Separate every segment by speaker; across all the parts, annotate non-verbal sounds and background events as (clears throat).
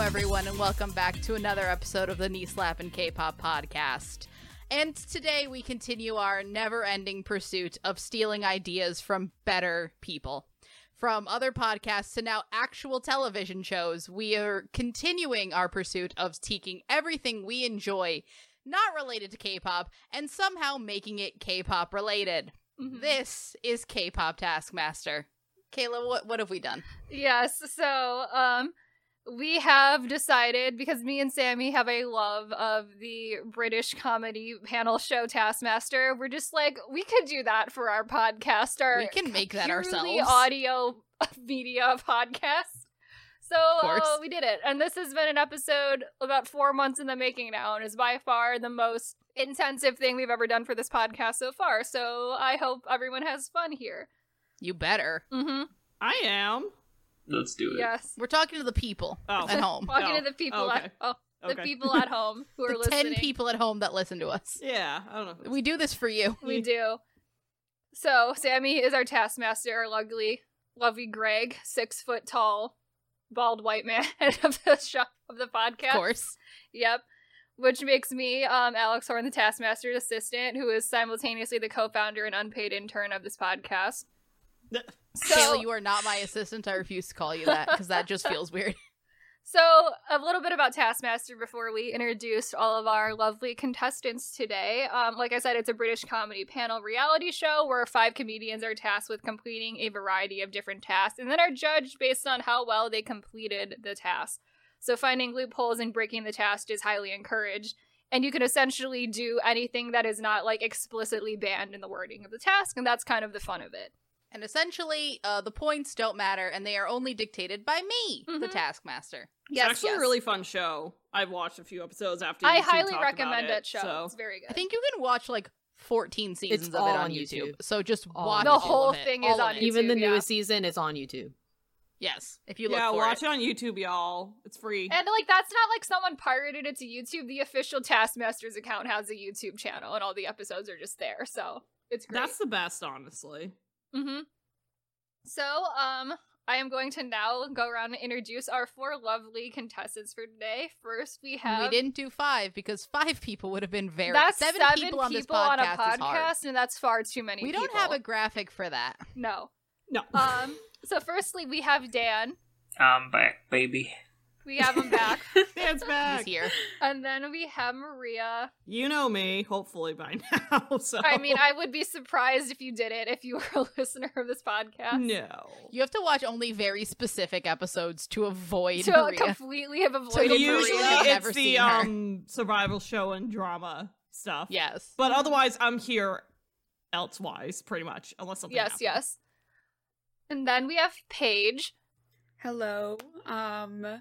Speaker 1: everyone, and welcome back to another episode of the Knee Slap and K-pop podcast. And today we continue our never-ending pursuit of stealing ideas from better people, from other podcasts to now actual television shows. We are continuing our pursuit of taking everything we enjoy, not related to K-pop, and somehow making it K-pop related. This is K-pop Taskmaster. Kayla, what what have we done?
Speaker 2: Yes. So, um, we have decided because me and Sammy have a love of the British comedy panel show Taskmaster. We're just like we could do that for our podcast. Our
Speaker 1: we can make that
Speaker 2: purely
Speaker 1: ourselves.
Speaker 2: audio (laughs) media podcast. So
Speaker 1: course.
Speaker 2: uh, we did it, and this has been an episode about four months in the making now, and is by far the most intensive thing we've ever done for this podcast so far. So I hope everyone has fun here.
Speaker 1: you better.
Speaker 2: Mm-hmm.
Speaker 3: I am.
Speaker 4: Let's do it.
Speaker 2: Yes.
Speaker 1: We're talking to the people
Speaker 3: Oh.
Speaker 2: (laughs)
Speaker 1: at home.
Speaker 2: Talking
Speaker 3: Oh.
Speaker 2: to the people
Speaker 3: Oh,
Speaker 2: at
Speaker 3: okay.
Speaker 2: oh, the
Speaker 3: Okay.
Speaker 2: people at
Speaker 3: (laughs)
Speaker 2: home who are
Speaker 1: the 10
Speaker 2: listening.
Speaker 1: people at home that listen to us.
Speaker 3: Yeah, I don't know.
Speaker 1: We do this for you.
Speaker 2: We do. So Sammy is our taskmaster, our lovely, lovely Greg, six foot tall, bald white man (laughs) of the show, of the podcast.
Speaker 1: Of course.
Speaker 2: Yep. Which makes me um, Alex Horn, the taskmaster's assistant, who is simultaneously the co-founder and unpaid intern of this podcast. So
Speaker 1: Kayla, you are not my assistant. I refuse to call you that because that just feels
Speaker 2: (laughs)
Speaker 1: weird.
Speaker 2: So, a little bit about Taskmaster before we introduce all of our lovely contestants today. Um, like I said, it's a British comedy panel reality show where five comedians are tasked with completing a variety of different tasks and then are judged based on how well they completed the task. So, finding loopholes and breaking the task is highly encouraged. And you can essentially do anything that is not like explicitly banned in the wording of the task, and that's kind of the fun of it.
Speaker 1: And essentially, uh, the points don't matter and they are only dictated by me, the
Speaker 2: Mhm.
Speaker 1: taskmaster.
Speaker 3: It's
Speaker 2: Yes,
Speaker 3: actually
Speaker 2: yes.
Speaker 3: a really fun show. I've watched a few episodes after.
Speaker 2: I
Speaker 3: you two
Speaker 2: highly
Speaker 3: talked
Speaker 2: recommend
Speaker 3: about
Speaker 2: that
Speaker 3: it,
Speaker 2: show.
Speaker 3: So.
Speaker 2: It's very good.
Speaker 1: I think you can watch like 14 seasons of it
Speaker 5: all
Speaker 1: on,
Speaker 5: on
Speaker 1: YouTube.
Speaker 5: YouTube.
Speaker 1: So just
Speaker 5: All
Speaker 1: watch
Speaker 5: on
Speaker 2: the
Speaker 5: all
Speaker 1: all
Speaker 5: of
Speaker 2: whole
Speaker 1: of it.
Speaker 2: thing
Speaker 1: All
Speaker 2: is
Speaker 1: of
Speaker 2: on
Speaker 1: it.
Speaker 2: YouTube.
Speaker 5: Even the
Speaker 2: yeah.
Speaker 5: newest season is on YouTube.
Speaker 1: Yes, if you look
Speaker 3: yeah,
Speaker 1: for
Speaker 3: watch
Speaker 1: it.
Speaker 3: on YouTube, y'all. It's free.
Speaker 2: And like that's not like someone pirated it to YouTube. The official Taskmasters account has a YouTube channel, and all the episodes are just there. So it's great.
Speaker 3: That's the best, honestly.
Speaker 2: hmm So um, I am going to now go around and introduce our four lovely contestants for today. First, we
Speaker 1: And
Speaker 2: have
Speaker 1: We didn't do five because five people would have been very.
Speaker 2: that's
Speaker 1: seven, people on this
Speaker 2: people on
Speaker 1: podcast, is
Speaker 2: a
Speaker 1: hard.
Speaker 2: podcast, and that's far too many.
Speaker 1: We don't
Speaker 2: people.
Speaker 1: have a graphic for that.
Speaker 2: no.
Speaker 3: No. (laughs)
Speaker 2: Um. So firstly, we have Dan.
Speaker 4: I'm back, baby.
Speaker 2: We have
Speaker 1: (laughs)
Speaker 2: him back, (laughs)
Speaker 3: Dan's
Speaker 1: He's
Speaker 3: back.
Speaker 1: here.
Speaker 2: and then we have Maria.
Speaker 3: You know me, hopefully by (laughs) now. So
Speaker 1: Oh.
Speaker 2: I mean, I would be surprised if you did it if you were a (laughs) listener of this podcast.
Speaker 3: no.
Speaker 1: You have to watch only very specific episodes to avoid (laughs)
Speaker 2: to
Speaker 1: Maria.
Speaker 2: completely have
Speaker 1: So
Speaker 2: avoided
Speaker 1: Usually
Speaker 2: Maria.
Speaker 6: (laughs)
Speaker 3: Usually
Speaker 1: I've never
Speaker 3: it's
Speaker 1: seen
Speaker 3: the
Speaker 1: her.
Speaker 3: um survival show and drama stuff.
Speaker 1: yes.
Speaker 3: But otherwise, I'm here elsewise, pretty much, unless something.
Speaker 2: yes,
Speaker 3: happens.
Speaker 2: yes. And then we have Paige.
Speaker 6: Hello. Um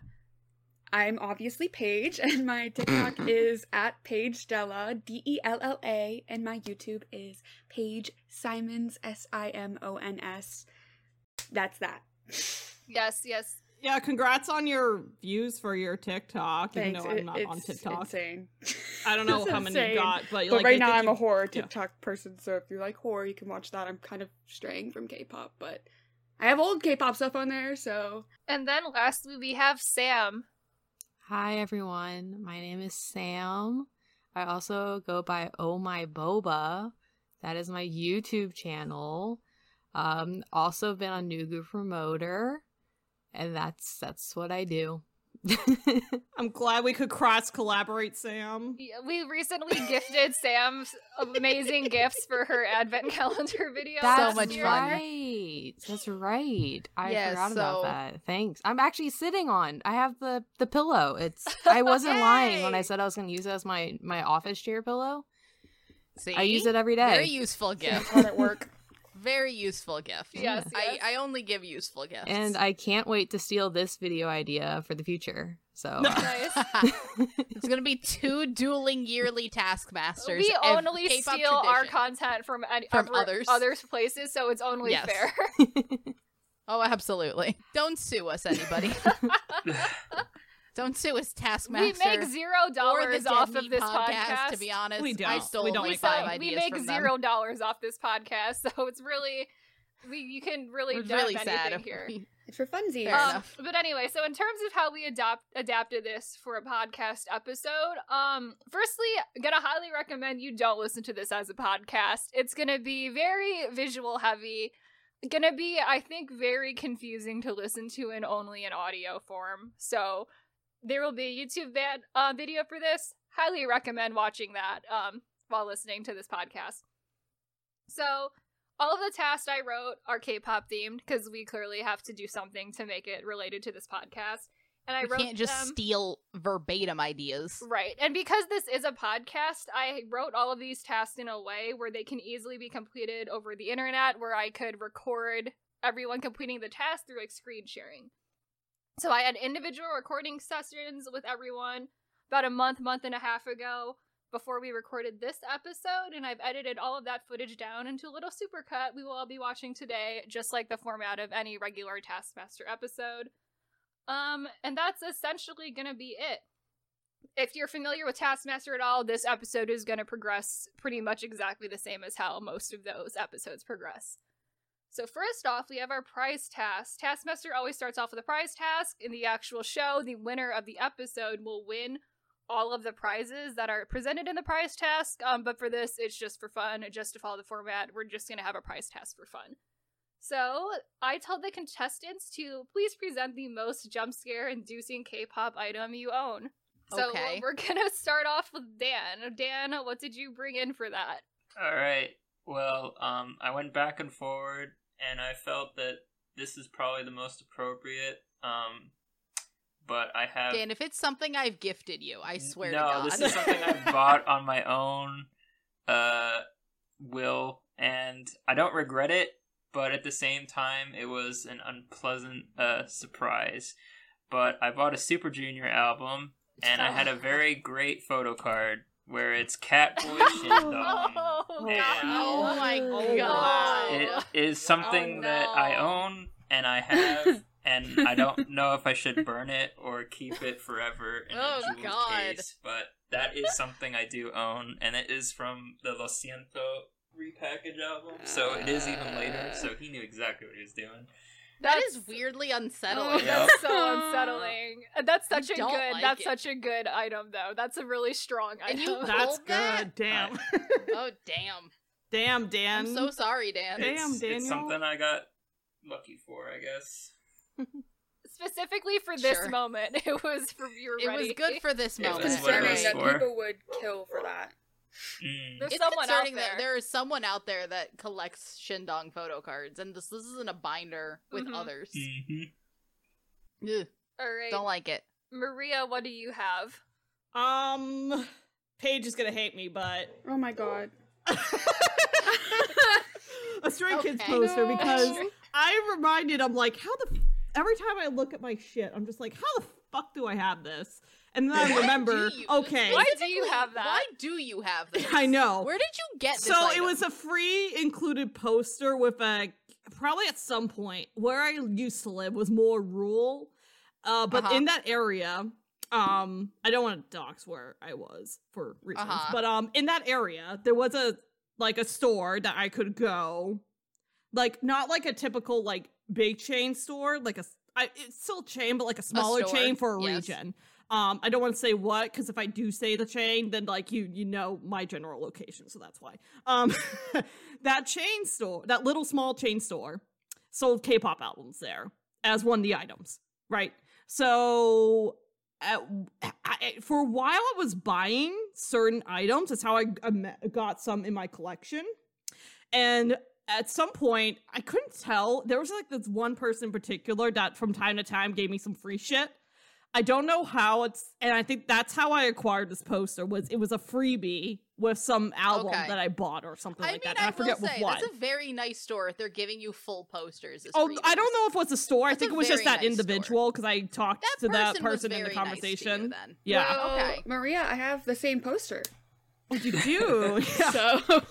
Speaker 6: I'm obviously Paige (laughs) and
Speaker 3: (clears throat)
Speaker 6: my TikTok is at Paige Della, D E L L A, and my YouTube is Paige Simons S I M O N S. That's that.
Speaker 2: Yes, yes.
Speaker 3: Yeah, congrats on your views for your TikTok.
Speaker 6: Thanks.
Speaker 3: Even though I'm
Speaker 6: It-
Speaker 3: not on
Speaker 6: it's
Speaker 3: TikTok.
Speaker 6: Insane.
Speaker 3: I
Speaker 6: (laughs)
Speaker 3: don't know
Speaker 6: It's
Speaker 3: how many
Speaker 6: insane.
Speaker 3: you got, but,
Speaker 6: But
Speaker 3: like,
Speaker 6: right
Speaker 3: I
Speaker 6: now
Speaker 3: think
Speaker 6: I'm
Speaker 3: you-
Speaker 6: a horror
Speaker 3: yeah.
Speaker 6: TikTok person, so if you like horror, you can watch that. I'm kind of straying from K-pop, but I have old K-pop stuff on there, so
Speaker 2: And then lastly we have Sam.
Speaker 5: Hi everyone. My name is Sam. I also go by Oh My Boba. That is my YouTube channel. Um also been on Nugu Promoter. And that's that's what I do. (laughs)
Speaker 3: I'm glad we could cross collaborate, Sam.
Speaker 2: Yeah, We
Speaker 1: (laughs)
Speaker 2: recently gifted Sam s- amazing gifts for her advent (laughs) calendar video.
Speaker 5: That's
Speaker 1: So much
Speaker 2: last year.
Speaker 1: fun.
Speaker 5: Right. That's right. I
Speaker 1: Yes,
Speaker 5: forgot about
Speaker 1: so-
Speaker 5: that. Thanks. I'm actually sitting on. I have the the pillow.
Speaker 1: (laughs)
Speaker 5: It's I wasn't lying when I
Speaker 1: Yay!
Speaker 5: said I was going to use it as my my office chair pillow.
Speaker 1: See?
Speaker 5: I use it every day.
Speaker 1: Very useful gift.
Speaker 6: (laughs) hard at work.
Speaker 1: Very useful gift.
Speaker 2: (laughs) Yes,
Speaker 1: I,
Speaker 2: yes.
Speaker 1: I only give useful gifts.
Speaker 5: and I (laughs) can't wait to steal this video idea for the future. So
Speaker 2: (laughs)
Speaker 5: uh,
Speaker 2: Nice.
Speaker 1: (laughs) it's gonna be two dueling yearly taskmasters.
Speaker 2: We
Speaker 1: ev-
Speaker 2: only
Speaker 1: K-pop
Speaker 2: steal our
Speaker 1: tradition.
Speaker 2: content from any,
Speaker 1: From
Speaker 2: other-
Speaker 1: others.
Speaker 2: places, so it's only
Speaker 1: Yes.
Speaker 2: fair. (laughs)
Speaker 1: Oh, absolutely. Don't sue us,
Speaker 2: (laughs)
Speaker 1: anybody. (laughs) Don't sue us,
Speaker 2: we
Speaker 1: taskmaster.
Speaker 2: make zero
Speaker 1: or the
Speaker 2: dollars
Speaker 1: Dead
Speaker 2: off of
Speaker 1: Meat
Speaker 2: this
Speaker 1: podcast,
Speaker 2: podcast.
Speaker 1: To be honest,
Speaker 3: We
Speaker 1: I
Speaker 3: don't.
Speaker 1: stole
Speaker 3: We don't
Speaker 1: like
Speaker 2: we,
Speaker 3: make
Speaker 2: sell-
Speaker 1: five
Speaker 3: money.
Speaker 2: we
Speaker 1: ideas
Speaker 2: make
Speaker 1: from them.
Speaker 2: zero (laughs) dollars off this podcast, so it's really we you can really
Speaker 1: We're
Speaker 2: dive
Speaker 1: really
Speaker 2: anything
Speaker 1: sad if (laughs)
Speaker 2: here.
Speaker 1: we
Speaker 6: It's for funsies.
Speaker 1: Fair
Speaker 2: Um,
Speaker 1: enough.
Speaker 2: but anyway, so in terms of how we adopt adapted this for a podcast episode, um, firstly, gonna highly recommend you don't listen to this as a podcast. It's gonna be very visual heavy, gonna be, I think, very confusing to listen to in only an audio form. So there will be a YouTube vid- uh, video for this. Highly recommend watching that um, while listening to this podcast. So all of the tasks I wrote are K-pop themed because we clearly have to do something to make it related to this podcast. And I
Speaker 1: You
Speaker 2: wrote
Speaker 1: can't just
Speaker 2: them-
Speaker 1: steal verbatim ideas.
Speaker 2: Right. And because this is a podcast, I wrote all of these tasks in a way where they can easily be completed over the internet, where I could record everyone completing the task through like screen sharing. So I had individual recording sessions with everyone about a month, month and a half ago before we recorded this episode, and I've edited all of that footage down into a little supercut we will all be watching today, just like the format of any regular Taskmaster episode. Um, and that's essentially gonna be it if you're familiar with Taskmaster at all, this episode is going to progress pretty much exactly the same as how most of those episodes progress. So, first off, we have our prize task. Taskmaster always starts off with a prize task. In the actual show, the winner of the episode will win all of the prizes that are presented in the prize task. Um, but for this, it's just for fun. Just to follow the format, we're just going to have a prize task for fun. So, I tell the contestants to please present the most jump scare inducing K pop item you own. So
Speaker 1: Okay.
Speaker 2: we're (laughs) gonna start off with Dan. Dan, what did you bring in for that?
Speaker 4: All right. Well, um, I went back and forward, and I felt that this is probably the most appropriate. Um, but I have
Speaker 1: Dan, if it's something I've gifted you, I swear
Speaker 4: no,
Speaker 1: to God.
Speaker 4: this is something (laughs) I bought on my own uh, will, and I don't regret it. But at the same time, it was an unpleasant uh, surprise. But I bought a Super Junior album, and I
Speaker 1: (laughs)
Speaker 4: had a very great photo card where it's Catboy (laughs) Shindong.
Speaker 2: God.
Speaker 1: Oh my
Speaker 3: Oh,
Speaker 1: God.
Speaker 4: It is something
Speaker 2: Oh,
Speaker 4: that
Speaker 2: no.
Speaker 4: I own and I have, and I don't know if I should burn it or keep it forever in
Speaker 1: Oh,
Speaker 4: a jeweled
Speaker 1: God.
Speaker 4: case. But that is something I do own, and it is from the Lo Siento repackage album, so it is even later. So he knew exactly what he was doing.
Speaker 1: (laughs) that is weirdly
Speaker 2: Oh,
Speaker 1: unsettling.
Speaker 2: (laughs)
Speaker 4: Yeah.
Speaker 2: that's so unsettling. (laughs) That's such a good.
Speaker 1: don't like
Speaker 2: that's
Speaker 1: it.
Speaker 2: such a good item, though. That's a really strong
Speaker 1: And
Speaker 2: item.
Speaker 1: you (laughs)
Speaker 3: That's
Speaker 1: Hold that.
Speaker 3: good. (laughs) Damn.
Speaker 1: oh damn.
Speaker 3: Damn,
Speaker 1: I'm
Speaker 3: Dan.
Speaker 1: so sorry, Dan.
Speaker 3: Damn,
Speaker 4: it's,
Speaker 3: Daniel.
Speaker 4: it's something I got lucky for, I guess.
Speaker 2: specifically for this
Speaker 1: Sure.
Speaker 2: moment, (laughs) it was for you were
Speaker 1: It
Speaker 2: ready.
Speaker 1: was good for this
Speaker 4: It was
Speaker 1: moment.
Speaker 4: what it
Speaker 6: Considering
Speaker 4: was
Speaker 6: that
Speaker 4: for.
Speaker 6: people would kill for that.
Speaker 2: (laughs)
Speaker 4: Mm.
Speaker 2: There's
Speaker 1: It's
Speaker 2: someone out
Speaker 1: concerning
Speaker 2: there.
Speaker 1: that there is someone out there that collects Shindong photo cards, and this this isn't a binder with
Speaker 2: Mhm.
Speaker 1: others.
Speaker 4: Mhm. Mm.
Speaker 1: Ugh,
Speaker 2: All right,
Speaker 1: don't like it.
Speaker 2: Maria. What do
Speaker 1: (laughs)
Speaker 2: you have?
Speaker 3: um, Paige is gonna hate
Speaker 1: (laughs)
Speaker 3: me, but
Speaker 6: Oh my god.
Speaker 3: a Stray Kids
Speaker 1: Okay.
Speaker 3: poster
Speaker 6: No.
Speaker 3: because
Speaker 1: (laughs)
Speaker 3: I'm reminded. I'm like, how the f- every time I look at my shit, I'm just like, how the fuck do I have this? And then I
Speaker 1: Why
Speaker 3: remember,
Speaker 1: do you-
Speaker 3: okay,
Speaker 2: Why do
Speaker 1: specifically,
Speaker 2: you have that?
Speaker 1: Why do you have this?
Speaker 3: I know.
Speaker 1: Where did you get this?
Speaker 3: so it
Speaker 1: item?
Speaker 3: was a free included poster with a probably at some point where I used to live was more rural, uh, but
Speaker 1: Uh-huh.
Speaker 3: in that area, um, I don't want to dox where I was for reasons,
Speaker 1: Uh-huh.
Speaker 3: but um, in that area there was a like a store that I could go, like not like a typical like big chain store, like a s- I, it's still a chain but like a smaller
Speaker 1: store,
Speaker 3: chain for a
Speaker 1: yes.
Speaker 3: region. Um, I don't want to say what because if I do say the chain, then like you you know my general location, so that's why. Um, (laughs) that chain store, that little small chain store, sold K-pop albums there as one of the items, right? So. At, I, I- for a while, I was buying certain items. That's how I um, got some in my collection. And at some point, I couldn't tell. There was like this one person in particular that from time to time gave me some free shit. I don't know how it's, and I think that's how I acquired this poster. Was it was a freebie with some album
Speaker 1: Okay.
Speaker 3: that I bought or something
Speaker 1: I
Speaker 3: like
Speaker 1: mean,
Speaker 3: that. and
Speaker 1: I,
Speaker 3: I forget
Speaker 1: will
Speaker 3: with
Speaker 1: say
Speaker 3: what.
Speaker 1: that's a very nice store. If they're giving you full posters, as
Speaker 3: Oh, I
Speaker 1: freebies.
Speaker 3: don't know if it was a store.
Speaker 1: That's
Speaker 3: I think
Speaker 1: a
Speaker 3: it was just
Speaker 1: very
Speaker 3: that
Speaker 1: nice
Speaker 3: individual because I talked
Speaker 1: That
Speaker 3: to
Speaker 1: person
Speaker 3: that
Speaker 1: was
Speaker 3: person in the
Speaker 1: very nice to you
Speaker 3: conversation.
Speaker 1: then.
Speaker 3: yeah,
Speaker 6: Well,
Speaker 1: Okay.
Speaker 6: Maria, I have the same poster.
Speaker 3: you do. Yeah.
Speaker 6: So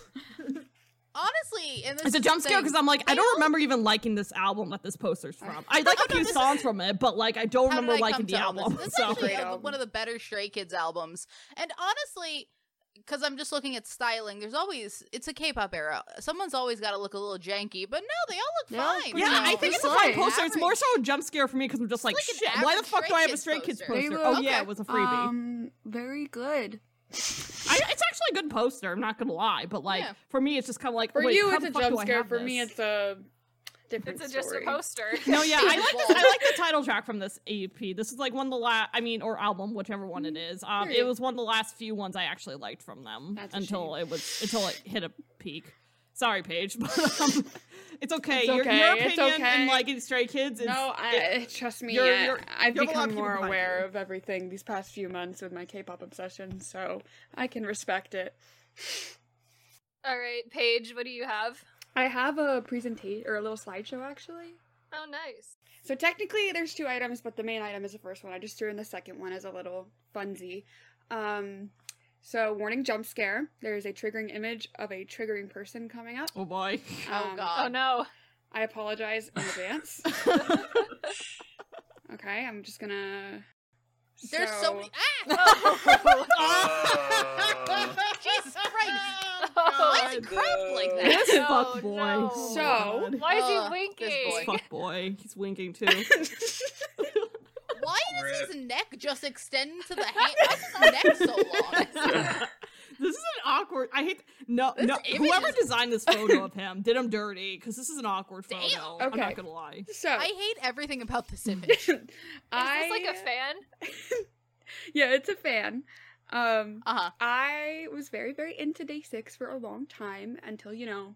Speaker 1: Honestly, and this
Speaker 3: It's a
Speaker 1: is
Speaker 3: jump
Speaker 1: the
Speaker 3: scare
Speaker 1: thing.
Speaker 3: because I'm like,
Speaker 1: They
Speaker 3: I
Speaker 1: all-
Speaker 3: don't remember even liking this album that this poster's from. I like a few songs from it, but like I don't
Speaker 1: How did
Speaker 3: remember
Speaker 1: I come
Speaker 3: liking the
Speaker 1: to all
Speaker 3: album.
Speaker 1: This? This is
Speaker 3: So
Speaker 1: actually
Speaker 6: Great
Speaker 1: a-
Speaker 6: album.
Speaker 1: one of the better Stray Kids albums. And honestly, because I'm just looking at styling. There's always it's a K-pop era. Someone's always got to look a little janky, but no, they all look
Speaker 5: They all look
Speaker 1: fine.
Speaker 5: pretty
Speaker 3: Yeah,
Speaker 5: No,
Speaker 3: I think
Speaker 5: it's
Speaker 3: it's a fine
Speaker 5: like
Speaker 3: poster. It's more so a jump scare for me because I'm just like,
Speaker 1: like an
Speaker 3: shit, why the
Speaker 1: average
Speaker 3: fuck do I have a
Speaker 1: straight
Speaker 3: straight
Speaker 1: kids
Speaker 3: kids
Speaker 1: poster.
Speaker 3: poster?
Speaker 5: They
Speaker 3: Oh
Speaker 5: look-
Speaker 3: yeah,
Speaker 1: okay.
Speaker 3: it was a freebie.
Speaker 6: Um, very good.
Speaker 3: I, it's actually a good poster. I'm not gonna lie, but like
Speaker 1: Yeah.
Speaker 3: for me, it's just kind of like
Speaker 6: For
Speaker 3: wait,
Speaker 6: you,
Speaker 3: how
Speaker 6: it's
Speaker 3: the
Speaker 6: a
Speaker 3: fuck do
Speaker 6: jump
Speaker 3: I
Speaker 6: scare.
Speaker 3: have
Speaker 6: For me,
Speaker 3: this?
Speaker 6: it's a different
Speaker 2: It's a, just a
Speaker 6: story.
Speaker 2: poster.
Speaker 3: no, yeah, I like this. I
Speaker 1: Wall.
Speaker 3: like the
Speaker 6: (laughs)
Speaker 3: title track from this EP. This is like one of the last, I mean, or album, whichever one it is. Um, it
Speaker 6: Period.
Speaker 3: was one of the last few ones I actually liked from them
Speaker 6: That's a
Speaker 3: until
Speaker 6: shame.
Speaker 3: it was until it hit a peak. Sorry, Paige, (laughs) but um, it's okay.
Speaker 6: It's
Speaker 3: your,
Speaker 6: okay,
Speaker 3: your
Speaker 6: it's
Speaker 3: opinion and
Speaker 6: okay.
Speaker 3: liking Stray Kids is
Speaker 6: No, I (laughs) trust me.
Speaker 3: you're-
Speaker 6: I-
Speaker 3: you're-
Speaker 6: I've
Speaker 3: you have a lot of
Speaker 6: become
Speaker 3: people
Speaker 6: more
Speaker 3: behind
Speaker 6: aware
Speaker 3: you.
Speaker 6: of everything these past few months with my K-pop obsession, so I can respect it.
Speaker 2: All right, Paige, what do you have?
Speaker 6: I have a presentation or a little slideshow actually.
Speaker 2: Oh, nice.
Speaker 6: So technically, there's two items, but the main item is the first one. I just threw in the second one as a little funsy. Um, so warning jump scare. There is a triggering image of a triggering person coming up.
Speaker 3: oh
Speaker 6: (laughs)
Speaker 3: boy.
Speaker 1: Oh,
Speaker 6: Um,
Speaker 1: God. (laughs)
Speaker 2: Oh no. (laughs)
Speaker 6: I apologize in advance. Okay, I'm just gonna.
Speaker 1: There's so, many.
Speaker 2: Oh.
Speaker 1: Ah!
Speaker 4: Oh.
Speaker 1: (laughs) Jesus Christ! Why
Speaker 2: Oh,
Speaker 1: is it cropped like that?
Speaker 3: This
Speaker 2: No,
Speaker 3: fuck boy.
Speaker 2: no.
Speaker 3: Oh my
Speaker 6: So-
Speaker 3: God.
Speaker 2: Why is
Speaker 1: Ugh,
Speaker 2: he
Speaker 1: this
Speaker 3: This
Speaker 1: boy.
Speaker 2: winking?
Speaker 3: fuck boy. He's winking
Speaker 6: (laughs)
Speaker 1: (laughs)
Speaker 3: too. (laughs)
Speaker 1: Why does
Speaker 4: Rip.
Speaker 1: his neck just extend (laughs) to the hand? Why is his neck so (laughs) long?
Speaker 4: (laughs)
Speaker 3: this is an awkward. I hate. No,
Speaker 1: This
Speaker 3: no.
Speaker 1: image
Speaker 3: Whoever
Speaker 1: is-
Speaker 3: designed this photo
Speaker 6: (laughs)
Speaker 3: of him did him dirty because this is an awkward photo.
Speaker 1: Damn.
Speaker 3: I'm
Speaker 6: Okay.
Speaker 3: not gonna lie.
Speaker 6: so (laughs)
Speaker 1: I hate everything about this (laughs) image.
Speaker 6: I
Speaker 2: Is this like a fan?
Speaker 6: (laughs) yeah, it's a fan. Um,
Speaker 1: Uh huh.
Speaker 6: I was very very into Day Six for a long time until you know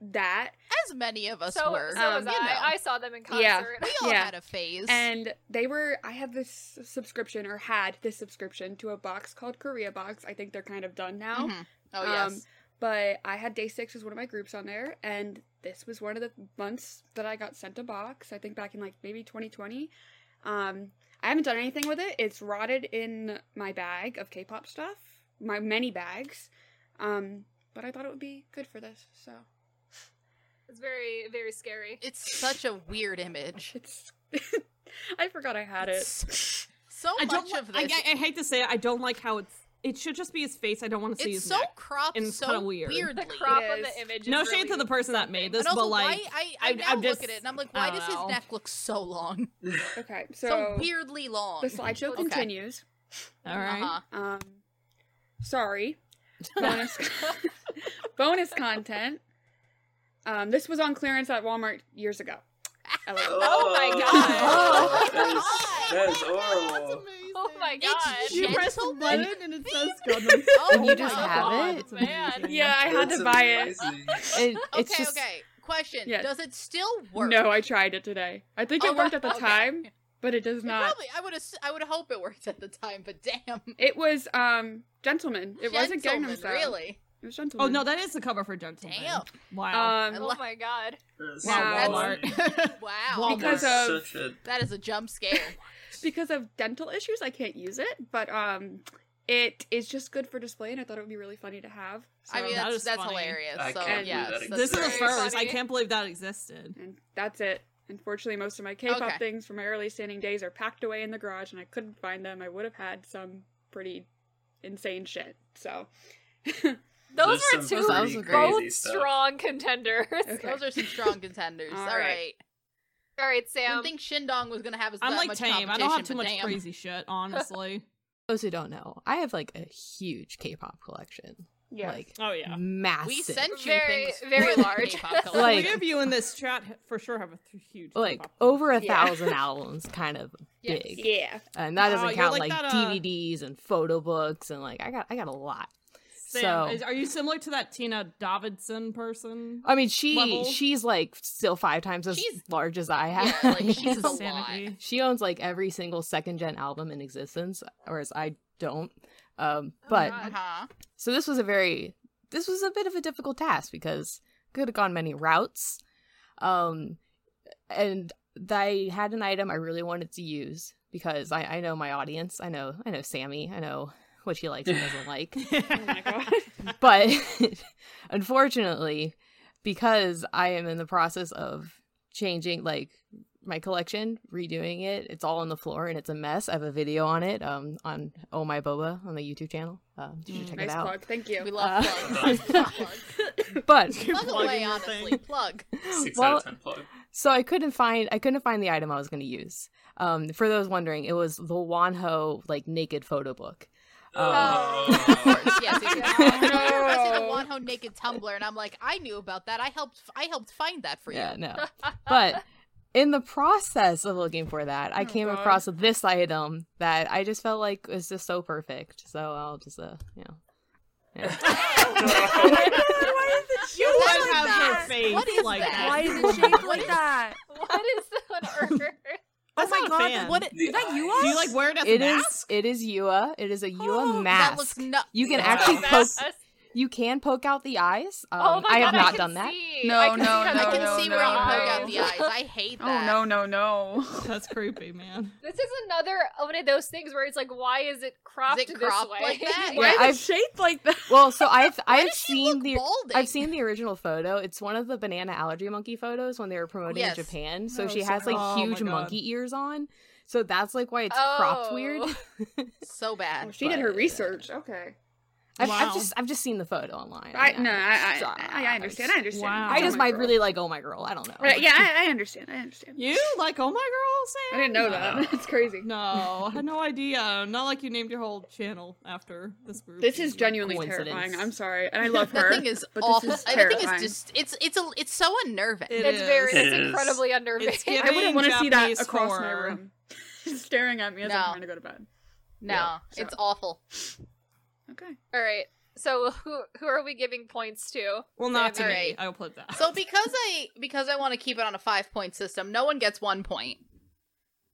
Speaker 6: that,
Speaker 1: As many of us
Speaker 2: so
Speaker 1: were.
Speaker 2: so was
Speaker 6: Um,
Speaker 1: you
Speaker 2: I.
Speaker 1: know.
Speaker 2: I saw them in concert. (laughs)
Speaker 6: Yeah.
Speaker 1: we all
Speaker 6: yeah.
Speaker 1: had a phase.
Speaker 6: and they were. I have this subscription or had this subscription to a box called Korea Box. I think they're kind of done now.
Speaker 1: Mhm. Oh
Speaker 6: Um,
Speaker 1: yes.
Speaker 6: But I had Day Six as one of my groups on there, and this was one of the months that I got sent a box. I think back in like maybe 2020. Um, I haven't done anything with it. It's rotted in my bag of K-pop stuff, my many bags. Um, but I thought it would be good for this, so
Speaker 2: It's very very scary.
Speaker 1: it's such a weird image.
Speaker 6: it's. (laughs) I forgot I had it.
Speaker 1: It's- So
Speaker 3: I don't.
Speaker 1: much
Speaker 3: li-
Speaker 1: of this.
Speaker 3: I, I hate to say it. I don't like how it's. It should just be his face. I don't want to see
Speaker 1: it's
Speaker 3: his
Speaker 1: so
Speaker 3: neck.
Speaker 1: cropped
Speaker 3: and it's
Speaker 1: so
Speaker 3: kinda weird. The
Speaker 1: weirdly.
Speaker 2: The crop
Speaker 6: It
Speaker 2: on
Speaker 6: is.
Speaker 2: the image. Is
Speaker 3: No
Speaker 2: really
Speaker 3: shade to the person that made this,
Speaker 1: and also,
Speaker 3: but like,
Speaker 1: why I, I
Speaker 3: I-
Speaker 1: now
Speaker 3: I'm
Speaker 1: look
Speaker 3: just-
Speaker 1: at it and I'm like,
Speaker 3: I
Speaker 1: why
Speaker 3: don't
Speaker 1: does his
Speaker 3: know.
Speaker 1: neck look so long,
Speaker 6: Okay, so,
Speaker 1: so, weirdly long?
Speaker 6: the slideshow
Speaker 1: Okay.
Speaker 6: continues.
Speaker 3: all right.
Speaker 1: Uh-huh.
Speaker 6: Um,
Speaker 1: (laughs)
Speaker 6: sorry. Bonus, (laughs) bonus content. Um, this was on clearance at Walmart years ago. LOL.
Speaker 2: Oh my god.
Speaker 1: Oh,
Speaker 4: That is- that is
Speaker 3: That's
Speaker 4: horrible.
Speaker 3: amazing.
Speaker 2: (laughs) Oh my god.
Speaker 1: It's
Speaker 3: You press the
Speaker 1: Gentleman
Speaker 3: button and it says Gundam.
Speaker 1: Oh
Speaker 5: And you
Speaker 1: my
Speaker 5: just
Speaker 1: God.
Speaker 5: have it?
Speaker 3: It's amazing.
Speaker 2: oh,
Speaker 4: (laughs)
Speaker 2: Man.
Speaker 6: Yeah, I had
Speaker 4: That's
Speaker 6: to buy it.
Speaker 4: amazing.
Speaker 5: It- it's
Speaker 1: okay,
Speaker 5: just-
Speaker 1: okay. Question:
Speaker 6: Yes.
Speaker 1: Does it still work?
Speaker 6: No, I tried it today. I think it
Speaker 1: Oh,
Speaker 6: worked at the
Speaker 1: okay.
Speaker 6: time, but it does
Speaker 1: It
Speaker 6: not.
Speaker 1: Probably, I would. ass- I would hope it worked at the time, but
Speaker 3: (laughs)
Speaker 1: damn,
Speaker 6: It was um gentleman. It wasn't Gangnam
Speaker 1: Gentleman,
Speaker 6: Style.
Speaker 1: Really?
Speaker 6: It was gentleman.
Speaker 3: Oh no, that is the cover for Gentleman.
Speaker 1: Damn.
Speaker 3: Wow.
Speaker 6: Um,
Speaker 1: I
Speaker 2: Oh my god.
Speaker 4: That's
Speaker 6: Wow,
Speaker 4: so
Speaker 3: Walmart. (laughs)
Speaker 1: Wow,
Speaker 3: Because uh,
Speaker 6: Walmart. of-
Speaker 4: such a
Speaker 1: that is a jump
Speaker 3: (laughs)
Speaker 1: scare.
Speaker 6: because of dental issues, I can't use it. But um, it is just good for display, and I thought it would be really funny to have. So,
Speaker 1: I mean,
Speaker 3: that
Speaker 1: that's,
Speaker 3: is
Speaker 1: that's
Speaker 3: funny.
Speaker 1: hilarious.
Speaker 4: I
Speaker 1: so
Speaker 4: can't believe
Speaker 1: yeah,
Speaker 4: that
Speaker 1: that's
Speaker 3: this is the
Speaker 1: great.
Speaker 2: very
Speaker 3: first. I
Speaker 2: funny.
Speaker 3: can't believe that existed.
Speaker 6: and that's it. Unfortunately, most of my K-pop
Speaker 1: Okay.
Speaker 6: things from my early standing days are packed away in the garage, and I couldn't find them. I would have had some pretty insane shit. So,
Speaker 2: Those were
Speaker 4: There's
Speaker 2: two
Speaker 4: some
Speaker 5: Those
Speaker 4: pretty
Speaker 5: were
Speaker 4: crazy
Speaker 2: both
Speaker 4: stuff.
Speaker 2: strong contenders.
Speaker 6: Okay.
Speaker 1: Those are some strong contenders.
Speaker 6: All
Speaker 1: All
Speaker 6: right.
Speaker 1: right.
Speaker 2: (laughs) All right,
Speaker 1: I
Speaker 2: Sam.
Speaker 1: didn't think Shindong was gonna have as
Speaker 3: I'm
Speaker 1: that
Speaker 3: like
Speaker 1: much
Speaker 3: tame. I don't have
Speaker 1: competition,
Speaker 3: too
Speaker 1: but
Speaker 3: much
Speaker 1: damn.
Speaker 3: crazy shit,
Speaker 1: (laughs)
Speaker 3: honestly.
Speaker 5: Those who don't know, I have like a huge K-pop collection.
Speaker 6: yeah.
Speaker 5: Like
Speaker 3: oh yeah.
Speaker 5: massive.
Speaker 1: We sent you
Speaker 2: Very-
Speaker 1: things
Speaker 2: very
Speaker 1: for the
Speaker 2: large.
Speaker 1: K-pop (laughs) color.
Speaker 5: Like-
Speaker 3: Three of you in this chat ha- for sure have a th- huge
Speaker 5: like
Speaker 3: K-pop
Speaker 5: over a
Speaker 6: Yeah.
Speaker 5: thousand albums, kind of
Speaker 1: Yes.
Speaker 5: big.
Speaker 6: yeah.
Speaker 5: and that
Speaker 3: Wow,
Speaker 5: doesn't
Speaker 3: you're
Speaker 5: count
Speaker 3: like
Speaker 5: like,
Speaker 3: that, uh,
Speaker 5: DVDs and photo books and like I got I got a lot.
Speaker 3: Sam,
Speaker 5: so-
Speaker 3: is- are you similar to that Tina Davidson person?
Speaker 1: Oh,
Speaker 5: I mean, she
Speaker 3: Level.
Speaker 5: she's like still five times as
Speaker 1: She's-
Speaker 5: large as I
Speaker 1: Yeah,
Speaker 5: have. (laughs)
Speaker 1: like she's a lot. (laughs)
Speaker 3: Sanity.
Speaker 5: she owns like every single second gen album in existence, whereas I don't. Um, but
Speaker 2: God.
Speaker 1: Uh-huh.
Speaker 5: so this was a very this was a bit of a difficult task because could have gone many routes, um, and I had an item I really wanted to use because I, I know my audience. I know I know Sammy. I know what she likes and doesn't like.
Speaker 6: Oh
Speaker 3: (laughs)
Speaker 6: my god.
Speaker 5: but (laughs) unfortunately because i am in the process of changing like my collection, redoing it. It's all on the floor and it's a mess. I have a video on it um, on Oh My Boba on the YouTube channel. Um, you should
Speaker 1: Mm.
Speaker 5: check
Speaker 6: Nice
Speaker 5: it out.
Speaker 6: plug. Thank you.
Speaker 1: We love
Speaker 5: (laughs) Uh,
Speaker 1: plugs.
Speaker 3: (laughs)
Speaker 1: plug.
Speaker 5: (laughs) But
Speaker 1: plug away,
Speaker 3: Plugging the thing.
Speaker 1: honestly.
Speaker 3: (laughs)
Speaker 1: Plug.
Speaker 4: Six out
Speaker 5: well,
Speaker 4: of ten plug.
Speaker 5: so I couldn't find I couldn't find the item I was going to use. Um, for those wondering, it was the Wanho like naked photo book.
Speaker 4: Oh.
Speaker 1: Oh,
Speaker 5: Um,
Speaker 1: Of
Speaker 4: (laughs)
Speaker 1: course, yes.
Speaker 3: (laughs)
Speaker 1: yes, yes. I see the
Speaker 6: No.
Speaker 1: Wanho naked Tumblr, and I'm like, I knew about that. I helped. I helped find that for you.
Speaker 5: Yeah,
Speaker 1: (laughs)
Speaker 5: no. But in the process of looking for that, I
Speaker 6: Oh,
Speaker 5: came
Speaker 6: God.
Speaker 5: across this item that I just felt like was just so perfect. So I'll just, uh, you
Speaker 1: (laughs)
Speaker 5: know. Yeah.
Speaker 6: Why is it
Speaker 3: You
Speaker 1: Why
Speaker 3: would
Speaker 1: is
Speaker 3: have
Speaker 1: that?
Speaker 3: her face
Speaker 1: What is
Speaker 3: like
Speaker 1: that?
Speaker 3: that.
Speaker 1: Why
Speaker 3: (laughs)
Speaker 6: Why is it shaped like that?
Speaker 2: (laughs) What is
Speaker 4: (laughs)
Speaker 2: on earth?
Speaker 3: That's
Speaker 6: oh
Speaker 3: not
Speaker 6: my
Speaker 3: a
Speaker 6: god,
Speaker 3: fan.
Speaker 1: What?
Speaker 4: The
Speaker 6: is that you?
Speaker 4: eyes.
Speaker 3: Do you like wear it as a
Speaker 5: It is.
Speaker 3: mask?
Speaker 5: It is Yua. It is a Yua
Speaker 6: Oh,
Speaker 5: mask.
Speaker 1: That looks nuts.
Speaker 5: You can
Speaker 4: Yeah.
Speaker 5: actually
Speaker 4: Wow.
Speaker 5: poke.
Speaker 2: That's us.
Speaker 5: You can poke out the eyes. Um,
Speaker 2: Oh my
Speaker 5: I have
Speaker 2: God,
Speaker 5: not
Speaker 2: can
Speaker 5: done that.
Speaker 2: see.
Speaker 6: No,
Speaker 2: I can
Speaker 6: no,
Speaker 2: see how
Speaker 1: (laughs)
Speaker 6: no,
Speaker 1: I
Speaker 2: that
Speaker 1: can
Speaker 2: goes
Speaker 1: see
Speaker 2: through
Speaker 1: where you
Speaker 2: our
Speaker 1: poke out
Speaker 2: eyes.
Speaker 1: the eyes. I hate
Speaker 6: Oh
Speaker 1: that.
Speaker 6: no, no, no.
Speaker 3: That's creepy,
Speaker 6: (laughs)
Speaker 3: man.
Speaker 2: This is another one of those things where it's like, why is it cropped
Speaker 1: Is it cropped
Speaker 2: this way?
Speaker 1: like
Speaker 2: (laughs)
Speaker 1: that?
Speaker 6: Why
Speaker 5: Yeah,
Speaker 6: is
Speaker 5: I've-
Speaker 6: it shaped like that?
Speaker 5: Well, so I've
Speaker 1: Why
Speaker 5: I've
Speaker 1: does she
Speaker 5: seen
Speaker 1: look
Speaker 5: the
Speaker 1: balding?
Speaker 5: I've seen the original photo. It's one of the banana allergy monkey photos when they were promoting
Speaker 1: Yes.
Speaker 5: in Japan. So
Speaker 6: Oh,
Speaker 5: she
Speaker 6: so
Speaker 5: has like
Speaker 3: cool. Oh my
Speaker 5: huge
Speaker 3: God.
Speaker 5: monkey ears on. So that's like why it's cropped weird.
Speaker 2: Oh.
Speaker 1: so
Speaker 6: Oh,
Speaker 1: bad.
Speaker 6: she did her
Speaker 5: but-
Speaker 6: research. Okay.
Speaker 5: I've, I've
Speaker 3: Wow.
Speaker 5: just I've just seen the photo online.
Speaker 6: I
Speaker 5: mean,
Speaker 6: no, I
Speaker 5: so-
Speaker 6: I, I, I understand. I understand.
Speaker 3: Wow.
Speaker 5: I
Speaker 6: It's
Speaker 5: just
Speaker 6: Oh My
Speaker 5: might
Speaker 6: Girl.
Speaker 5: really like Oh My Girl. I don't know.
Speaker 6: Right, yeah, I, I understand. I understand.
Speaker 3: You like oh my girl,
Speaker 6: I
Speaker 3: Sam?
Speaker 6: didn't know
Speaker 4: No.
Speaker 6: that. (laughs) That's crazy.
Speaker 3: No, I had no idea. Not like you named your whole channel after this group.
Speaker 6: This is genuinely
Speaker 5: Coincidence.
Speaker 6: terrifying. I'm sorry, and
Speaker 1: (laughs)
Speaker 6: I love
Speaker 1: That
Speaker 6: her.
Speaker 1: thing is
Speaker 6: but this
Speaker 1: awful.
Speaker 6: is
Speaker 1: I- That thing is
Speaker 6: terrifying.
Speaker 1: just. It's it's a it's so unnerving.
Speaker 3: It
Speaker 2: That's
Speaker 3: is.
Speaker 2: very.
Speaker 4: It
Speaker 2: It's
Speaker 4: is.
Speaker 2: incredibly unnerving.
Speaker 3: It's giving
Speaker 6: I wouldn't want to see that
Speaker 3: Japanese
Speaker 6: across my
Speaker 3: horror.
Speaker 6: room. (laughs) She's staring at me as
Speaker 1: No.
Speaker 6: I'm trying to go to bed.
Speaker 1: no,
Speaker 6: yeah, so-
Speaker 1: it's awful.
Speaker 6: Okay.
Speaker 2: All right. So who who are we giving points to?
Speaker 3: Well, not to me.
Speaker 1: Alright.
Speaker 3: I will put that.
Speaker 1: So because I because I want to keep it on a five point system, no one gets one point.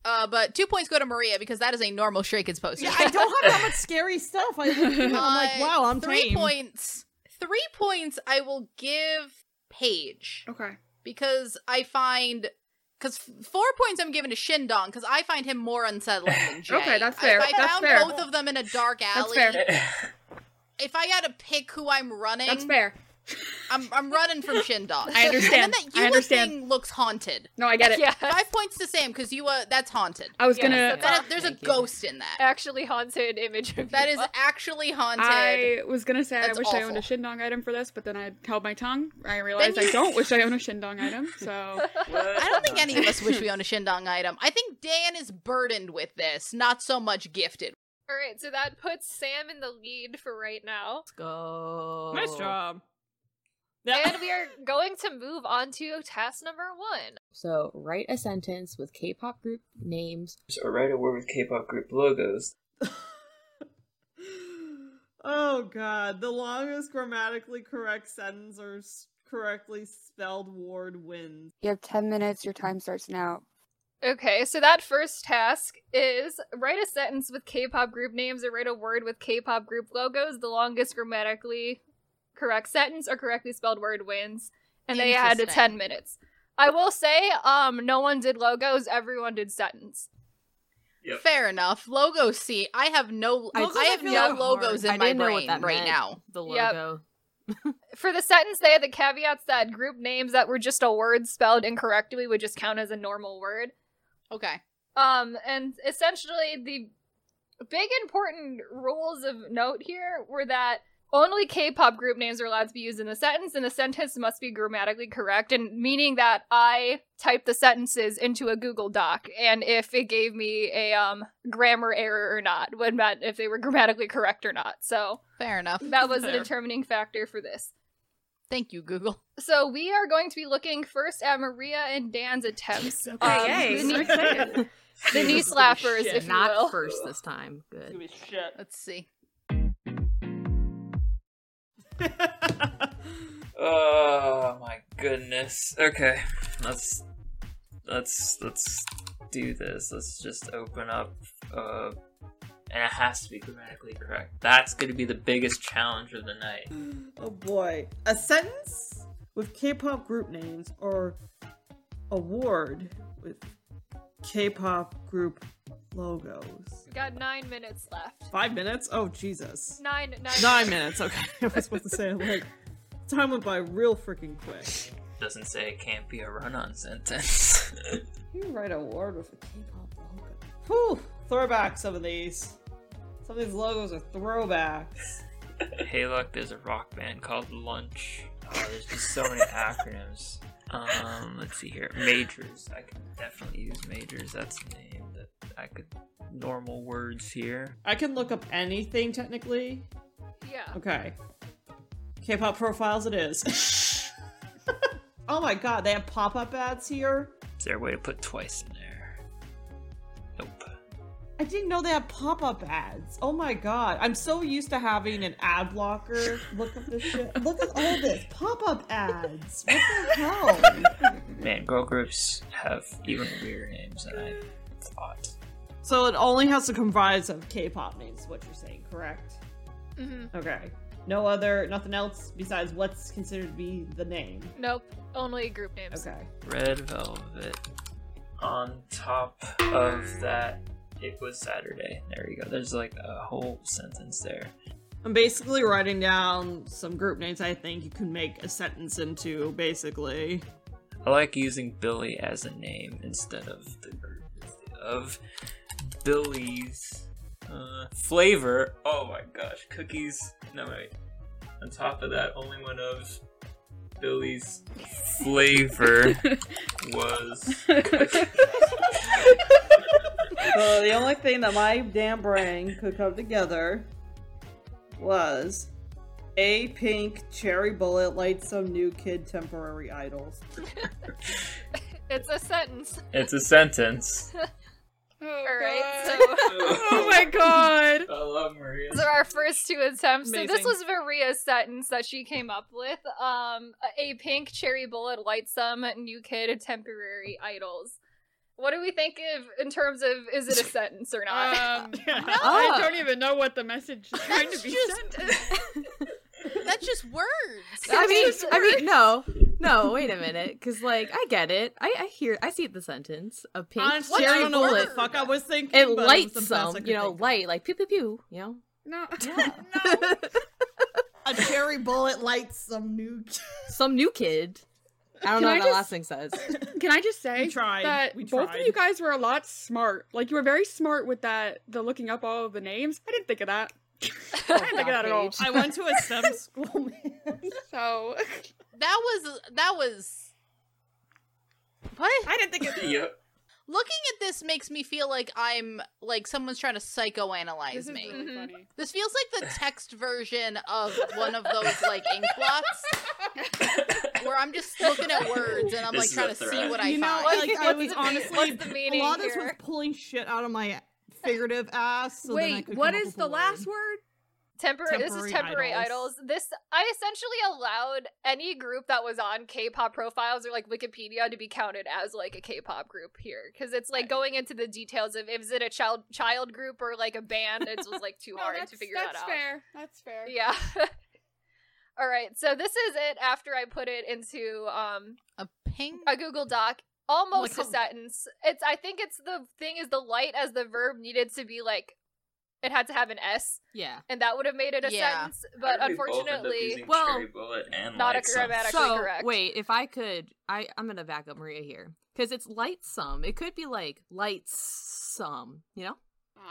Speaker 1: Uh, but two points go to Maria because that is a normal Stray Kids poster.
Speaker 3: (laughs) yeah, I
Speaker 1: (laughs)
Speaker 3: don't have that much scary stuff. I, am
Speaker 6: (laughs)
Speaker 3: like,
Speaker 1: Uh,
Speaker 3: wow, I'm
Speaker 1: three
Speaker 3: tame.
Speaker 1: points. Three points. I will give Paige
Speaker 6: Okay.
Speaker 1: because I find because four points I'm giving to Shindong because I find him more unsettling
Speaker 6: (laughs)
Speaker 1: than Jay.
Speaker 6: Okay, that's
Speaker 1: If
Speaker 6: fair,
Speaker 1: I
Speaker 6: that's
Speaker 1: found
Speaker 6: fair.
Speaker 1: both of them in a dark alley.
Speaker 6: fair.
Speaker 1: If I got to pick who I'm running,
Speaker 6: That's fair.
Speaker 1: I'm I'm running from Shindong.
Speaker 6: I understand.
Speaker 1: And then that
Speaker 6: I
Speaker 1: Yua
Speaker 6: understand.
Speaker 1: thing looks haunted.
Speaker 6: No, I get it.
Speaker 2: Yeah. (laughs)
Speaker 1: Five points to Sam because Yua that's haunted.
Speaker 6: I was
Speaker 2: Yes,
Speaker 6: gonna.
Speaker 2: that's
Speaker 1: That- there's a
Speaker 5: Thank you.
Speaker 1: ghost in that.
Speaker 2: Actually, haunted image. Of
Speaker 1: That
Speaker 2: you.
Speaker 1: is
Speaker 2: (laughs)
Speaker 1: actually haunted.
Speaker 6: I was gonna say
Speaker 1: That's
Speaker 6: I wish I owned a
Speaker 1: awful.
Speaker 6: Shindong item for this, but then I held my tongue. I realized I
Speaker 1: you-
Speaker 6: don't wish I own a Shindong item.
Speaker 2: (laughs)
Speaker 6: So
Speaker 1: I don't think any of us wish we
Speaker 6: (laughs)
Speaker 1: owned a Shindong item. I think Dan is burdened with this, not so much gifted.
Speaker 2: All right. So that puts Sam in the lead for right now.
Speaker 5: Let's go.
Speaker 3: Nice job.
Speaker 2: And we are going to move on to task number one.
Speaker 5: So write a sentence with K-pop group names.
Speaker 4: Or write a word with K-pop group logos.
Speaker 3: oh god, the longest grammatically correct sentence or s- correctly spelled word wins.
Speaker 6: you have ten minutes. Your time starts (laughs) now.
Speaker 2: Okay, so that first task is write a sentence with K-pop group names or write a word with K-pop group logos. The longest grammatically correct sentence or correctly spelled word wins, and they had to
Speaker 1: Interesting.
Speaker 2: ten minutes. I will say, um, no one did logos. Everyone did sentence.
Speaker 4: Yep.
Speaker 1: Fair enough. Logo C. I have no. I,
Speaker 3: Logos
Speaker 1: I
Speaker 3: I
Speaker 1: have
Speaker 3: feel
Speaker 1: no
Speaker 3: are
Speaker 1: logos
Speaker 5: hard. I
Speaker 1: in my
Speaker 5: didn't know what
Speaker 1: brain
Speaker 5: that
Speaker 1: right
Speaker 5: meant.
Speaker 1: now.
Speaker 5: The
Speaker 2: Yep.
Speaker 5: logo.
Speaker 2: For the sentence, they had the caveats that group names that were just a word spelled incorrectly would just count as a normal word.
Speaker 1: Okay.
Speaker 2: Um, and essentially, the big important rules of note here were that only K-pop group names are allowed to be used in a sentence, and the sentence must be grammatically correct, and meaning that I typed the sentences into a Google Doc, and if it gave me a um grammar error or not, would meant if they were grammatically correct or not. So
Speaker 1: Fair enough.
Speaker 2: that was a
Speaker 3: Fair.
Speaker 2: determining factor for this.
Speaker 1: Thank you, Google.
Speaker 2: So we are going to be looking first at Maria and Dan's
Speaker 3: (laughs)
Speaker 2: attempts.
Speaker 6: Okay,
Speaker 2: um,
Speaker 6: yay.
Speaker 2: the
Speaker 6: I'm
Speaker 2: knee-
Speaker 6: excited.
Speaker 2: (laughs) The knee slappers,
Speaker 3: Shit.
Speaker 2: if you
Speaker 5: Not
Speaker 2: will.
Speaker 5: first this time. Good.
Speaker 1: Let's see.
Speaker 4: Oh my goodness. Okay, let's let's let's do this. Let's just open up. Uh, and it has to be grammatically correct. That's going to be the biggest challenge of the night.
Speaker 3: Oh boy. A sentence with K pop group names or a word with K pop group logos.
Speaker 2: Got nine minutes left.
Speaker 3: Five minutes? Oh Jesus.
Speaker 2: Nine, nine.
Speaker 3: Nine minutes, okay. (laughs) I was supposed to say like time went by real freaking quick.
Speaker 4: Doesn't say it can't be a run-on (laughs) sentence.
Speaker 7: You write a word with a K-pop logo.
Speaker 3: Whew, throwback some of these. Some of these logos are throwbacks.
Speaker 4: Hey, look, there's a rock band called Lunch. Oh, there's just so many acronyms. Um, let's see here. Majors. I can definitely use majors. That's the name that I could. Normal words here.
Speaker 3: I can look up anything technically.
Speaker 2: Yeah.
Speaker 3: Okay. K-pop profiles it is. (laughs) oh my god, they have pop-up ads here.
Speaker 4: Is there a way to put twice in there? Nope.
Speaker 3: I didn't know they had pop-up ads. Oh my god. I'm so used to having an ad blocker. Look at this shit. Look at all this. Pop-up ads. What the hell?
Speaker 7: (laughs)
Speaker 4: Man, girl groups have even weirder names than I thought.
Speaker 3: So it only has to comprise of K-pop names, is what you're saying, correct?
Speaker 2: hmm
Speaker 3: Okay. No other nothing else besides what's considered to be the name.
Speaker 2: Nope. Only group names.
Speaker 3: Okay.
Speaker 4: Red Velvet. On top of that, it was Saturday. There you go. There's like a whole sentence there.
Speaker 3: I'm basically writing down some group names I think you can make a sentence into, basically.
Speaker 4: I like using Billy as a name instead of the group of Billy's uh, flavor. Oh my gosh, cookies. No wait. On top of that, only one of Billy's
Speaker 2: (laughs)
Speaker 4: flavor was.
Speaker 6: Oh,
Speaker 4: cookies.
Speaker 7: So the only thing that my damn brain could come together was a pink cherry bullet lights some new kid temporary idols.
Speaker 2: It's a sentence.
Speaker 4: it's a sentence.
Speaker 2: All right.
Speaker 6: (laughs)
Speaker 4: (laughs)
Speaker 2: So.
Speaker 7: oh my god!
Speaker 4: I love Maria.
Speaker 2: Those are our first two attempts. So this
Speaker 3: Amazing.
Speaker 2: was Maria's sentence that she came up with. Um, a pink cherry bullet lights some new kid temporary idols. What do we think of in terms of is it a sentence or not?
Speaker 6: Uh,
Speaker 7: Um, I don't even know what the message is trying to
Speaker 1: That's
Speaker 7: be
Speaker 1: just-
Speaker 7: sent.
Speaker 1: That's just words.
Speaker 5: I mean, I mean, (laughs) no, no. Wait a minute, because like I get it. I, I hear, I see the sentence of pink
Speaker 3: Honestly,
Speaker 1: What's
Speaker 5: cherry
Speaker 3: I don't know what
Speaker 5: bullet.
Speaker 3: the fuck I was thinking.
Speaker 5: It
Speaker 3: but was the
Speaker 5: lights
Speaker 3: best I
Speaker 5: some,
Speaker 3: could
Speaker 5: you know,
Speaker 3: think of.
Speaker 5: light like pew pew pew. You
Speaker 3: (laughs)
Speaker 5: know,
Speaker 7: No.
Speaker 5: yeah.
Speaker 3: A cherry bullet lights some
Speaker 5: (laughs)
Speaker 3: new.
Speaker 5: some new kid. I don't
Speaker 7: Can
Speaker 5: know
Speaker 7: I
Speaker 5: what that
Speaker 7: just-
Speaker 5: last thing (laughs) says.
Speaker 7: Can I just say
Speaker 3: We tried.
Speaker 7: that
Speaker 3: We
Speaker 7: both
Speaker 3: tried.
Speaker 7: of you guys were a lot smart. Like you were very smart with that the looking up all of the names. I didn't think of that.
Speaker 5: Oh,
Speaker 7: I didn't think of that at all.
Speaker 3: I went to a
Speaker 7: (laughs)
Speaker 3: STEM school, man.
Speaker 7: So
Speaker 1: that was that was what?
Speaker 3: I didn't think of
Speaker 4: Yep.
Speaker 1: Looking at this makes me feel like I'm like someone's trying to psychoanalyze
Speaker 7: this is
Speaker 1: me.
Speaker 7: really
Speaker 2: Mhm.
Speaker 7: funny.
Speaker 1: This feels like the text version of one of those like ink blots where I'm just looking at words and I'm
Speaker 4: This
Speaker 1: like
Speaker 4: is
Speaker 1: trying
Speaker 4: a
Speaker 1: to see
Speaker 4: threat.
Speaker 1: what I
Speaker 3: you know,
Speaker 1: find.
Speaker 3: like I
Speaker 2: What's
Speaker 3: was
Speaker 2: the-
Speaker 3: honestly
Speaker 2: what's the
Speaker 3: a
Speaker 2: meaning
Speaker 3: lot of this was
Speaker 2: here?
Speaker 3: pulling shit out
Speaker 7: (laughs)
Speaker 3: of my figurative ass. So then I
Speaker 7: Wait,
Speaker 3: could
Speaker 7: what
Speaker 3: come
Speaker 7: is
Speaker 3: up with
Speaker 7: the
Speaker 3: a word.
Speaker 7: last word?
Speaker 2: Temporary. This
Speaker 3: Temporary
Speaker 2: is temporary
Speaker 3: idols.
Speaker 2: idols. This I essentially allowed any group that was on K-pop profiles or like Wikipedia to be counted as like a K-pop group here because it's like going into the details of is it a child child group or like a band. It was like (laughs) too hard to figure that out.
Speaker 7: fair. That's fair.
Speaker 2: Yeah. (laughs) All right. So this is it after I put it into um
Speaker 1: a pink
Speaker 2: a Google Doc. Almost
Speaker 1: Like
Speaker 2: a
Speaker 1: a-
Speaker 2: sentence. It's I think it's the thing is the light as the verb needed to be like it had to have an S
Speaker 5: Yeah.
Speaker 2: and that would have made it a
Speaker 1: Yeah.
Speaker 2: sentence. (laughs) But
Speaker 4: How did (laughs) we both end up
Speaker 2: unfortunately
Speaker 4: using
Speaker 5: Well,
Speaker 4: cherry bullet and
Speaker 2: not
Speaker 4: lights
Speaker 2: a
Speaker 4: on?
Speaker 2: grammatically (laughs)
Speaker 5: so
Speaker 2: correct.
Speaker 5: wait, if I could, I I'm gonna back up Maria here because it's light some. It could be like light some. You know,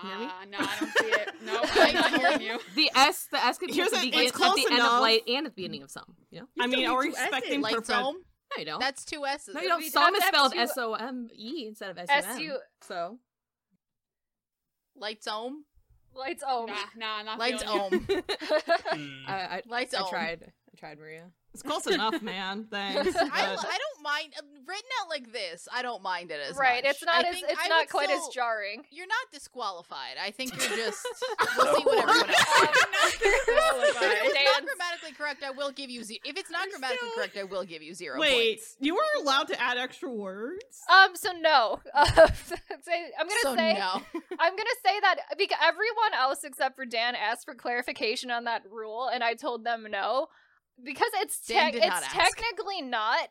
Speaker 5: Hear me?
Speaker 7: Ah, no, I don't see (laughs) it. No, I'm not hearing you.
Speaker 5: the s the s could be
Speaker 3: Here's a-
Speaker 5: at the,
Speaker 3: it's
Speaker 5: begin, at
Speaker 3: close
Speaker 5: the end of
Speaker 3: enough.
Speaker 5: light and at the beginning of some. You know,
Speaker 3: I
Speaker 7: You
Speaker 3: mean,
Speaker 7: still
Speaker 3: are we
Speaker 7: need two S's.
Speaker 3: expecting
Speaker 1: lights
Speaker 3: perfect?
Speaker 1: home.
Speaker 5: no, you don't.
Speaker 1: That's two S's.
Speaker 5: no, you don't.
Speaker 2: we'd
Speaker 5: Some
Speaker 2: have
Speaker 5: is
Speaker 2: to have
Speaker 5: spelled
Speaker 2: two-
Speaker 5: S O M E instead of S U
Speaker 2: SU
Speaker 5: M. So (laughs)
Speaker 1: Lights home.
Speaker 2: lights oh (laughs)
Speaker 7: Nah, nah, I'm not
Speaker 1: Lights
Speaker 7: feeling (laughs)
Speaker 1: (laughs) home.
Speaker 5: I,
Speaker 4: Hmm.
Speaker 5: I,
Speaker 1: Lights
Speaker 5: I
Speaker 1: home. (laughs)
Speaker 5: tried. I tried, Maria.
Speaker 3: It's close
Speaker 7: (laughs)
Speaker 3: enough, man. Thanks.
Speaker 2: I
Speaker 1: I,
Speaker 3: but-
Speaker 1: I don't mind uh, written out like this. I don't mind it as
Speaker 2: right.
Speaker 1: much.
Speaker 2: It's not
Speaker 1: I
Speaker 2: as
Speaker 1: think
Speaker 2: it's
Speaker 1: I
Speaker 2: not
Speaker 1: would
Speaker 2: quite as
Speaker 1: still- (laughs)
Speaker 2: jarring.
Speaker 1: You're not disqualified. I think you're (laughs) just. we'll see what
Speaker 2: (laughs)
Speaker 1: everyone else.
Speaker 2: Um,
Speaker 1: thinks. (laughs)
Speaker 2: (laughs)
Speaker 7: disqualified.
Speaker 1: If it's not
Speaker 2: stands.
Speaker 1: grammatically correct, I will give you zero. If it's not grammatically correct, I will give you zero
Speaker 3: Wait,
Speaker 1: points.
Speaker 3: you were allowed to add extra words?
Speaker 2: Um, so no. (laughs) Uh, so I'm gonna
Speaker 1: so
Speaker 2: say
Speaker 1: no.
Speaker 2: I'm gonna say that because everyone else except for Dan asked for clarification on that rule, and I told them no because it's
Speaker 1: Dan
Speaker 2: tech
Speaker 1: did
Speaker 2: it's
Speaker 1: not ask.
Speaker 2: technically not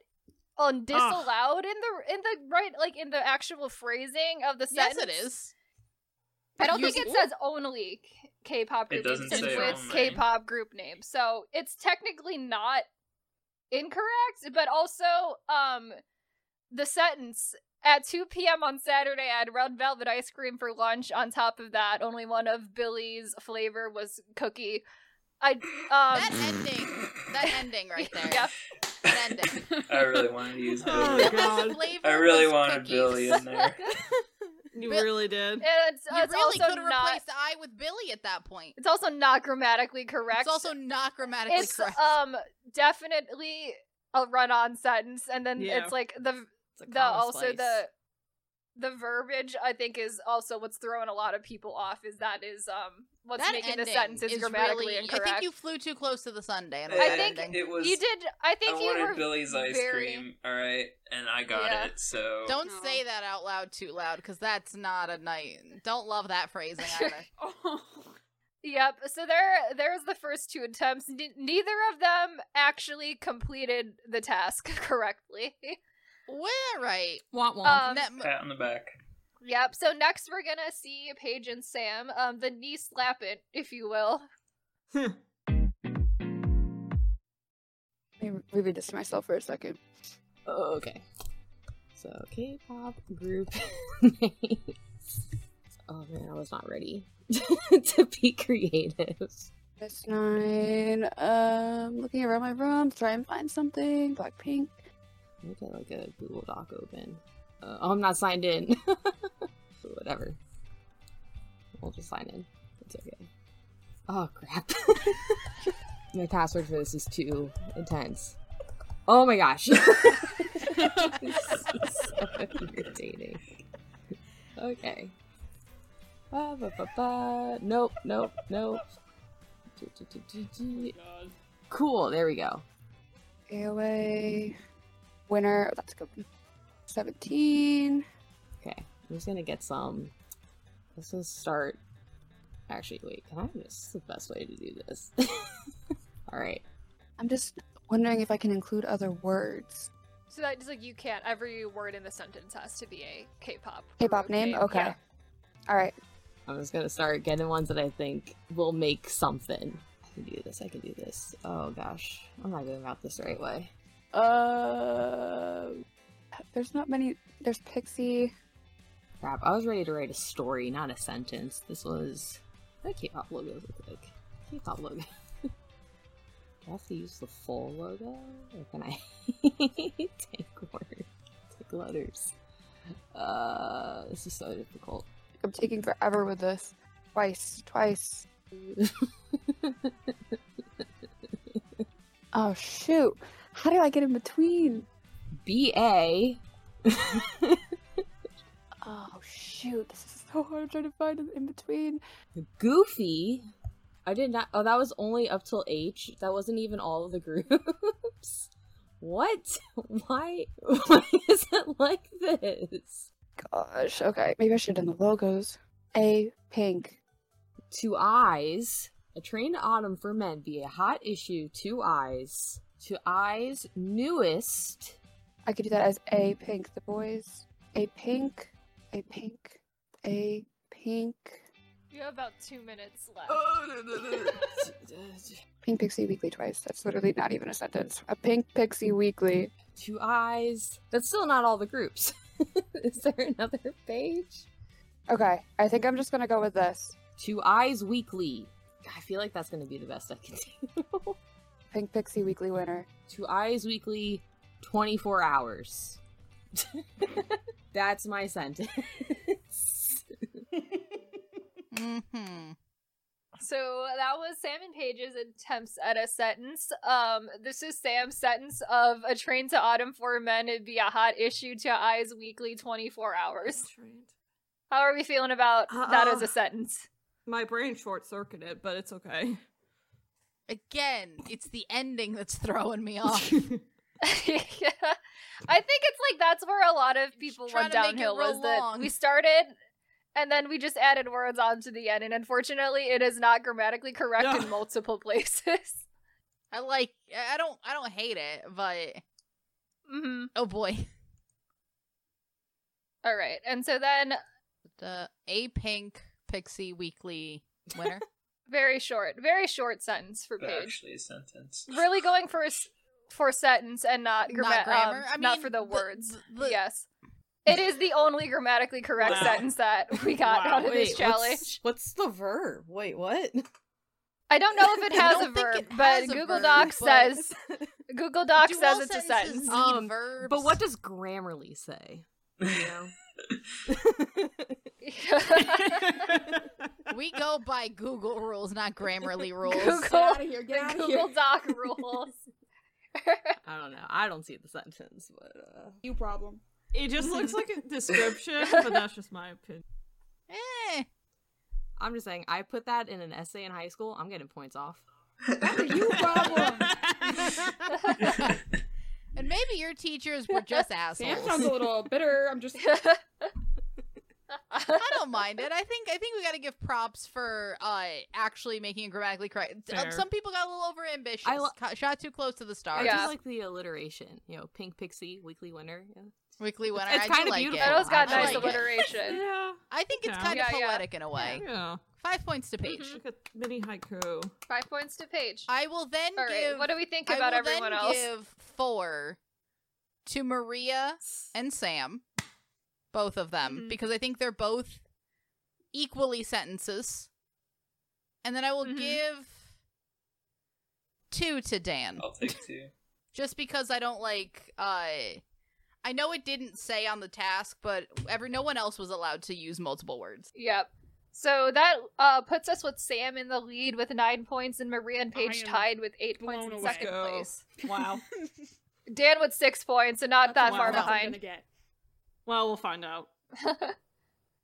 Speaker 2: um, disallowed in the in the right like in the actual phrasing of the
Speaker 1: (laughs) yes,
Speaker 2: sentence.
Speaker 1: it is.
Speaker 2: I don't
Speaker 1: Use-
Speaker 2: think it says only K- K-pop
Speaker 4: It
Speaker 2: group
Speaker 4: doesn't
Speaker 2: names. It
Speaker 3: say
Speaker 2: says
Speaker 4: only.
Speaker 2: K-pop group name, so it's technically not incorrect, but also um the sentence at 2 p.m. on Saturday, I had red velvet ice cream for lunch. On top of that, only one of Billy's flavor was cookie.
Speaker 4: (laughs)
Speaker 2: I um
Speaker 1: That ending, that ending
Speaker 2: (laughs)
Speaker 1: right there.
Speaker 2: Yep.
Speaker 1: That ending.
Speaker 2: (laughs)
Speaker 4: I really wanted to use
Speaker 3: Oh,
Speaker 4: Billy.
Speaker 3: God.
Speaker 1: Flavor
Speaker 4: I really
Speaker 1: was
Speaker 4: wanted
Speaker 1: cookies.
Speaker 4: Billy
Speaker 2: (laughs)
Speaker 4: in there.
Speaker 3: You
Speaker 1: Bill-
Speaker 3: really did.
Speaker 2: it's,
Speaker 1: You
Speaker 2: it's
Speaker 1: really could
Speaker 2: also
Speaker 1: have
Speaker 2: not
Speaker 1: replaced I with Billy at that point.
Speaker 2: it's also not grammatically correct.
Speaker 1: It's also not grammatically
Speaker 2: it's
Speaker 1: correct.
Speaker 2: um definitely a run-on sentence and then
Speaker 3: Yeah.
Speaker 2: it's like the
Speaker 3: It's a
Speaker 2: the
Speaker 3: common
Speaker 2: also
Speaker 3: slice.
Speaker 2: the the verbiage I think is also what's throwing a lot of people off is that is um what's
Speaker 1: that
Speaker 2: making
Speaker 1: ending
Speaker 2: the sentences
Speaker 1: is
Speaker 2: grammatically
Speaker 1: really,
Speaker 2: incorrect.
Speaker 1: I think you flew too close to the sun, Dan. with
Speaker 2: I
Speaker 1: that
Speaker 2: think-
Speaker 1: ending.
Speaker 4: it was.
Speaker 2: You did. I
Speaker 4: I
Speaker 2: think you were
Speaker 4: wanted Billy's ice
Speaker 2: very-
Speaker 4: cream, all right, and I got
Speaker 2: Yeah.
Speaker 4: it. So
Speaker 1: Don't
Speaker 6: No.
Speaker 1: say that out loud too loud because that's not a night. Don't love that
Speaker 2: (laughs)
Speaker 1: phrasing either.
Speaker 6: Oh.
Speaker 2: Yep. So there, there's the first two attempts. N- neither of them actually completed the task (laughs) correctly.
Speaker 1: well, right.
Speaker 5: Want one.
Speaker 2: Um,
Speaker 1: That m-
Speaker 4: pat on the back.
Speaker 2: Yep. So next, we're gonna see Paige and Sam, um, the knee slap it, if you will.
Speaker 6: Let me reread this to myself for a second.
Speaker 5: Oh, okay. So K-pop group (laughs) names. Oh man, I was not ready (laughs) to be creative.
Speaker 6: That's nine. Um, looking around my room, try and find something. Blackpink.
Speaker 5: Let me get like a Google Doc open. Uh, oh, I'm not signed in. So Whatever. We'll just sign in. It's okay. Oh crap. (laughs) my password for this is too intense. Oh my gosh. (laughs) It's so irritating. Okay. Ba, ba, ba, ba. Nope, nope, nope. Do, do, do, do, do. Cool, there we go.
Speaker 6: AOA. Winner. Oh, that's a good one. 17.
Speaker 5: Okay, I'm just gonna get some. Let's just start. Actually, wait, can I? This is the best way to do this. (laughs) All right.
Speaker 6: I'm just wondering if I can include other words.
Speaker 2: So that just like you can't. Every word in the sentence has to be a K-pop.
Speaker 6: K-pop
Speaker 2: group
Speaker 6: name? Okay.
Speaker 2: Yeah.
Speaker 6: All right.
Speaker 5: I'm just gonna start getting ones that I think will make something. I can do this. I can do this. Oh gosh, I'm not going about this the right way.
Speaker 6: Uh, there's not many. There's Pixie.
Speaker 5: Crap! I was ready to write a story, not a sentence. This was what do K-pop logos look like. K-pop logo. (laughs) do I have to use the full logo, or can I (laughs) take words, take letters? Uh, this is so difficult.
Speaker 6: I'm taking forever with this. Twice. Twice. Oh, shoot. How do I get in between?
Speaker 5: (laughs) B A. (laughs)
Speaker 6: Oh, shoot. This is so hard. I'm trying to find an in between.
Speaker 5: Goofy. I did not. Oh, that was only up till H. That wasn't even all of the groups. (laughs) What? (laughs) Why? Why is it like this?
Speaker 6: Gosh. Okay. Maybe I should have done the logos. A pink.
Speaker 5: Two eyes. A train to autumn for men be a hot issue. Two eyes. Two eyes. Newest. (laughs)
Speaker 6: I could do that as a pink. The boys. A pink. A pink. A pink.
Speaker 2: You have about two minutes left.
Speaker 6: Pink Pixie Weekly twice. That's literally not even a sentence. A pink Pixie Weekly.
Speaker 5: Two eyes. That's still not all the groups. (laughs) is there another page?
Speaker 6: Okay. I think I'm just gonna go with this.
Speaker 5: Two eyes weekly. I feel like that's gonna be the best I can (laughs) do.
Speaker 6: Pink Pixie Weekly winner.
Speaker 5: Two eyes weekly, 24 hours. That's my sentence.
Speaker 1: hmm
Speaker 2: So that was Sam and Paige's attempts at a sentence. Um, this is Sam's sentence of a train to autumn for men it'd be a hot issue to eyes weekly twenty four hours. How are we feeling about that as
Speaker 3: Uh-uh.
Speaker 2: a sentence?
Speaker 3: (laughs)
Speaker 2: (laughs)
Speaker 3: My brain short circuited, but it's okay.
Speaker 1: Again, it's the ending that's throwing me off.
Speaker 2: yeah. I think it's like that's where a lot of people
Speaker 1: trying
Speaker 2: went
Speaker 1: to make it
Speaker 2: downhill
Speaker 1: real
Speaker 2: was that
Speaker 1: long.
Speaker 2: we started and then we just added words onto the end and unfortunately it is not grammatically correct
Speaker 3: No.
Speaker 2: in multiple (laughs) places.
Speaker 1: I like. I don't. I don't hate it, but
Speaker 2: hmm
Speaker 1: oh boy,
Speaker 2: All right. And so then
Speaker 1: the a pink pixie weekly winner.
Speaker 2: (laughs) Very short, very short sentence for
Speaker 4: But
Speaker 2: Paige.
Speaker 4: actually, a sentence. (laughs)
Speaker 2: Really going for a s- for sentence and not, gramma-
Speaker 1: Not grammar?
Speaker 2: um,
Speaker 1: I
Speaker 2: not
Speaker 1: mean,
Speaker 2: for the
Speaker 1: the-
Speaker 2: words.
Speaker 1: the-
Speaker 2: yes, it is the only grammatically correct
Speaker 3: Wow.
Speaker 2: sentence that we got
Speaker 3: Wow.
Speaker 2: out of this challenge.
Speaker 5: what's, what's the verb? Wait, what?
Speaker 2: I don't know if
Speaker 1: (laughs)
Speaker 2: it
Speaker 1: I
Speaker 2: has
Speaker 1: don't
Speaker 2: a
Speaker 1: think
Speaker 2: verb,
Speaker 1: it
Speaker 2: but
Speaker 1: has a
Speaker 2: Google
Speaker 1: verb,
Speaker 2: Docs
Speaker 1: but- (laughs)
Speaker 5: (laughs)
Speaker 2: says Google Docs
Speaker 1: Do
Speaker 2: says
Speaker 1: all
Speaker 2: it's a
Speaker 1: sentences
Speaker 2: sentence.
Speaker 1: need (laughs)
Speaker 2: (laughs)
Speaker 5: Um,
Speaker 1: verbs?
Speaker 5: But what does Grammarly say? You (laughs) know?
Speaker 1: we go by Google rules, not
Speaker 2: (laughs)
Speaker 1: Grammarly rules.
Speaker 6: Get
Speaker 2: Google,
Speaker 6: out of here.
Speaker 7: (laughs)
Speaker 6: Get
Speaker 2: the
Speaker 6: out of here.
Speaker 2: Google Doc
Speaker 1: (laughs)
Speaker 2: rules.
Speaker 5: I don't know. I don't see the sentence, but uh,
Speaker 6: You problem.
Speaker 3: It just looks like
Speaker 7: (laughs)
Speaker 3: a description, but that's just my opinion.
Speaker 2: (laughs)
Speaker 1: Eh.
Speaker 5: I'm just saying. I put that in an essay in high school. I'm getting points off.
Speaker 6: You problem.
Speaker 1: And maybe your teachers were
Speaker 2: (laughs)
Speaker 1: just
Speaker 6: Sam
Speaker 1: assholes.
Speaker 6: sounds a little bitter. I'm just.
Speaker 1: I don't mind it. I think I think we got to give props for uh actually making it grammatically correct. Uh,
Speaker 3: Fair.
Speaker 1: Some people got a little over ambitious.
Speaker 5: I lo-
Speaker 1: shot too close to the
Speaker 5: I
Speaker 1: stars.
Speaker 2: Yeah.
Speaker 5: just like the alliteration. You know, Pink Pixie, Weekly Winner. Yeah.
Speaker 1: Weekly winner.
Speaker 5: It's
Speaker 1: I
Speaker 5: kinda
Speaker 1: do like
Speaker 5: beautiful.
Speaker 1: it.
Speaker 2: that has got
Speaker 1: I
Speaker 2: nice
Speaker 1: like it.
Speaker 2: alliteration.
Speaker 3: yeah.
Speaker 1: I think it's
Speaker 3: Yeah.
Speaker 1: kind of
Speaker 2: Yeah, Mm-hmm. yeah.
Speaker 1: poetic in a way.
Speaker 3: Yeah.
Speaker 1: Five points to Paige.
Speaker 3: Look at mini haiku.
Speaker 2: Five points to Paige.
Speaker 1: I will then
Speaker 2: All right,
Speaker 1: give.
Speaker 2: what do we think
Speaker 1: I
Speaker 2: about
Speaker 1: will
Speaker 2: everyone
Speaker 1: then
Speaker 2: else?
Speaker 1: give four to Maria and Sam, both of them,
Speaker 2: Mhm.
Speaker 1: because I think they're both equally sentences. And then I will
Speaker 2: Mhm.
Speaker 1: give two to Dan,
Speaker 4: (laughs) I'll take two.
Speaker 1: just because I don't like. Uh, I know it didn't say on the task, but every no one else was allowed to use multiple words.
Speaker 2: Yep. So that uh, puts us with Sam in the lead with nine points, and Maria and Paige
Speaker 6: am
Speaker 2: tied with eight points in
Speaker 6: blown away.
Speaker 2: second
Speaker 3: Go.
Speaker 2: place.
Speaker 7: (laughs)
Speaker 3: Wow.
Speaker 2: Dan with six points, and not
Speaker 6: That's
Speaker 2: that
Speaker 3: a
Speaker 2: far
Speaker 3: lot.
Speaker 6: I'm
Speaker 2: behind.
Speaker 6: gonna get.
Speaker 3: Well, we'll
Speaker 7: (laughs)
Speaker 3: find out.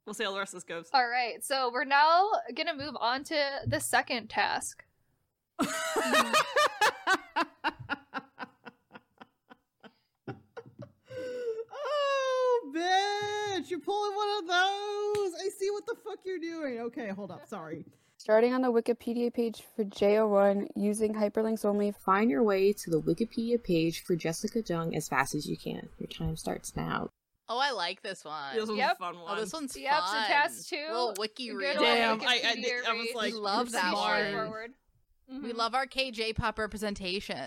Speaker 3: We'll see how the rest of this goes.
Speaker 2: All right, so we're now gonna move on to the second task.
Speaker 3: Oh,
Speaker 7: oh, bitch! You're pulling one of those. I see what the fuck you're doing. Okay, hold up. Sorry.
Speaker 8: Starting on the Wikipedia page for JO1, using hyperlinks only.
Speaker 5: Find your way to the Wikipedia page for Jessica Jung as fast as you can. Your time starts now.
Speaker 1: Oh, I like this one.
Speaker 3: This was
Speaker 2: Yep.
Speaker 3: a fun one.
Speaker 1: Oh, this one's
Speaker 2: Yep, so
Speaker 1: fun.
Speaker 2: task two,
Speaker 1: Little wiki
Speaker 2: good
Speaker 1: read.
Speaker 2: old
Speaker 3: Damn, I- I
Speaker 2: Wikipedia
Speaker 3: did- I was
Speaker 2: read.
Speaker 3: like,
Speaker 1: Love that
Speaker 2: Pretty
Speaker 1: one.
Speaker 2: straightforward.
Speaker 1: We
Speaker 5: Mm-hmm.
Speaker 2: Mhm.
Speaker 1: love our KJ pop representation.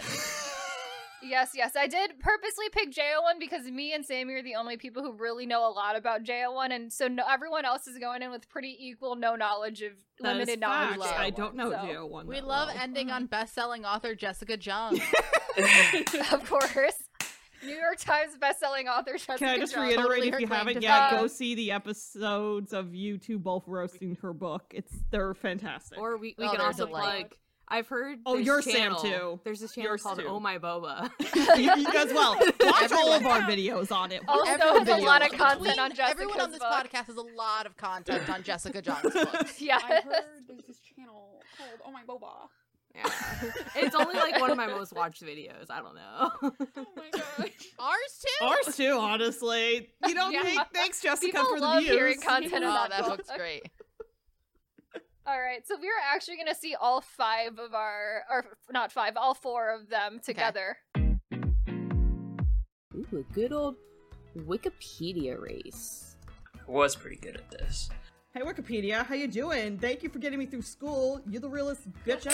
Speaker 2: Yes, yes. I did purposely pick JO1 because me and Sammy are the only people who really know a lot about JO1, and so no, everyone else is going in with pretty equal no knowledge of
Speaker 3: That is
Speaker 2: limited knowledge.
Speaker 3: fact.
Speaker 2: of
Speaker 3: I
Speaker 2: JO1,
Speaker 3: don't know
Speaker 2: so-
Speaker 3: Geo one.
Speaker 1: We
Speaker 3: that
Speaker 1: love
Speaker 3: well.
Speaker 1: ending
Speaker 2: Mhm.
Speaker 1: on best-selling author Jessica Jung.
Speaker 2: (laughs) of course. New York Times bestselling author Jessica
Speaker 3: Can I just
Speaker 2: Jones.
Speaker 3: reiterate
Speaker 1: totally
Speaker 3: if
Speaker 1: her
Speaker 3: you
Speaker 1: claim
Speaker 3: haven't
Speaker 1: to
Speaker 3: yet,
Speaker 2: fame.
Speaker 3: go see the episodes of you two both roasting her book. It's they're fantastic.
Speaker 5: Or we, we
Speaker 1: Oh,
Speaker 5: can
Speaker 1: they're
Speaker 5: also
Speaker 1: delightful.
Speaker 5: plug. I've heard.
Speaker 3: Oh,
Speaker 5: this
Speaker 3: you're Sam,
Speaker 5: channel.
Speaker 3: too.
Speaker 5: There's this channel
Speaker 3: Yours,
Speaker 5: called
Speaker 3: too.
Speaker 5: Oh My Boba.
Speaker 3: (laughs) you, you guys (laughs) well. Watch all of our videos on (laughs) it.
Speaker 2: (laughs) Also
Speaker 1: Everyone
Speaker 2: has a lot of
Speaker 1: videos.
Speaker 2: content
Speaker 1: Between-
Speaker 2: on Jessica's
Speaker 1: Everyone on this
Speaker 2: book. (laughs)
Speaker 1: podcast has a lot of content on Jessica Jung's book.
Speaker 2: Yes.
Speaker 6: I heard there's this channel called Oh My Boba.
Speaker 5: Yeah. It's only like one of my most watched videos. I don't know.
Speaker 6: Oh my god.
Speaker 1: Ours too. Oh,
Speaker 3: Ours too, honestly. You don't
Speaker 2: Yeah.
Speaker 3: think? Thanks, Jessica,
Speaker 2: People
Speaker 3: for the
Speaker 2: love
Speaker 3: views.
Speaker 2: hearing content
Speaker 1: oh,
Speaker 2: on
Speaker 1: that
Speaker 2: book.
Speaker 1: book's great.
Speaker 2: All right, so we're actually going to see all five of our, or not five, all four of them together.
Speaker 5: Ooh, a good old Wikipedia race.
Speaker 4: Was pretty good at this.
Speaker 7: Hey, Wikipedia, how you doing? Thank you for getting me through school. You're the realest bitch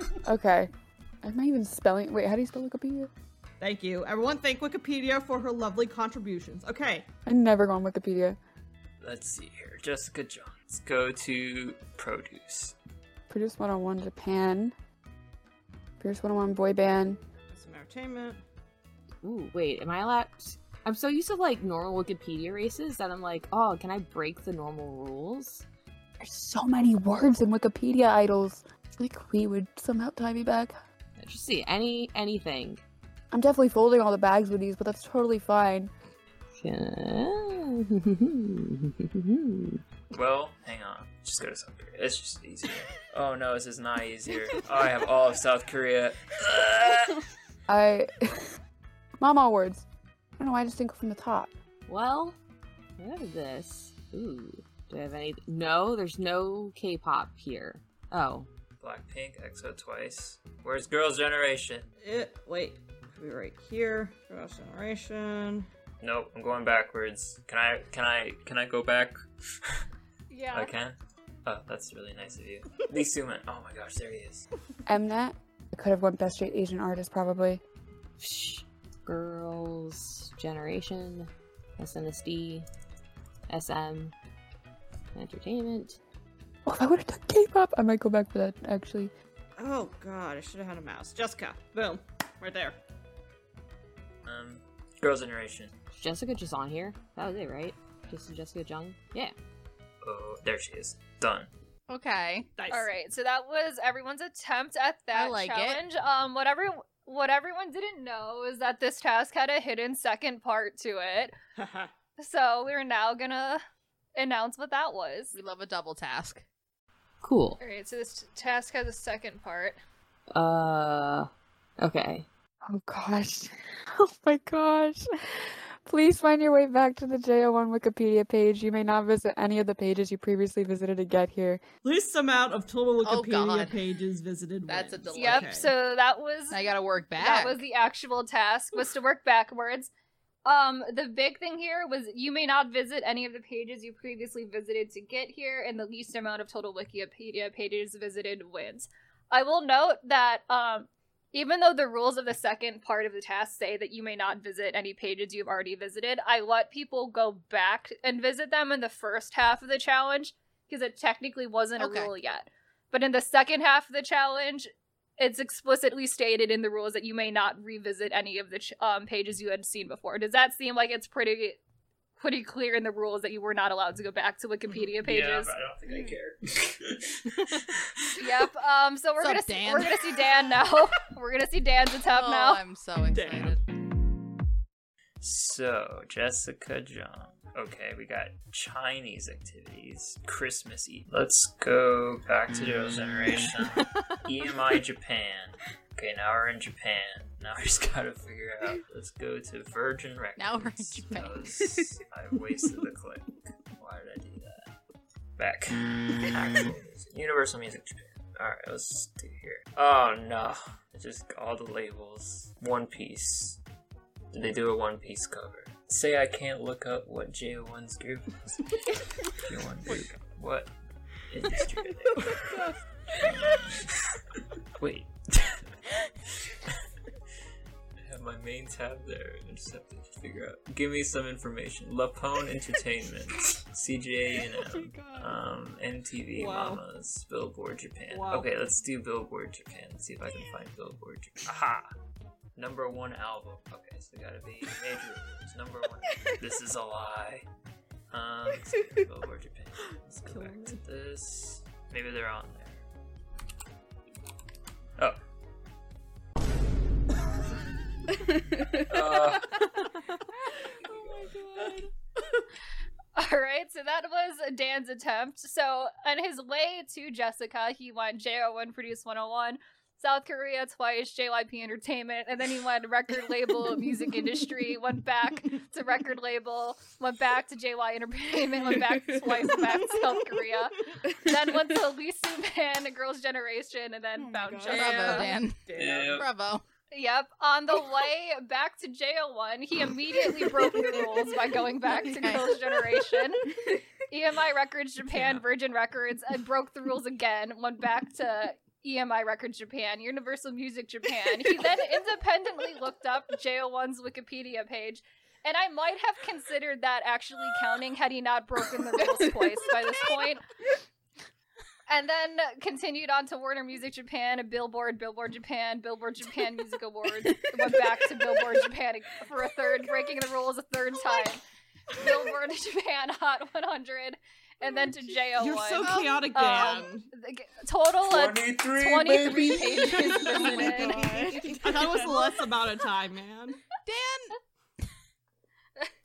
Speaker 1: (laughs)
Speaker 7: ever.
Speaker 8: Okay. Am I even spelling? Wait, how do you spell Wikipedia?
Speaker 7: Thank you. Everyone thank Wikipedia for her lovely contributions. Okay.
Speaker 8: I never go on Wikipedia.
Speaker 4: Let's see here. Jessica Johns. Go to produce.
Speaker 8: Produce 101 Japan. Produce 101 Boy Band.
Speaker 7: Some entertainment.
Speaker 5: Ooh, wait, am I allowed? I'm so used to like normal Wikipedia races that I'm like, oh, can I break the normal rules?
Speaker 8: There's so many words in Wikipedia idols. Like we would somehow tie me back.
Speaker 5: Just see any anything. (laughs)
Speaker 8: I'm definitely folding all the bags with these, but that's totally fine.
Speaker 4: Well, hang on. Just go to South Korea. It's
Speaker 2: (laughs)
Speaker 4: just easier. oh no, this is not easier. I have all of
Speaker 2: (laughs)
Speaker 4: South Korea. Ugh.
Speaker 8: I. Mama words. I don't know. I just think from the top.
Speaker 5: well, what is this? Ooh, do I have any? No, there's no K-pop here. Oh,
Speaker 4: Blackpink, EXO twice. Where's Girls' Generation?
Speaker 7: It, Eh, wait. Could be right here. Cross generation.
Speaker 4: Nope, I'm going backwards. Can I? Can I? Can I go back? (laughs)
Speaker 2: Yeah.
Speaker 4: I can. Oh, that's really nice of you. Lee Suman. Oh my gosh, there he is.
Speaker 8: Mnet. I could have went best straight Asian artist probably.
Speaker 5: Shh. Girls Generation, SNSD, SM, Entertainment.
Speaker 8: Oh, if I would have done K-pop, I might go back for that actually.
Speaker 7: Oh god, I should have had a mouse. Jessica, boom, right there.
Speaker 4: Um, Girls' Generation.
Speaker 5: Is Jessica just on here? That was it, right? Just Jessica Jung? Yeah.
Speaker 4: Oh, there she is. Done.
Speaker 1: Okay.
Speaker 7: Nice.
Speaker 2: All right, so that was everyone's attempt at that
Speaker 1: like it.
Speaker 2: challenge. Um, what every what everyone didn't know is that this task had a hidden second part to it.
Speaker 7: (laughs)
Speaker 2: So we're now gonna announce what that was.
Speaker 1: We love a double task.
Speaker 5: Cool.
Speaker 2: All right, so this task has a second part.
Speaker 5: Uh, okay.
Speaker 8: Oh gosh. (laughs) Oh my gosh. Please find your way back to the JO1 Wikipedia page. You may not visit any of the pages you previously visited to get here.
Speaker 3: Least amount of total
Speaker 1: Oh,
Speaker 3: Wikipedia
Speaker 1: God.
Speaker 3: pages visited.
Speaker 1: That's a
Speaker 3: wins.
Speaker 1: delight.
Speaker 2: Yep.
Speaker 3: Oh, Okay.
Speaker 2: So that was
Speaker 1: Now you gotta work back.
Speaker 2: That was the actual task was to work backwards. Um, the big thing here was you may not visit any of the pages you previously visited to get here, and the least amount of total Wikipedia pages visited wins. I will note that um, even though the rules of the second part of the task say that you may not visit any pages you've already visited, I let people go back and visit them in the first half of the challenge because it technically wasn't
Speaker 1: Okay.
Speaker 2: a rule yet. But in the second half of the challenge, it's explicitly stated in the rules that you may not revisit any of the ch- um, pages you had seen before. Does that seem like it's pretty pretty clear in the rules that you were not allowed to go back to
Speaker 4: (laughs)
Speaker 2: Wikipedia pages?
Speaker 4: don't think I care. (laughs)
Speaker 2: Yep. Um. So we're
Speaker 1: Sup,
Speaker 2: gonna see,
Speaker 1: Dan?
Speaker 2: we're gonna see Dan now. (laughs) we're gonna see Dan's attempt
Speaker 1: oh,
Speaker 2: now.
Speaker 1: I'm so excited.
Speaker 4: So, Jessica Jung. Okay, we got Chinese activities, Christmas Eve. Let's go back to Joe's generation. EMI Japan. Okay, now we're in Japan. Now I just gotta figure out. Let's go to Virgin Records.
Speaker 1: Now we're in Japan.
Speaker 4: That was- I wasted the click. Why did I do that? Back. Actual music. (laughs) Universal Music Japan. Alright, let's do here. Oh no. It's just all the labels. One Piece. Did they do a One Piece cover? Say I can't look up what J1's group is. J1 group. What industry are they? Wait. I have my main tab there. I just have to figure out. Give me some information. Lapone Entertainment, CJNM, um, MTV
Speaker 3: Wow.
Speaker 4: Mamas, Billboard Japan.
Speaker 3: Wow.
Speaker 4: Okay, let's do Billboard Japan. Let's see if I can find Billboard Japan. Aha! Number one album. Okay, so gotta be major. It's number
Speaker 2: (laughs)
Speaker 4: one. this is a lie. Um, let's go
Speaker 6: (laughs)
Speaker 4: to Billboard Japan. Let's go back to this. Maybe they're on there. Oh.
Speaker 2: (laughs) (laughs)
Speaker 4: Uh,
Speaker 2: All right, so that was Dan's attempt. So, on his way to Jessica, he went JO1 Produce 101, South Korea twice, JYP Entertainment, and then he went record label, music industry, went back to record label, went back to JY Entertainment, went back twice back to South Korea, then went to Lisu Man, Girls' Generation, and then
Speaker 6: Oh my
Speaker 2: found
Speaker 6: God.
Speaker 1: Bravo,
Speaker 2: Jessica.
Speaker 1: Dan.
Speaker 4: yeah.
Speaker 1: Bravo.
Speaker 2: Yep. On the way back to JO1, he immediately broke the rules by going back to
Speaker 1: Okay.
Speaker 2: Girls' Generation. EMI Records Japan, Virgin Records, and broke the rules again, went back to EMI Records Japan, Universal Music Japan. He then independently looked up JO1's Wikipedia page. And I might have considered that actually counting had he not broken
Speaker 3: (laughs)
Speaker 2: the rules twice by this point. And then continued on to Warner Music Japan, and Billboard, Billboard Japan, Billboard Japan Music Awards. Went back to Billboard Japan for a
Speaker 3: Oh
Speaker 2: third, breaking the rules a third time. Billboard Japan Hot 100, and then to JO1.
Speaker 3: You're so chaotic,
Speaker 2: Um,
Speaker 3: Dan.
Speaker 1: (laughs)
Speaker 2: The g- Total of
Speaker 4: 23,
Speaker 2: 23 (laughs) pages
Speaker 3: (laughs) Oh my
Speaker 2: visited.
Speaker 3: gosh. I thought it was less amount of time, man.
Speaker 1: Dan.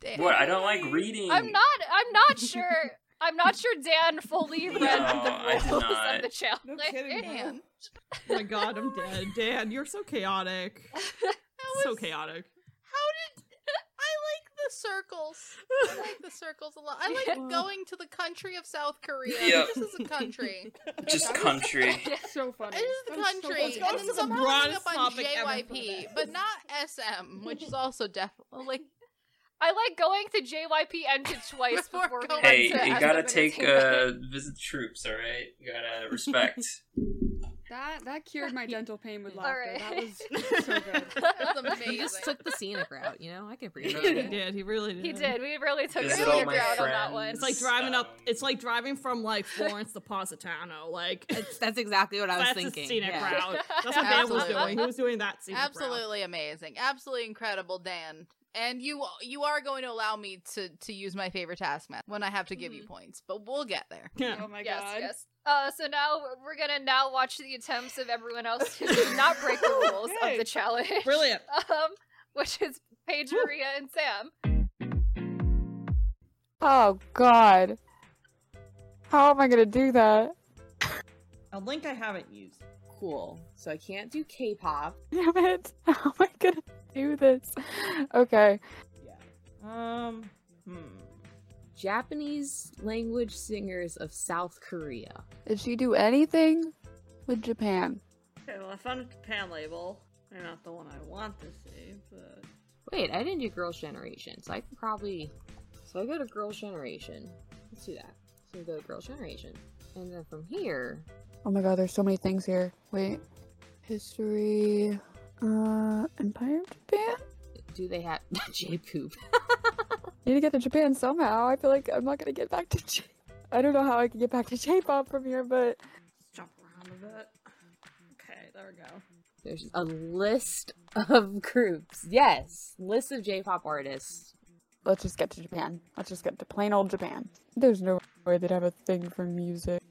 Speaker 1: Dan.
Speaker 4: What? I don't like reading.
Speaker 2: I'm not. I'm not sure. I'm not sure Dan fully read
Speaker 4: No, I
Speaker 2: (laughs) the
Speaker 4: did
Speaker 2: rules of
Speaker 4: not.
Speaker 2: the challenge.
Speaker 7: No kidding,
Speaker 1: Dan.
Speaker 3: Oh my god, I'm dead. Dan, you're so chaotic.
Speaker 1: That
Speaker 3: so
Speaker 1: was-
Speaker 3: chaotic.
Speaker 1: How did I like the circles? I like the circles a lot. I
Speaker 2: (laughs)
Speaker 1: like going to the country of South Korea.
Speaker 4: Yep.
Speaker 1: This is a country.
Speaker 4: Just country.
Speaker 6: so funny.
Speaker 1: It is the
Speaker 6: That was so
Speaker 1: country,
Speaker 6: funny.
Speaker 3: go
Speaker 1: and
Speaker 3: to
Speaker 1: then
Speaker 3: the
Speaker 1: somehow ending up
Speaker 3: broadest
Speaker 1: on
Speaker 3: topic ever for
Speaker 1: JYP,
Speaker 3: that.
Speaker 1: but not SM, which is also definitely (laughs)
Speaker 2: (laughs)
Speaker 1: like
Speaker 2: I like going to JYP and to twice
Speaker 1: Before
Speaker 2: before we
Speaker 1: going
Speaker 2: went
Speaker 4: Hey,
Speaker 2: to
Speaker 4: you
Speaker 2: SM
Speaker 4: gotta
Speaker 2: (laughs)
Speaker 4: take
Speaker 2: entertainment.
Speaker 4: uh visit troops, all right? You gotta respect.
Speaker 6: That that cured my dental pain with
Speaker 5: All
Speaker 6: laughter. That
Speaker 2: right.
Speaker 6: was so good.
Speaker 1: That's amazing.
Speaker 5: He just took the scenic route, you know?
Speaker 3: (laughs)
Speaker 5: I can appreciate
Speaker 3: he
Speaker 5: it.
Speaker 3: did. He really did.
Speaker 2: He did. We really took
Speaker 1: Is
Speaker 2: the
Speaker 1: it all
Speaker 2: higher
Speaker 1: my
Speaker 2: ground on that
Speaker 4: friends?
Speaker 2: one.
Speaker 3: It's like oh driving up.
Speaker 4: Um,
Speaker 3: It's like driving from like Florence to Positano. Like it's,
Speaker 5: That's exactly what I was
Speaker 3: that's
Speaker 5: thinking.
Speaker 3: a scenic
Speaker 5: yeah.
Speaker 3: route. That's what Dan was
Speaker 1: Absolutely.
Speaker 3: doing. He was doing that scenic route.
Speaker 1: Absolutely amazing. Absolutely incredible, Dan. And you you are going to allow me to to use my favorite task map when I have to give you
Speaker 2: Mm-hmm.
Speaker 1: points, but we'll get there.
Speaker 3: (laughs) Yeah.
Speaker 6: Oh my
Speaker 2: yes,
Speaker 6: god.
Speaker 2: yes. Uh, so now we're- we're gonna now watch the attempts of everyone else who did not break the rules of the
Speaker 6: Okay.
Speaker 2: challenge.
Speaker 3: Brilliant.
Speaker 2: (laughs) Um, which is Paige,
Speaker 3: Woo.
Speaker 2: Maria, and Sam.
Speaker 8: Oh God. How am I gonna do that? (laughs)
Speaker 7: A link I haven't used.
Speaker 5: Cool. So I can't do K pop.
Speaker 8: Damn it! (laughs) How am I gonna do this? Okay.
Speaker 7: Yeah. Um. Hmm.
Speaker 5: Japanese language singers of South Korea.
Speaker 8: Did she do anything with Japan?
Speaker 7: Okay. Well, I found a Japan label. They're not the one I want to see, but
Speaker 5: Wait, I didn't do Girls' Generation, so I can probably. So I go to Girls' Generation. Let's do that. So we go to Girls' Generation. And then from here,
Speaker 8: Oh my God! There's so many things here. Wait. History. Uh, Empire of Japan.
Speaker 5: do they have (laughs) J poop?
Speaker 8: Need to get to Japan somehow. I feel like I'm not gonna get back to. J- I don't know how I can get back to J-pop from here, but
Speaker 7: let's jump around a bit. Okay, there we go.
Speaker 5: There's a list of (laughs) groups. Yes, list of J pop artists.
Speaker 8: let's just get to Japan. Let's just get to plain old Japan. There's no way they'd have a thing for music.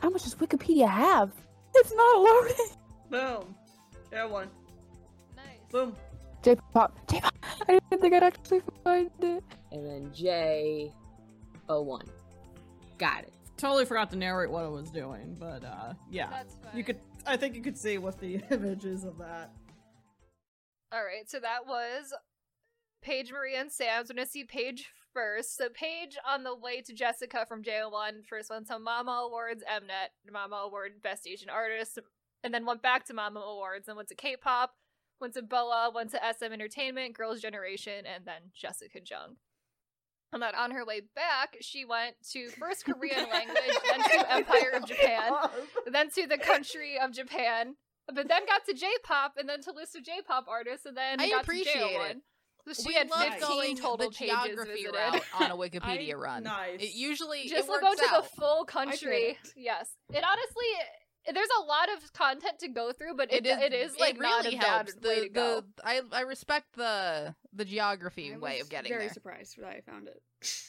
Speaker 8: How much does Wikipedia have? It's not loading.
Speaker 7: Boom. There one.
Speaker 2: Nice.
Speaker 7: Boom.
Speaker 8: J-pop. J-pop. I didn't think I'd actually find it.
Speaker 5: And then J O one. Got it.
Speaker 3: Totally forgot to narrate what I was doing, but uh, yeah.
Speaker 2: That's fine.
Speaker 7: You could. I think you could see what the (laughs) image is of that.
Speaker 2: All right, so that was Paige, Maria, and Sam. So I'm gonna see Paige first. So Paige on the way to Jessica from JO1, first one to Mama Awards, Mnet, Mama Award Best Asian Artist, and then went back to Mama Awards, then went to K-pop, went to Boa, went to SM Entertainment, Girls Generation, and then Jessica Jung. And then on her way back, she went to first
Speaker 3: (laughs)
Speaker 2: Korean language, then to Empire
Speaker 7: (laughs)
Speaker 2: of Japan, then to the country of Japan, but then got to J-pop, and then to list of J-pop artists, and then
Speaker 1: I
Speaker 2: got
Speaker 1: appreciate
Speaker 2: to
Speaker 1: it.
Speaker 2: JO1. So she
Speaker 1: we
Speaker 2: had
Speaker 1: love
Speaker 2: 15
Speaker 1: going
Speaker 2: total
Speaker 1: the
Speaker 2: pages
Speaker 1: geography
Speaker 2: visited.
Speaker 1: route on
Speaker 7: I-
Speaker 1: a
Speaker 2: (laughs)
Speaker 1: Wikipedia run.
Speaker 7: nice.
Speaker 1: It usually it
Speaker 2: Just look out
Speaker 1: works
Speaker 2: to
Speaker 1: out.
Speaker 2: the full country.
Speaker 6: it.
Speaker 2: Yes, it honestly. There's a lot of content to go through, but it, it is like not a bad
Speaker 1: The,
Speaker 2: way to go.
Speaker 1: the- I I respect the the geography
Speaker 6: I
Speaker 1: way
Speaker 6: was
Speaker 1: of getting
Speaker 6: very
Speaker 1: there.
Speaker 6: surprised that I found
Speaker 5: (laughs)
Speaker 6: it.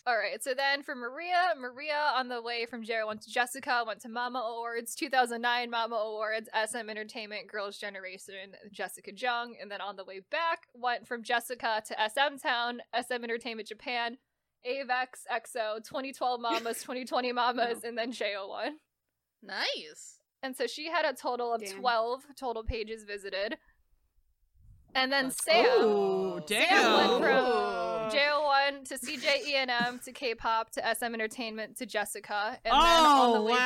Speaker 2: All right, so then for Maria, Maria on the way from Jared went to Jessica, went to Mama Awards, 2009 Mama Awards, SM Entertainment, Girls' Generation, Jessica Jung, and then on the way back went from Jessica to SM Town, SM Entertainment Japan, E AVEX, EXO, 2012 Mamas, 2020 Mamas, and then JO1.
Speaker 1: Nice.
Speaker 2: And so she had a total of
Speaker 6: Damn.
Speaker 2: 12 total pages visited. And then
Speaker 1: Let's
Speaker 2: Sam.
Speaker 3: Ooh,
Speaker 2: Sam
Speaker 3: damn.
Speaker 2: went from
Speaker 1: Ooh.
Speaker 2: JO1 to CJENM to K-pop to SM Entertainment to Jessica, and then on
Speaker 3: Oh,
Speaker 2: the way
Speaker 3: wow.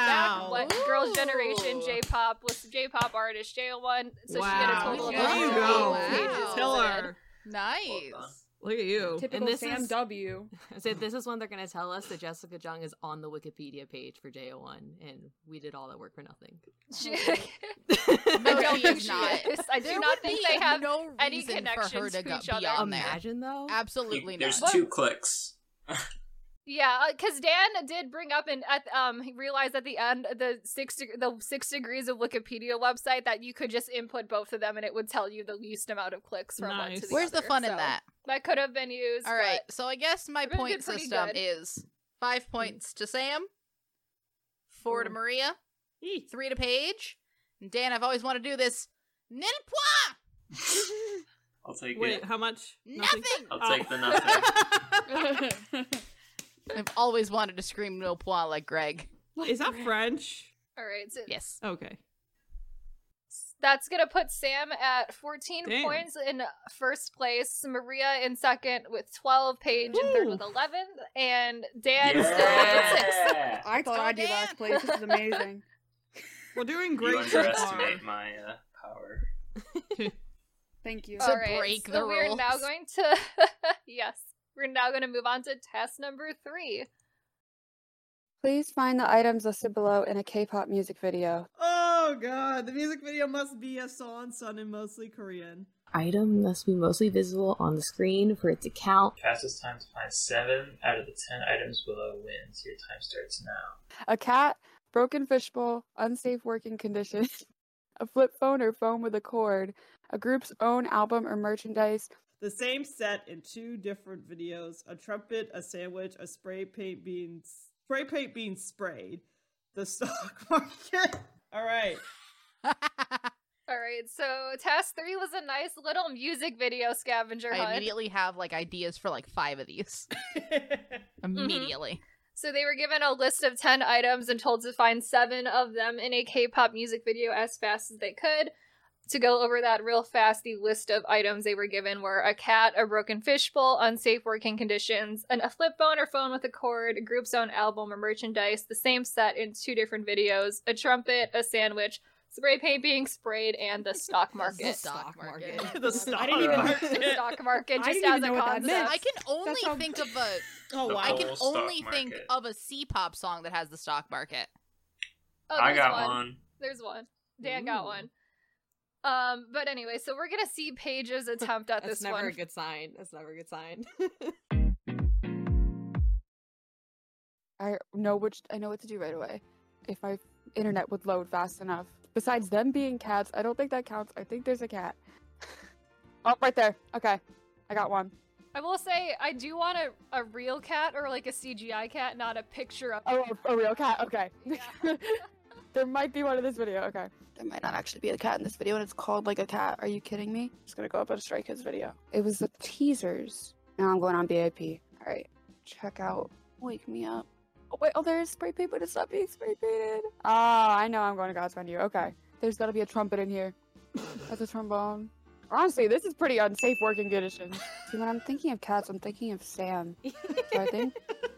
Speaker 2: back went Girls' Generation,
Speaker 1: Ooh.
Speaker 2: J-pop, list of J-pop artists, JO1. So she had a
Speaker 3: Wow.
Speaker 2: total of
Speaker 1: Look at
Speaker 2: all
Speaker 1: you
Speaker 2: eight
Speaker 1: go.
Speaker 2: pages.
Speaker 1: Wow.
Speaker 2: visited.
Speaker 3: Killer.
Speaker 1: Nice.
Speaker 4: on.
Speaker 3: Look at you.
Speaker 6: Typical
Speaker 5: this
Speaker 6: Sam
Speaker 5: is- (laughs)
Speaker 6: W.
Speaker 5: So this is when they're gonna tell us that Jessica Jung is on the Wikipedia page for J O one, and we did all that work for nothing.
Speaker 2: She-
Speaker 1: No,
Speaker 2: (laughs) I don't
Speaker 1: she
Speaker 2: think
Speaker 5: (laughs)
Speaker 1: is
Speaker 2: she
Speaker 1: not.
Speaker 2: is. I do
Speaker 1: There
Speaker 2: not
Speaker 1: would
Speaker 2: think
Speaker 1: be
Speaker 2: they have
Speaker 1: no
Speaker 2: any
Speaker 1: reason for her
Speaker 2: connections
Speaker 1: to,
Speaker 2: to
Speaker 1: go,
Speaker 2: each
Speaker 1: be
Speaker 2: other.
Speaker 1: on there.
Speaker 5: Imagine though.
Speaker 1: Absolutely
Speaker 4: You-
Speaker 1: not.
Speaker 4: there's two clicks.
Speaker 2: Yeah, because Dan did bring up and at um he realized at the end the six deg- the six degrees of Wikipedia website that you could just input both of them and it would tell you the least amount of clicks from one to the
Speaker 3: Nice.
Speaker 1: Where's the
Speaker 2: other,
Speaker 1: fun in
Speaker 2: so
Speaker 1: that?
Speaker 2: That could have been used.
Speaker 1: All right. So I guess my
Speaker 2: Everyone
Speaker 1: point
Speaker 2: did pretty
Speaker 1: system
Speaker 2: good.
Speaker 1: is five points to Sam, four to Maria,
Speaker 3: Eat.
Speaker 1: three to Paige. And Dan, I've always wanted to do this. Nil point!
Speaker 4: I'll take
Speaker 3: Wait,
Speaker 4: it.
Speaker 3: how much?
Speaker 1: Nothing!
Speaker 4: I'll
Speaker 3: Oh. (laughs)
Speaker 4: take the (laughs) nothing.
Speaker 1: (laughs) I've always wanted to scream nil point like Greg.
Speaker 3: Is that French?
Speaker 2: All right. So
Speaker 1: Yes.
Speaker 3: Okay.
Speaker 2: that's gonna put Sam at fourteen
Speaker 3: Damn.
Speaker 2: points in first place, Maria in second with twelve, Paige in third
Speaker 3: Woo.
Speaker 2: with eleven, and Dan still at six.
Speaker 4: yeah!
Speaker 1: (laughs)
Speaker 6: I thought I'd be last place. This is amazing.
Speaker 3: We're doing
Speaker 4: You
Speaker 3: great. so
Speaker 4: underestimate my uh, power.
Speaker 3: far.
Speaker 6: Thank you.
Speaker 1: to
Speaker 2: All right,
Speaker 1: break
Speaker 2: so
Speaker 1: the
Speaker 2: we're now
Speaker 1: rules.
Speaker 2: going to (laughs) yes, we're now going to move on to test number three.
Speaker 8: Please find the items listed below in a K-pop music video.
Speaker 7: Oh god, the music video must be a song sung in mostly Korean.
Speaker 5: Item must be mostly visible on the screen for it to count.
Speaker 4: Fastest time to find seven out of the ten items below wins. Your time starts now.
Speaker 8: A cat, broken fishbowl, unsafe working conditions, (laughs) a flip phone or phone with a cord, a group's own album or merchandise,
Speaker 7: The same set in two different videos: a trumpet, a sandwich, a spray paint being spray paint being sprayed, the stock (laughs) market. All right. (laughs)
Speaker 2: All right, so task three was a nice little music video scavenger
Speaker 1: I
Speaker 2: hunt.
Speaker 1: immediately have like ideas for like five of
Speaker 3: (laughs)
Speaker 1: these.
Speaker 3: Mm-hmm.
Speaker 1: Immediately.
Speaker 2: So they were given a list of 10 items and told to find seven of them in a K pop music video as fast as they could. To go over that real fast, the list of items they were given were a cat, a broken fishbowl, unsafe working conditions, and a flip phone or phone with a cord, a group's own album or merchandise, the same set in two different videos, a trumpet, a sandwich, spray paint being sprayed, and the stock
Speaker 6: (laughs)
Speaker 2: market.
Speaker 1: stock market.
Speaker 7: the stock
Speaker 6: I didn't even-
Speaker 2: the
Speaker 7: market.
Speaker 2: stock market
Speaker 6: I
Speaker 2: just
Speaker 6: didn't
Speaker 2: as
Speaker 6: even
Speaker 2: a
Speaker 6: know what that
Speaker 2: concept.
Speaker 6: meant.
Speaker 1: I can only
Speaker 6: how-
Speaker 1: think of
Speaker 6: (laughs)
Speaker 1: a
Speaker 7: Oh
Speaker 4: The
Speaker 7: wow.
Speaker 1: I can
Speaker 4: whole stock
Speaker 1: only think
Speaker 4: market.
Speaker 1: of a C pop song that has the stock
Speaker 6: (laughs)
Speaker 1: market.
Speaker 2: Oh,
Speaker 4: I
Speaker 2: there's
Speaker 4: got one.
Speaker 2: There's one. Dan got
Speaker 5: Ooh.
Speaker 2: one. Um, but anyway, so we're gonna see Paige's attempt at
Speaker 5: (laughs) That's
Speaker 2: this
Speaker 5: never
Speaker 2: one.
Speaker 5: a good sign. That's never a good sign.
Speaker 8: I know which I know what to do right away. If my internet would load fast enough. Besides them being cats, I don't think that counts. I think there's a cat. (laughs) oh, right there. Okay. I got one.
Speaker 2: I will say I do want a, a real cat or like a CGI cat, not a picture of.
Speaker 8: Oh, a, a real cat. Okay.
Speaker 2: Yeah.
Speaker 8: (laughs) there might be one in this video. Okay. There might not actually be a cat in this video, and it's called like a cat. Are you kidding me? Just gonna go up and strike his video. It was the teasers. Now I'm going on BIP. All right. Check out. Wake me up. Oh wait. Oh, there is spray paint, but it's not being spray painted. Ah, I know. I'm going to God's menu. Okay. There's gotta be a trumpet in (laughs) here. That's a trombone. Honestly, this is pretty unsafe working conditions. See, when I'm thinking of cats, I'm thinking of Sam. So I think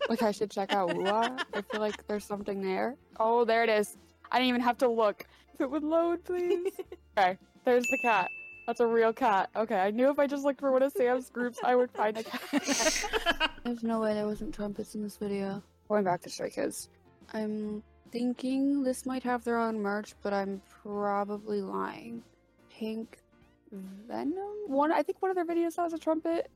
Speaker 8: like I should check out Wua. I feel like there's something there. Oh, there it is. I didn't even have to look. If it would
Speaker 5: (laughs)
Speaker 8: load, please. okay, there's the cat. That's a real cat. Okay, I knew if I just looked for one of Sam's groups, I would find
Speaker 5: (laughs)
Speaker 8: a cat. There's no way there wasn't trumpets in this video. Going back to Stray Kids. I'm thinking this might have their own merch, but I'm probably lying. Pink Venom? One, I think one of their videos has a trumpet.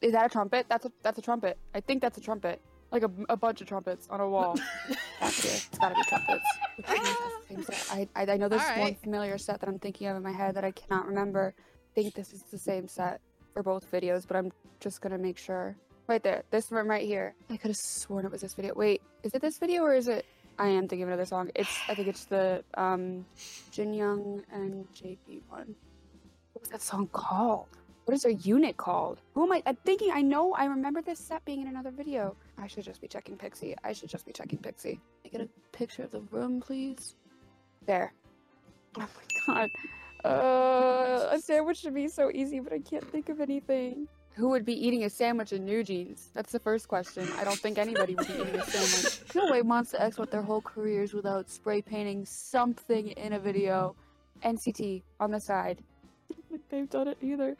Speaker 8: Is that a trumpet? That's a that's a trumpet. I think that's a trumpet. Like a, a bunch of trumpets on a wall. (laughs) That's it. It's gotta be trumpets. Which means that's the same set. I, I I know there's one
Speaker 1: Alright.
Speaker 8: familiar set that I'm thinking of in my head that I cannot remember. I think this is the same set for both videos, but I'm just gonna make sure. Right there, this one right here. I could have sworn it was this video. Wait, is it this video or is it? I am thinking of another song. It's I think it's the um, Jin Young and JP one. What was that song called? What is their unit called? Who am I? I'm thinking. I know. I remember this set being in another video. I should just be checking Pixie. I should just be checking Pixie. Can I get a picture of the room, please. There. Oh my god. Uh, a sandwich should be so easy, but I can't think of anything. Who would be eating a sandwich in New Jeans? That's the first question. I don't think anybody would be eating a sandwich. (laughs) No way Monster X went their whole careers without spray painting something in a video. NCT on the side. (laughs) They've done it either.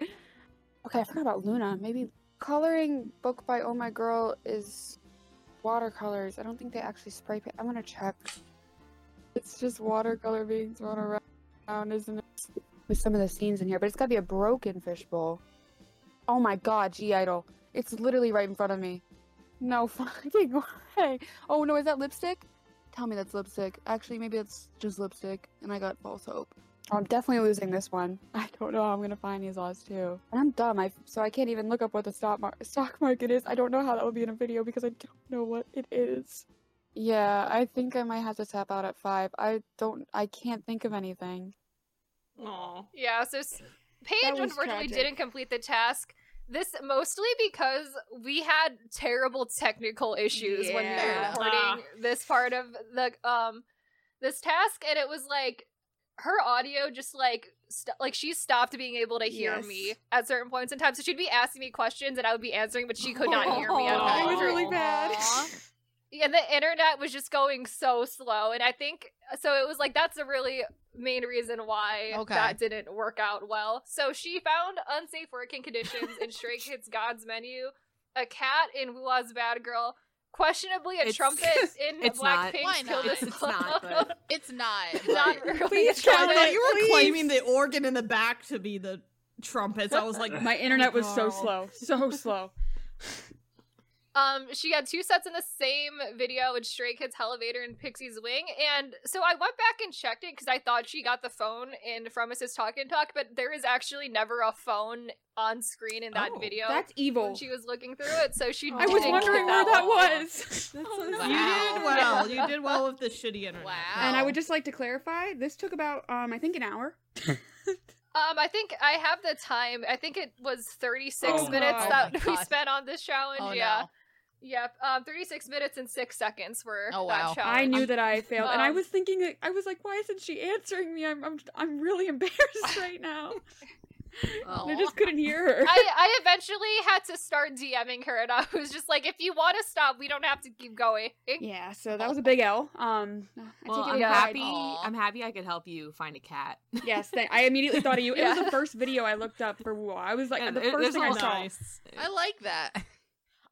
Speaker 8: Okay, I forgot about Luna. Maybe coloring book by Oh My Girl is watercolors. I don't think they actually spray paint. I'm gonna check. It's just watercolor being thrown around around, isn't it? With some of the scenes in here, but it's gotta be a broken fishbowl. Oh my god, G Idol. It's literally right in front of me. No (laughs) fucking way. Oh no, is that lipstick? Tell me that's lipstick. Actually, maybe it's just lipstick, and I got false hope. I'm definitely losing this one. (laughs) I don't know how I'm gonna find these laws too. And I'm dumb, I, so I can't even look up what the stock, mar- stock market is. I don't know how that would be in a video because I don't know what it is. Yeah, I think I might have to tap out at five. I don't, I can't think of anything.
Speaker 3: Aw.
Speaker 2: yeah. So s- Paige
Speaker 8: was
Speaker 2: unfortunately
Speaker 8: tragic.
Speaker 2: didn't complete the task. This mostly because we had terrible technical issues when we were
Speaker 1: Yeah.
Speaker 2: recording this part of the um this task, and it was like her audio just like st- like she stopped being able to hear
Speaker 6: Yes.
Speaker 2: me at certain points in time. So she'd be asking me questions, and I would be answering, but she could not hear me at all.
Speaker 6: Aw. It was really bad.
Speaker 2: Aw. Yeah, the internet was just going so slow, and I think uh, so. It was like that's a really main reason why
Speaker 1: Okay.
Speaker 2: that didn't work out well. So she found
Speaker 5: (laughs)
Speaker 2: unsafe working conditions in Stray Kids God's Menu, a cat in Wua's Bad Girl, questionably a
Speaker 5: It's-
Speaker 2: trumpet
Speaker 5: (laughs)
Speaker 6: (laughs)
Speaker 2: in
Speaker 5: it's
Speaker 1: Why
Speaker 5: not.
Speaker 2: Blackpink
Speaker 1: not?
Speaker 2: killed a
Speaker 1: It's-
Speaker 5: it's not, but-
Speaker 1: It's not.
Speaker 2: It's
Speaker 1: but (laughs)
Speaker 2: (laughs)
Speaker 5: (laughs)
Speaker 2: not really
Speaker 6: Please
Speaker 2: a
Speaker 6: tell
Speaker 3: I
Speaker 2: trumpet.
Speaker 6: me
Speaker 3: thought you were
Speaker 6: Please.
Speaker 3: claiming the organ in the back to be the trumpets. I was like,
Speaker 4: (laughs)
Speaker 6: My internet was
Speaker 3: Girl.
Speaker 6: so slow, so slow.
Speaker 2: Um, she had two sets in the same video with Stray Kids Elevator and Pixie's Wing, and so I went back and checked it because I thought she got the phone in from Mrs. Talk and Talk, but there is actually never a phone on screen in that
Speaker 3: Oh,
Speaker 2: video.
Speaker 6: That's
Speaker 2: when
Speaker 6: evil.
Speaker 2: she was looking through it, so she.
Speaker 5: I
Speaker 6: I
Speaker 2: didn't
Speaker 6: was
Speaker 2: get
Speaker 6: wondering where that
Speaker 2: one.
Speaker 6: was. Oh,
Speaker 1: no.
Speaker 3: you
Speaker 1: Wow.
Speaker 3: did well. You did well with the shitty internet.
Speaker 1: Wow.
Speaker 6: And I would just like to clarify, this took about um I think an hour.
Speaker 2: Um, I think I have the time. I think it was 36
Speaker 4: Oh,
Speaker 2: minutes
Speaker 1: no.
Speaker 2: that
Speaker 1: Oh my
Speaker 2: we
Speaker 1: God.
Speaker 2: spent on this challenge.
Speaker 1: Oh,
Speaker 2: yeah.
Speaker 1: no.
Speaker 2: Yep. Um, 36 minutes and six seconds were
Speaker 1: Oh,
Speaker 2: that
Speaker 1: wow.
Speaker 2: challenge.
Speaker 6: I knew that
Speaker 8: (laughs)
Speaker 6: I failed, and I
Speaker 2: Um,
Speaker 6: was thinking, like, I was like, why isn't she answering me? I'm I'm I'm really (laughs) embarrassed right now. And I
Speaker 1: Aw.
Speaker 6: (laughs) just couldn't hear her.
Speaker 2: I, I eventually had to start DMing her, and I (laughs) was just like, if you want to stop, we don't have to keep going.
Speaker 6: Yeah, so that was a big L. Um, I
Speaker 5: Well,
Speaker 6: take it
Speaker 5: I'm
Speaker 6: with pride.
Speaker 5: happy.
Speaker 1: Aw.
Speaker 5: I'm happy I could help you find a cat.
Speaker 6: Yes, th- I immediately thought of you. It was
Speaker 2: Yeah.
Speaker 6: the first video I looked up for Wu. I was like,
Speaker 5: And
Speaker 6: the
Speaker 5: it-
Speaker 6: first
Speaker 5: there's
Speaker 6: thing
Speaker 5: a
Speaker 6: I
Speaker 5: lot-
Speaker 6: saw.
Speaker 3: Nice.
Speaker 1: I like that.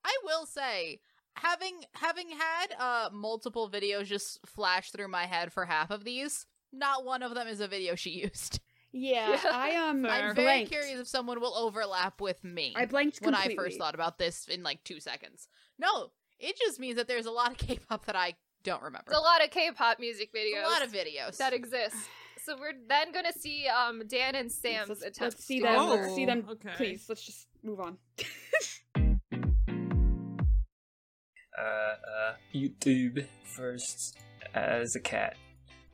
Speaker 1: I will say, having having had uh multiple videos just flash through my head for half of these, not one of them is a video she used.
Speaker 6: Yeah,
Speaker 2: Yeah.
Speaker 6: I um,
Speaker 3: Fair.
Speaker 1: I'm very
Speaker 6: blanked.
Speaker 1: curious if someone will overlap with me
Speaker 6: I blanked
Speaker 1: when I
Speaker 6: completely.
Speaker 1: first thought about this in like two seconds. No, it just means that there's a lot of (laughs) K-pop that I don't remember.
Speaker 2: It's a lot of K-pop music
Speaker 1: It's
Speaker 2: videos.
Speaker 1: a lot of videos.
Speaker 2: that exist. So we're then gonna see um Dan and Sam's
Speaker 6: let's, let's
Speaker 2: attempts.
Speaker 6: see
Speaker 2: to
Speaker 6: them.
Speaker 2: answer.
Speaker 6: Let's see them,
Speaker 3: Oh, okay.
Speaker 6: please. Let's just move on.
Speaker 4: Uh, uh, YouTube first as a cat.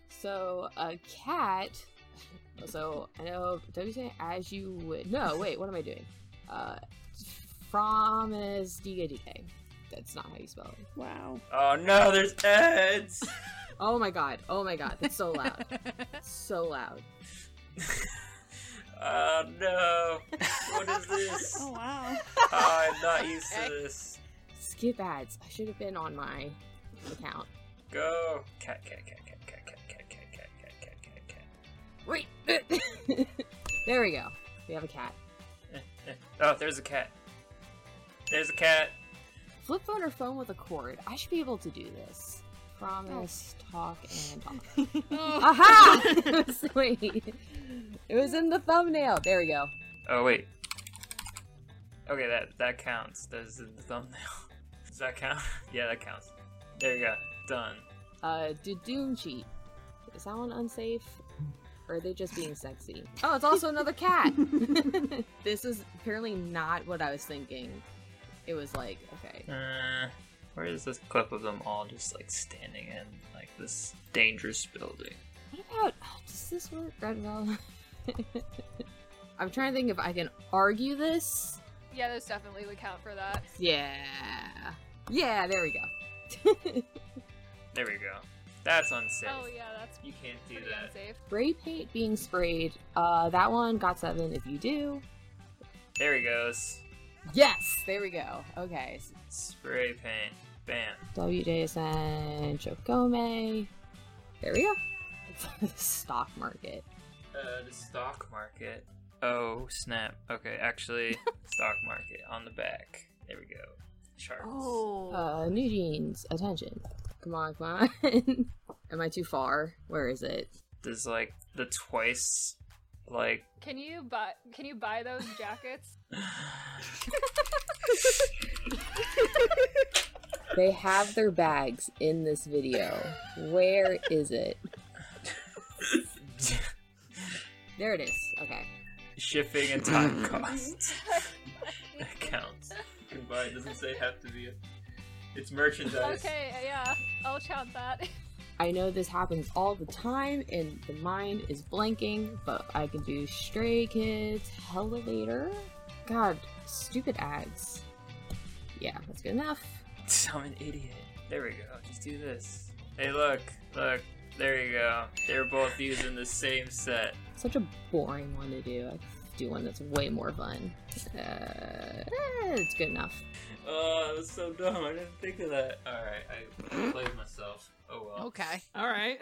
Speaker 5: So a cat. So I know. Don't you say as you would? No. Wait. What am I doing? Uh, from is diga DK. That's not how you spell it.
Speaker 6: Wow.
Speaker 4: Oh no, there's ads.
Speaker 5: Oh my god. Oh my god. That's
Speaker 6: (laughs)
Speaker 5: so loud. so loud.
Speaker 4: (laughs) oh no, what is this?
Speaker 2: (laughs)
Speaker 4: Ah,
Speaker 6: Oh wow.
Speaker 4: I'm not used to this.
Speaker 5: Skip ads. I should have been on my
Speaker 6: (laughs)
Speaker 5: account. (laughs)
Speaker 4: Go cat, cat, cat, cat, cat, cat, cat, cat, cat, cat, cat, cat, cat.
Speaker 5: Wait. there we go. We have a cat.
Speaker 4: Oh, there's a cat. There's a cat.
Speaker 5: Flip phone or phone with a cord. I should be able to do this. Promise, talk, and talk. Aha! (laughs) Sweet. It was in the thumbnail. There we go.
Speaker 4: Oh wait. Okay, that that counts. That's in the thumbnail. (laughs) Does that count? (laughs) yeah, that counts. There you go. Done.
Speaker 5: Uh, did Doom cheat? Is that one unsafe? Or are they just being sexy? Oh, it's also another cat! (laughs) this is apparently not what I was thinking. It was like, okay.
Speaker 4: Uh, where is this clip of them all just like standing in like this dangerous building?
Speaker 5: What about. oh, Does this work? Red Velvet? (laughs) I'm trying to think if I can argue this.
Speaker 2: Yeah, those definitely would count for that.
Speaker 5: Yeah. Yeah, there we go. (laughs)
Speaker 4: There we go. That's unsafe.
Speaker 2: Oh yeah, that's
Speaker 4: You can't do
Speaker 2: pretty
Speaker 4: that.
Speaker 2: unsafe.
Speaker 5: Spray paint being sprayed. Uh, that one got seven if you do.
Speaker 4: There he goes.
Speaker 5: Yes, there we go. Okay. so
Speaker 4: Spray paint. Bam.
Speaker 5: WJSN Chokome. There (laughs) we go. It's the stock market.
Speaker 4: Uh, the stock market. Oh snap. Okay,
Speaker 2: (laughs)
Speaker 4: actually, stock market on the back. There we go. Charts.
Speaker 2: Oh.
Speaker 5: Uh, new jeans. Attention. Come on, come on. (laughs) Am I too far? Where is it?
Speaker 4: There's like the twice,
Speaker 2: (laughs)
Speaker 4: like.
Speaker 2: Can you buy? Can you buy those
Speaker 4: (laughs)
Speaker 2: jackets?
Speaker 5: They have their bags in this video. Where is it? There it is. Okay.
Speaker 4: shipping
Speaker 2: (laughs)
Speaker 4: and time costs. (laughs) that counts. You can buy. It doesn't say have to be. A... It's merchandise.
Speaker 2: okay, yeah, I'll count that. (laughs)
Speaker 5: I know this happens all the time and the mind is blanking, but I can do Stray Kids, Elevator. God, stupid ads. Yeah, that's good enough.
Speaker 4: (laughs) I'm an idiot. There we go. Just do this. Hey, look, look. There you go. They're both using the same set.
Speaker 5: Such a boring one to do. I could do one that's way more fun. Uh, eh, it's good enough.
Speaker 4: Oh, that was so dumb. I didn't think of that. All right, I played myself. Oh
Speaker 1: (laughs)
Speaker 4: well.
Speaker 1: okay.
Speaker 3: All right.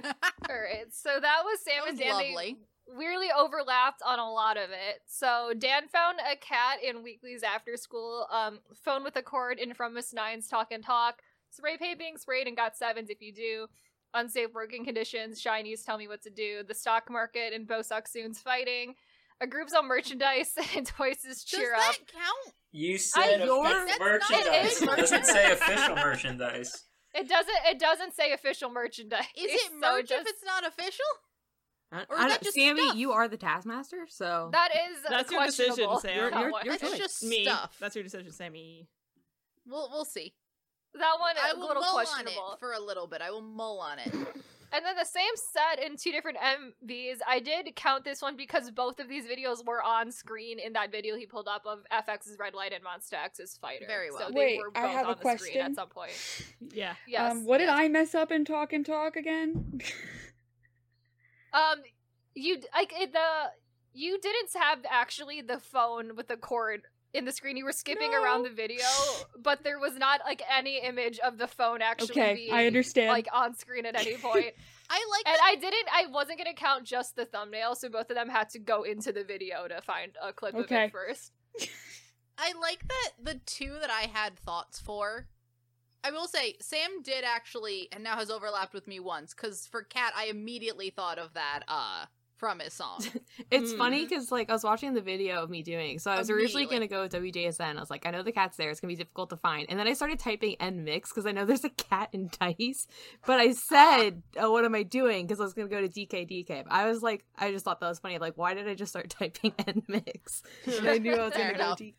Speaker 2: All right, so that was Sam
Speaker 1: That
Speaker 2: and
Speaker 1: was
Speaker 2: Dan. They
Speaker 1: lovely.
Speaker 2: weirdly overlapped on a lot of it. So Dan found a cat in Weekly's after school, um, phone with a cord in From Miss Nine's Talk and Talk. Spray painting, sprayed and got sevens if you do. Unsafe working conditions, shinies tell me what to do. The stock market and Bosoksoon's fighting. A group on merchandise (laughs) and Toys'
Speaker 1: Does
Speaker 2: cheer up.
Speaker 1: that count?
Speaker 4: You said
Speaker 2: I-
Speaker 4: official
Speaker 1: That's not
Speaker 4: merchandise.
Speaker 2: it.
Speaker 4: It doesn't say official
Speaker 1: (laughs)
Speaker 4: merchandise.
Speaker 2: It doesn't. It doesn't say official merchandise.
Speaker 1: Is it
Speaker 2: so
Speaker 1: merch
Speaker 2: just-
Speaker 1: if it's not official?
Speaker 5: I,
Speaker 1: Or is
Speaker 5: I
Speaker 1: that
Speaker 5: don't-
Speaker 1: just
Speaker 5: Sammy,
Speaker 1: stuff?
Speaker 5: you are the taskmaster, so
Speaker 2: That is
Speaker 3: That's your decision,
Speaker 2: questionable.
Speaker 3: Sam.
Speaker 5: You're-
Speaker 2: that
Speaker 5: you're-
Speaker 2: one.
Speaker 5: you're-
Speaker 1: It's
Speaker 5: choice.
Speaker 1: just
Speaker 3: Me.
Speaker 1: stuff.
Speaker 3: That's your decision, Sammy.
Speaker 1: We'll we'll see.
Speaker 2: That one
Speaker 1: I
Speaker 2: is a
Speaker 1: will
Speaker 2: little
Speaker 1: mull on it
Speaker 2: questionable.
Speaker 1: for a little bit. I will mull on
Speaker 2: (laughs)
Speaker 1: it.
Speaker 2: And then the same set in two different MVs. I did count this one because both of these videos were on screen in that video he pulled up of FX's Red Light and Monster X's Fighter.
Speaker 1: Very well.
Speaker 2: So they
Speaker 6: Wait,
Speaker 2: were both
Speaker 6: I have
Speaker 2: on
Speaker 6: a
Speaker 2: the screen
Speaker 6: question.
Speaker 2: at some point.
Speaker 3: Yeah.
Speaker 2: Yes.
Speaker 6: um, what did
Speaker 2: yes.
Speaker 6: I mess up in talk and talk again? (laughs)
Speaker 2: Um, you d- like it, the you didn't have actually the phone with the cord in the screen. You were skipping around the video, but there was not like any image of the phone actually.
Speaker 6: okay,
Speaker 2: being,
Speaker 6: I understand.
Speaker 2: Like on screen at any point,
Speaker 1: I like
Speaker 2: and
Speaker 1: that.
Speaker 2: I didn't. I wasn't gonna count just the thumbnail, so both of them had to go into the video to find a clip of
Speaker 6: Okay.
Speaker 2: it first.
Speaker 1: I like that the two that I had thoughts for. I will say Sam did actually, and now has overlapped with me once. Because for Cat, I immately thought of that uh from his
Speaker 2: (laughs)
Speaker 1: song.
Speaker 5: it's funny
Speaker 1: Mhm.
Speaker 5: because like I was watching the video of me doing. So I was originally gonna
Speaker 1: Immediately.
Speaker 5: go with WJSN. I was like, I know the cat's there. It's gonna be difficult to find. And then I started typing N mix because I know there's a cat in dice. But I said, oh, what am I doing? Because I was gonna go to DKDK. But I was like, I just thought that was funny. Like, why did I just start (laughs) typing N mix? (laughs)
Speaker 7: I knew I was
Speaker 1: Fair
Speaker 7: gonna go
Speaker 1: enough.
Speaker 7: deep.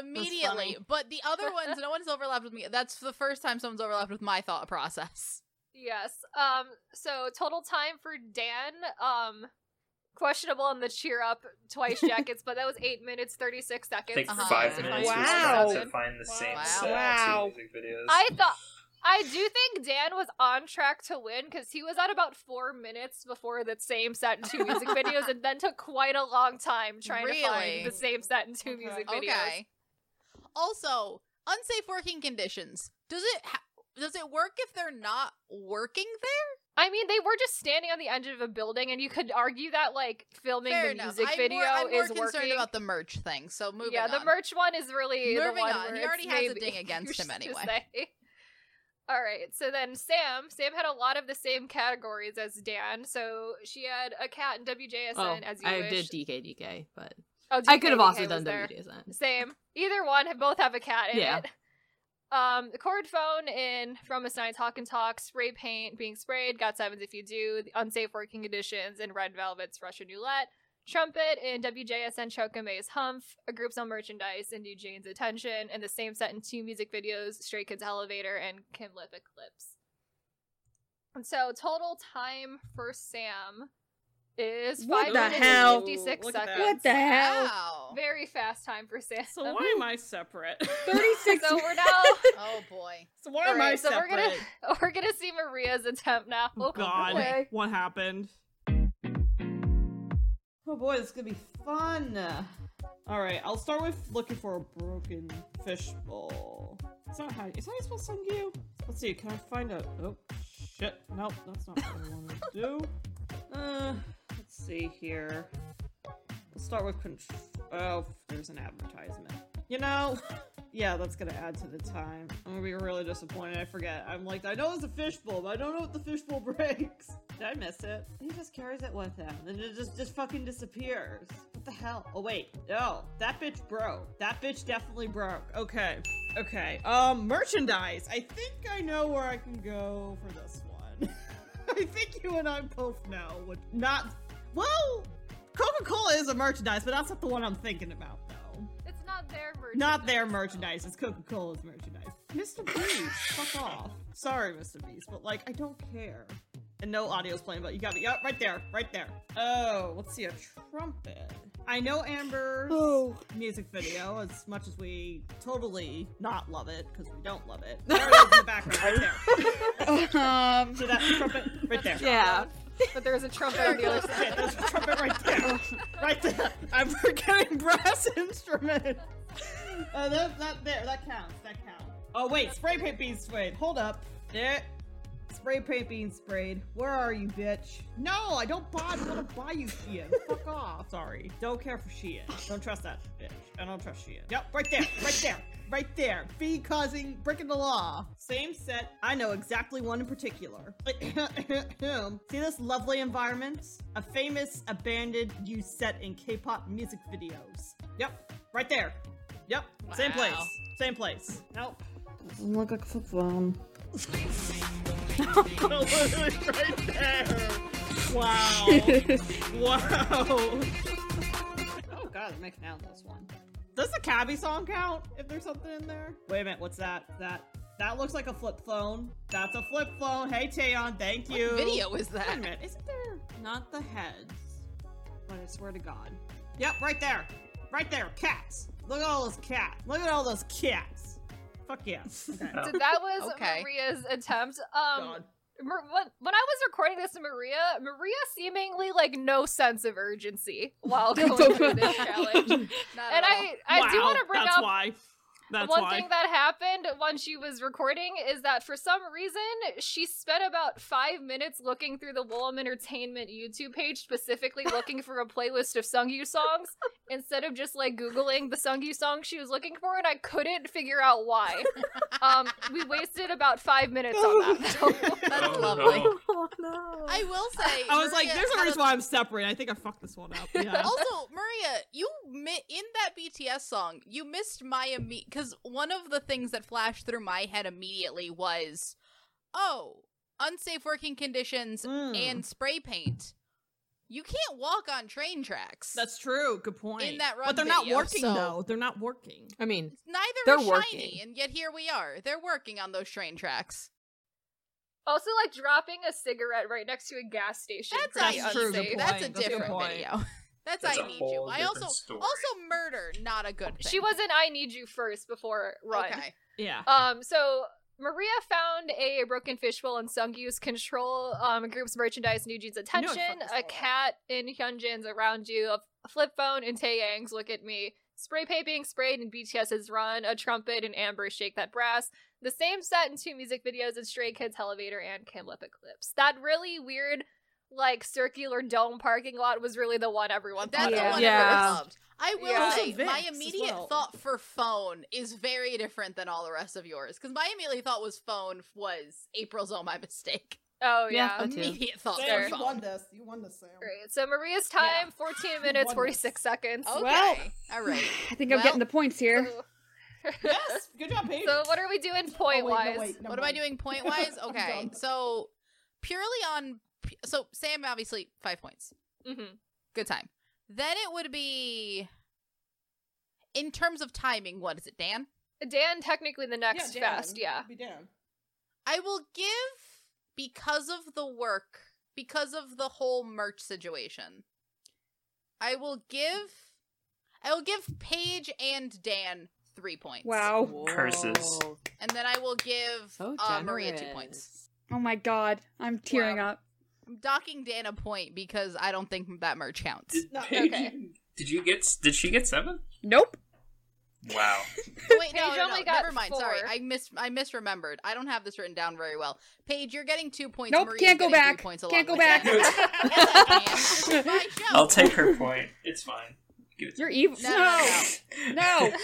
Speaker 1: immediately. But the other ones, no one's overlapped with me. That's the first time someone's overlapped with my thought process.
Speaker 2: Yes. Um. So total time for Dan. Um. Questionable on the cheer up
Speaker 6: (laughs)
Speaker 2: twice jackets, but that was eight minutes thirty six
Speaker 4: I
Speaker 2: seconds.
Speaker 4: think
Speaker 1: Uh-huh.
Speaker 4: five minutes
Speaker 6: Wow.
Speaker 4: was enough to
Speaker 2: Wow.
Speaker 4: find the same
Speaker 1: Wow.
Speaker 4: set
Speaker 6: Wow.
Speaker 4: of two music videos.
Speaker 2: I thought I do think Dan was on track to win because he was at about four minutes before the same set and two
Speaker 6: (laughs)
Speaker 2: music videos, and then took quite a long time trying to
Speaker 1: Really?
Speaker 2: find the same set and two
Speaker 6: Okay.
Speaker 2: music (laughs) videos.
Speaker 1: Okay. Also, unsafe working conditions. Does it ha- does it work if they're not working there?
Speaker 2: I mean, they were just standing on the edge of a building, and you could argue that like filming
Speaker 1: Fair
Speaker 2: the
Speaker 1: enough.
Speaker 2: music
Speaker 1: I'm
Speaker 2: video
Speaker 1: more, I'm more
Speaker 2: is
Speaker 1: concerned
Speaker 2: working.
Speaker 1: about the merch thing. So moving
Speaker 2: yeah, the
Speaker 1: on.
Speaker 2: merch one is really the
Speaker 1: Moving
Speaker 2: one
Speaker 1: on.
Speaker 2: where
Speaker 1: He
Speaker 2: it's
Speaker 1: already has a
Speaker 2: maybe-
Speaker 1: ding against
Speaker 2: (laughs) you're
Speaker 1: him
Speaker 2: supposed to
Speaker 1: anyway.
Speaker 2: say. All right, so then Sam. Sam had a lot of the same categories as Dan, so she had a cat and WJSN
Speaker 5: Oh,
Speaker 2: as you
Speaker 5: I
Speaker 2: wish.
Speaker 5: did DKDK, but
Speaker 2: Oh,
Speaker 5: I could have also
Speaker 2: DKDK was
Speaker 5: done
Speaker 2: there.
Speaker 5: (laughs) WJSN.
Speaker 2: Same. Either one, have- both have a cat in
Speaker 5: Yeah.
Speaker 2: it. Um, the cord phone in From a Science Hawk and Talk, spray paint being sprayed, got sevens if you do, the unsafe working conditions in Red Velvet's Russian Roulette, trumpet in WJSN Choka May's Humph, a group's on merchandise in Eugene's Attention, and the same set in two music videos, Stray Kids Elevator and Kim Lip Eclipse. And so total time for Sam is
Speaker 6: What
Speaker 2: five
Speaker 6: the
Speaker 2: minutes
Speaker 6: hell?
Speaker 2: and fifty six
Speaker 3: Look at that.
Speaker 2: seconds.
Speaker 6: what the hell?
Speaker 1: Wow.
Speaker 2: Very fast time for Sam.
Speaker 3: So why
Speaker 2: (laughs)
Speaker 3: am I separate?
Speaker 6: 36
Speaker 2: So we're now.
Speaker 1: Oh boy.
Speaker 3: (laughs) so why am I
Speaker 2: Alright, so
Speaker 3: separate?
Speaker 2: we're gonna (laughs) we're gonna see Maria's attempt now.
Speaker 3: Oh,
Speaker 2: Oh,
Speaker 3: God,
Speaker 2: boy.
Speaker 3: what happened?
Speaker 7: Oh boy, this is gonna be fun.
Speaker 3: All right, I'll start with looking for a broken fishbowl. It's not how. Is how you supposed to send you? Let's see. Can I find a? Oh shit! Nope, that's not what I wanted to (laughs) do. Uh, let's see here. We'll start with conf- oh, there's an advertisement. You know, yeah, that's gonna add to the time. I'm gonna be really disappointed. I forget. I'm like, I know it's a fishbowl, but I don't know what the fishbowl (laughs) breaks. Did I miss it? He just carries it with him, and it just just fucking disappears. What the hell? Oh wait, no, that bitch broke. That bitch definitely broke. Okay, okay. Um, merchandise. I think I know where I can go for this one. (laughs) I think you and I both know. What? Not well. Coca Cola is a merchandise, but that's not the one I'm thinking about, though.
Speaker 2: It's not their merchandise.
Speaker 3: Not their merchandise. It's Coca Cola's merchandise. Mr. Beast, fuck off. Sorry, Mr. Beast, but like, I don't care. And no audio's playing, but you got me. Yep, right there, right there. Oh, let's see a trumpet. I know Amber's
Speaker 6: Oh.
Speaker 3: music video as much as we totally not love it because we don't love (laughs) it. There it is in the background, right there. (laughs)
Speaker 6: um,
Speaker 3: See that trumpet right there.
Speaker 5: Yeah,
Speaker 2: But there's a trumpet on the other side.
Speaker 3: Yeah, (laughs) there's a trumpet right there. Right there. I'm forgetting brass (laughs) instrument. Uh, that, that there, that counts. That counts. Oh wait, spray paint being sprayed. Hold up. Yeah. Spray paint being sprayed. Where are you, bitch? No, I don't buy. I want to buy you (laughs) shit. Fuck off. Sorry. Don't care for shit. Don't trust that bitch. I don't trust shit. Yep, right there. Right there. Right there. Fee causing breaking the law. Same set. I know exactly one in particular. (coughs) See this lovely environment? A famous abandoned used set in K-pop music videos. Yep. Right there. Yep. Same
Speaker 1: Wow.
Speaker 3: place. Same place. Nope.
Speaker 9: Doesn't look like a flip phone.
Speaker 3: (laughs) right there. Wow. Wow. Oh god, it might count this one. Does the cabbie song count if there's something in there? Wait a minute, what's that? That that looks like a flip phone. That's a flip phone. Hey Taeyeon, thank you.
Speaker 1: Video is
Speaker 3: Wait a
Speaker 1: that?
Speaker 3: minute, isn't there not the heads? But I swear to god. Yep, right there. Right there. Cats. Look at all those cats. Look at all those cats. Fuck (laughs) yeah. Okay.
Speaker 4: Oh.
Speaker 2: (laughs) So that was
Speaker 1: Okay.
Speaker 2: Maria's attempt. Um,
Speaker 3: God.
Speaker 2: Mar- when, when I was recording this to Maria, Maria seemingly like no sense of urgency while going through this challenge. And
Speaker 1: Not at all.
Speaker 2: I, I do
Speaker 10: Wow,
Speaker 2: want to bring
Speaker 10: that's
Speaker 2: up
Speaker 10: why. That's
Speaker 2: one
Speaker 10: why.
Speaker 2: thing that happened when she was recording is that for some reason she spent about five minutes looking through the Woolham Entertainment YouTube
Speaker 10: (laughs)
Speaker 2: page, specifically looking for a playlist of Sungyu songs instead of just like Googling the Sungyu song she was looking for, and I couldn't figure out why. um, we wasted about five minutes
Speaker 10: (laughs)
Speaker 2: on that.
Speaker 1: That's
Speaker 4: Oh,
Speaker 1: lovely.
Speaker 4: no.
Speaker 5: (laughs) Oh no.
Speaker 1: I will say.
Speaker 10: I was like,
Speaker 1: Maria
Speaker 10: there's a
Speaker 1: had
Speaker 10: reason why I'm separated. I think I fucked this one up. Yeah.
Speaker 2: Oh,
Speaker 1: also, Maria, you mi- in that BTS song, you missed my immediate because one of the things that flashed through my head immediately was, oh, unsafe working conditions
Speaker 3: (laughs)
Speaker 10: Hmm.
Speaker 3: Mm.
Speaker 1: and spray paint. You can't walk on train tracks.
Speaker 10: That's true. Good point.
Speaker 1: that run
Speaker 10: but they're not
Speaker 1: video,
Speaker 10: working
Speaker 1: so-
Speaker 10: though. They're not working.
Speaker 5: I mean,
Speaker 1: neither
Speaker 5: They're
Speaker 1: is
Speaker 5: working.
Speaker 1: shiny, and yet here we are. They're working on those train tracks.
Speaker 2: also, like dropping a cigarette right next to a gas station.
Speaker 1: That's,
Speaker 2: pretty
Speaker 1: I
Speaker 10: That's true,
Speaker 1: true.
Speaker 10: good
Speaker 2: unsafe.
Speaker 10: point.
Speaker 1: That's
Speaker 10: That's a
Speaker 1: a
Speaker 10: good
Speaker 1: different
Speaker 10: point.
Speaker 1: video. (laughs) That's,
Speaker 4: That's
Speaker 1: I
Speaker 4: a
Speaker 1: need you.
Speaker 4: whole
Speaker 1: I also
Speaker 4: different story.
Speaker 1: also murder, not a good thing.
Speaker 2: She was in I Need You First before Run.
Speaker 1: okay.
Speaker 10: Yeah.
Speaker 2: Um, so Maria found a broken fishbowl in Sungyu's control, um, group's merchandise, New Jeans
Speaker 10: fucked
Speaker 2: attention,
Speaker 10: this all
Speaker 2: a
Speaker 10: up.
Speaker 2: cat in Hyunjin's around you, a f- flip phone in Taeyang's look at me, spray paint being sprayed in BTS's run, a trumpet in Amber's shake that brass, the same set in two music videos in Stray Kids, Elevator, and Kim Lip Eclipse. That really weird, like circular dome parking lot was really the (laughs) one everyone
Speaker 1: That's
Speaker 2: thought
Speaker 1: the
Speaker 2: of.
Speaker 1: one
Speaker 5: Yeah.
Speaker 1: I loved. I will
Speaker 2: Yeah.
Speaker 1: say,
Speaker 3: Also
Speaker 1: my
Speaker 3: Vicks as
Speaker 1: immediate
Speaker 3: well.
Speaker 1: thought for phone is very different than all the rest of yours. Because my immediate thought was phone was April's oh my mistake. (laughs)
Speaker 2: Oh
Speaker 5: Yeah,
Speaker 2: yeah.
Speaker 5: Me too.
Speaker 1: Immediate thought
Speaker 2: Fair.
Speaker 1: for
Speaker 3: Sam, you
Speaker 1: phone.
Speaker 3: won this. You won this, Sam.
Speaker 2: Great. So Maria's time, 14 minutes,
Speaker 3: Wonderful.
Speaker 2: 46 seconds.
Speaker 1: Okay,
Speaker 6: Well.
Speaker 1: all right.
Speaker 6: I think I'm
Speaker 1: Well,
Speaker 6: getting the points here.
Speaker 2: So-
Speaker 3: (laughs) Yes. Good job, Paige.
Speaker 2: So what are we doing point
Speaker 3: Oh, wait, no,
Speaker 2: wise?
Speaker 3: wait, never
Speaker 1: What am I
Speaker 3: mind.
Speaker 1: doing point wise?
Speaker 3: I'm
Speaker 1: Okay,
Speaker 3: done.
Speaker 1: so purely on. pu- So Sam obviously five points.
Speaker 2: Mhm.
Speaker 1: Good time. Then it would be. In terms of timing, what is it, Dan?
Speaker 2: Dan technically the next
Speaker 3: Dan.
Speaker 2: fast, yeah. (laughs)
Speaker 3: Be down.
Speaker 1: I will give because of the work, because of the whole merch situation. I will give I will give Paige and Dan 3 points.
Speaker 6: Wow.
Speaker 4: Curses.
Speaker 1: And then I will give
Speaker 5: So
Speaker 1: uh, Maria 2 points.
Speaker 6: Oh my god. I'm tearing up.
Speaker 1: I'm docking Dan a point because I don't think that merch
Speaker 6: (laughs)
Speaker 1: counts.
Speaker 4: Did,
Speaker 3: No,
Speaker 4: Paige
Speaker 2: okay.
Speaker 4: even- did you get? s- Did she get seven?
Speaker 6: Nope.
Speaker 4: Wow.
Speaker 1: Oh, wait, no,
Speaker 2: Paige
Speaker 1: no,
Speaker 2: only
Speaker 1: no,
Speaker 2: got
Speaker 1: never mind. Sorry.
Speaker 2: four.
Speaker 1: I mis I misremembered. I don't have this written down very well. Paige, you're getting 2 points.
Speaker 6: Nope,
Speaker 1: Maria's
Speaker 6: can't go
Speaker 1: getting three
Speaker 6: back.
Speaker 1: Points
Speaker 6: Can't go
Speaker 1: along with
Speaker 6: back. (laughs)
Speaker 1: that. Yes, I
Speaker 4: (laughs)
Speaker 1: can. My show.
Speaker 4: I'll take her point. It's fine. Give it to
Speaker 6: You're evil.
Speaker 1: No, no,
Speaker 6: No. No.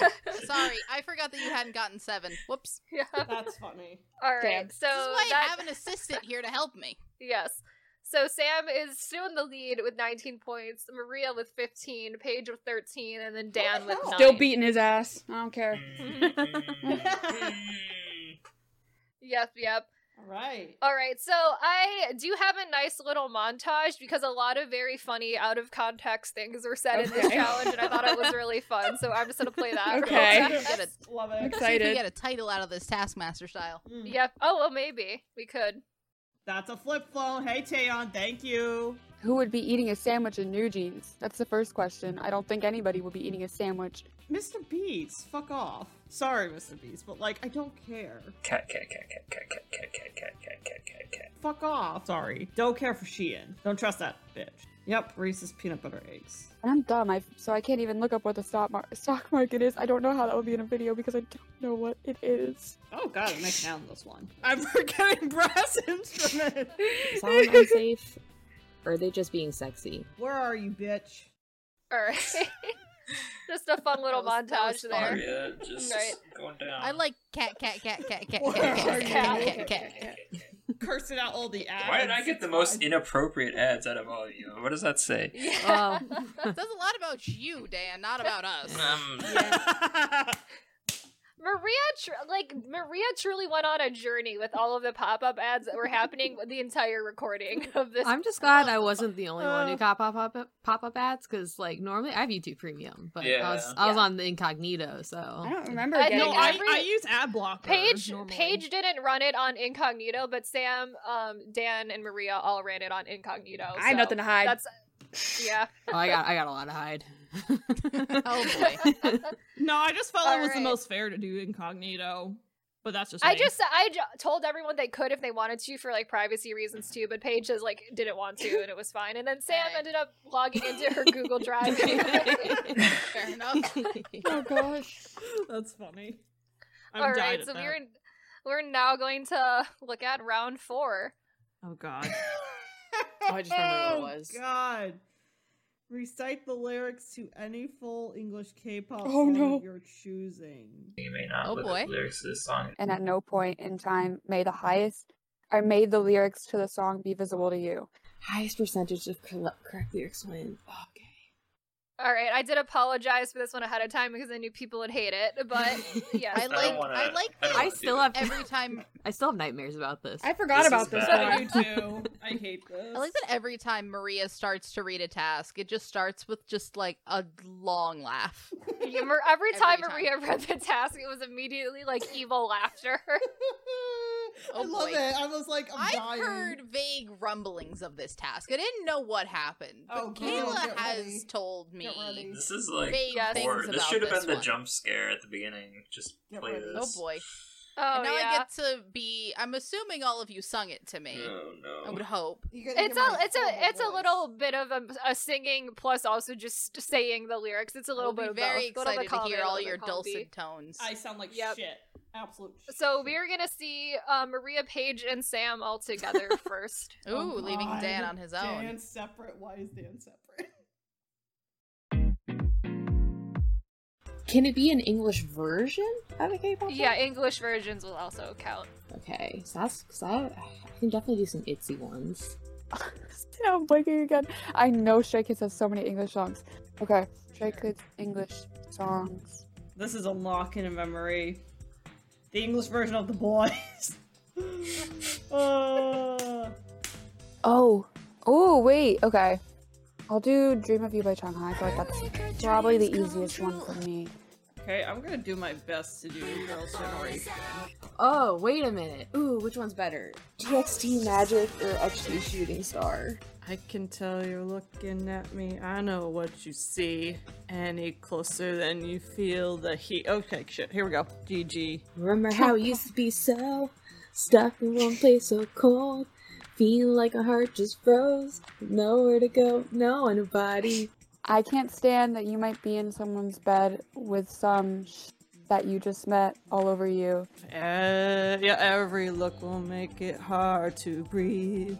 Speaker 1: Sorry, I forgot that you hadn't gotten seven. Whoops.
Speaker 2: Yeah.
Speaker 3: That's funny.
Speaker 2: All right.
Speaker 6: Damn.
Speaker 2: So
Speaker 1: this is why
Speaker 2: that,
Speaker 1: I have an assistant here to help
Speaker 3: (laughs)
Speaker 1: me.
Speaker 2: (laughs) yes. So Sam is still in the lead with 19 points, Maria with 15, Paige with 13, and then Dan with
Speaker 3: hell?
Speaker 2: nine.
Speaker 6: Still beating his ass. I don't care.
Speaker 4: Mm, mm, mm.
Speaker 2: Yep, yep.
Speaker 3: All right.
Speaker 2: All right, so I do have a nice little montage because a lot of very funny, out of context things were said in this
Speaker 6: Okay.
Speaker 2: challenge, and I thought it was really fun. So I'm just gonna play that. real
Speaker 6: Okay.
Speaker 2: Oh, fast.
Speaker 1: Get it.
Speaker 3: (laughs) Love
Speaker 6: I'm
Speaker 3: it.
Speaker 1: See if we
Speaker 6: excited.
Speaker 1: get a title out of this Taskmaster style.
Speaker 3: Mm.
Speaker 2: Yep. Oh well, maybe we could.
Speaker 3: That's a flip phone. Hey, Taeyeon, thank you.
Speaker 8: (laughs) Who would be eating a sandwich in New Jeans? That's the first question. I don't think anybody would be eating a sandwich.
Speaker 3: Mr. Beast, fuck off. Sorry, Mr. Beast, but like, I don't care.
Speaker 4: Cat, cat, cat, cat, cat, cat, cat, cat, cat, cat, cat, cat, cat.
Speaker 3: Fuck off. Sorry. Don't care for Shein. Don't trust that bitch. Yep, Reese's peanut butter eggs.
Speaker 8: And I'm dumb, I so I can't even look up what the stock, mar- stock market is. I don't know how that would be in a video because I don't know what it
Speaker 6: (laughs)
Speaker 8: is.
Speaker 3: Oh god, I'm making out on
Speaker 11: (laughs)
Speaker 3: this one. I'm forgetting brass instrument.
Speaker 5: Sound unsafe? Or are they just being sexy?
Speaker 3: Where are you, bitch?
Speaker 2: All right. (laughs) Just a fun little
Speaker 1: That was- that was
Speaker 2: montage
Speaker 1: fun.
Speaker 2: there.
Speaker 4: Yeah, just
Speaker 2: Right.
Speaker 4: going down.
Speaker 1: I like cat, cat, cat, cat, cat,
Speaker 3: Where
Speaker 1: cat,
Speaker 3: are
Speaker 1: cat,
Speaker 3: you?
Speaker 1: cat, cat, cat.
Speaker 3: Cursing out all the ads.
Speaker 4: Why did I get the
Speaker 3: It's
Speaker 11: (laughs)
Speaker 4: most
Speaker 3: fine.
Speaker 4: inappropriate ads out of all of you? What does that say?
Speaker 1: (laughs) Uh,
Speaker 5: Oh.
Speaker 2: Yeah.
Speaker 1: It Says a lot about you, Dan, not about us.
Speaker 4: Um,
Speaker 2: Maria, tr- like Maria, truly went on a journey with all of the pop-up ads that were happening the entire recording (laughs) of this.
Speaker 5: I'm just glad I wasn't the only one
Speaker 11: Uh.
Speaker 5: who got pop up pop up ads because like normally I have YouTube Premium, but I was
Speaker 4: Yeah.
Speaker 5: I was
Speaker 2: Yeah.
Speaker 5: on the incognito, so
Speaker 6: I don't remember
Speaker 2: I
Speaker 6: getting
Speaker 2: think
Speaker 11: no, I,
Speaker 2: every-
Speaker 11: I use ad blocker.
Speaker 2: Paige
Speaker 11: normally.
Speaker 2: Paige didn't run it on incognito, but Sam, um, Dan, and Maria all ran it on incognito.
Speaker 6: I had
Speaker 2: so
Speaker 6: nothing to hide.
Speaker 2: That's yeah.
Speaker 5: oh, I got I got a lot to hide.
Speaker 1: Oh,
Speaker 5: (laughs) boy.
Speaker 11: No, I just felt it was the
Speaker 2: Alright. most
Speaker 11: most fair to do incognito, but that's just
Speaker 2: I just I j- told everyone they could if they wanted to for like privacy reasons too, but Paige just like didn't want to, and it was fine. And then Sam
Speaker 1: Right.
Speaker 2: ended up logging into her
Speaker 1: (laughs)
Speaker 2: Google Drive.
Speaker 1: Fair enough.
Speaker 8: Oh gosh.
Speaker 11: (laughs) that's funny. I'm
Speaker 2: All right,
Speaker 11: dying at
Speaker 2: so
Speaker 11: that.
Speaker 2: we're we're now going to (laughs) look at round four.
Speaker 11: Oh god.
Speaker 5: Oh, I just remember what it was.
Speaker 3: God. Recite the lyrics to any full English K-pop
Speaker 8: Oh,
Speaker 3: song
Speaker 8: no.
Speaker 3: of your choosing.
Speaker 4: you may not
Speaker 1: Oh,
Speaker 4: look
Speaker 1: boy.
Speaker 4: at the lyrics to this song.
Speaker 8: And at no point in time may the highest or may the lyrics to the song be visible to you.
Speaker 5: Highest percentage of cor- correct lyrics win. Okay.
Speaker 2: All right, I did apologize for this one ahead of time because I knew people would
Speaker 1: (laughs)
Speaker 2: hate it, but yes,
Speaker 1: I
Speaker 4: don't
Speaker 1: like.
Speaker 4: wanna-
Speaker 1: I like.
Speaker 4: I
Speaker 1: that
Speaker 4: don't wanna
Speaker 5: (laughs) I
Speaker 4: do
Speaker 5: still
Speaker 4: that.
Speaker 5: have
Speaker 1: Every time,
Speaker 5: I still have nightmares about this.
Speaker 6: I forgot
Speaker 4: This
Speaker 6: about
Speaker 4: is
Speaker 6: this
Speaker 4: bad.
Speaker 3: I
Speaker 6: one.
Speaker 3: do too. I hate this.
Speaker 1: I like that every time Maria starts to read a task, it just starts with just like a long laugh. (laughs)
Speaker 2: you- Mar- every time
Speaker 1: Every
Speaker 2: Maria read the task, it was immediately like evil laughter.
Speaker 3: (laughs)
Speaker 2: (laughs)
Speaker 3: I
Speaker 1: Oh,
Speaker 3: love
Speaker 1: boy.
Speaker 3: it. I was like, I'm
Speaker 1: I've
Speaker 3: dying.
Speaker 1: heard vague rumblings of this task. I didn't know what happened, but
Speaker 3: Oh, girl,
Speaker 1: Kayla
Speaker 3: get
Speaker 1: has
Speaker 3: ready.
Speaker 1: told
Speaker 3: Get ready.
Speaker 1: me.
Speaker 4: This is like
Speaker 1: Vague
Speaker 4: horror.
Speaker 1: things
Speaker 4: This
Speaker 1: about
Speaker 4: should have
Speaker 1: this
Speaker 4: been the
Speaker 1: one.
Speaker 4: jump scare at the beginning. Just
Speaker 3: Get
Speaker 4: play
Speaker 3: ready.
Speaker 4: this.
Speaker 1: Oh boy!
Speaker 2: oh
Speaker 1: and now
Speaker 2: yeah,
Speaker 1: I get to be. I'm assuming all of you sung it to me.
Speaker 4: Oh
Speaker 1: I
Speaker 4: no.
Speaker 1: would hope.
Speaker 3: You get- you
Speaker 2: it's
Speaker 3: get my
Speaker 2: a it's
Speaker 3: horrible
Speaker 2: a it's a
Speaker 3: voice.
Speaker 2: little bit of a, a singing plus also just saying the lyrics. It's a little
Speaker 1: We'll
Speaker 2: bit
Speaker 1: be
Speaker 2: of
Speaker 1: very
Speaker 2: both. Go
Speaker 1: excited
Speaker 2: column
Speaker 1: to
Speaker 2: A,
Speaker 1: hear
Speaker 2: go
Speaker 1: all
Speaker 2: to the
Speaker 1: your
Speaker 2: column B.
Speaker 1: dulcet tones.
Speaker 3: I sound like
Speaker 2: Yep.
Speaker 3: shit. Absolute shit.
Speaker 2: So we're gonna see uh, Maria Page and
Speaker 1: (laughs)
Speaker 2: Sam all together first.
Speaker 1: Ooh,
Speaker 3: Oh,
Speaker 1: leaving
Speaker 3: God.
Speaker 1: Dan on his own.
Speaker 3: Dan separate. Why is Dan separate? (laughs)
Speaker 5: Can it be an English version of a K-pop? song?
Speaker 2: Yeah, English versions will also count.
Speaker 5: Okay, so that's because I, I can definitely do some itsy ones.
Speaker 8: now (laughs) I'm blanking again. I know Stray Kids has so many English songs. Okay, Stray Kids English songs.
Speaker 3: This is a lock in a memory. The English version of the boys. (laughs) uh,
Speaker 8: Oh, oh wait, okay. I'll do "Dream of You" by Changhai. I feel like that's probably the easiest one for me.
Speaker 3: okay, I'm gonna do my best to do Girls' Generation.
Speaker 5: Oh, wait a minute. Ooh, which one's better? TXT Magic or XT Shooting Star?
Speaker 3: I can tell you're looking at me. I know what you see. Any closer than you feel the heat. Okay, shit. Here we go. GG.
Speaker 5: Remember how it used to be so stuck in one place so cold? Feeling like my heart just froze. Nowhere to go, no one body.
Speaker 8: I can't stand that you might be in someone's bed with some sh- that you just met all over you.
Speaker 3: Uh, yeah, every look will make it hard to breathe.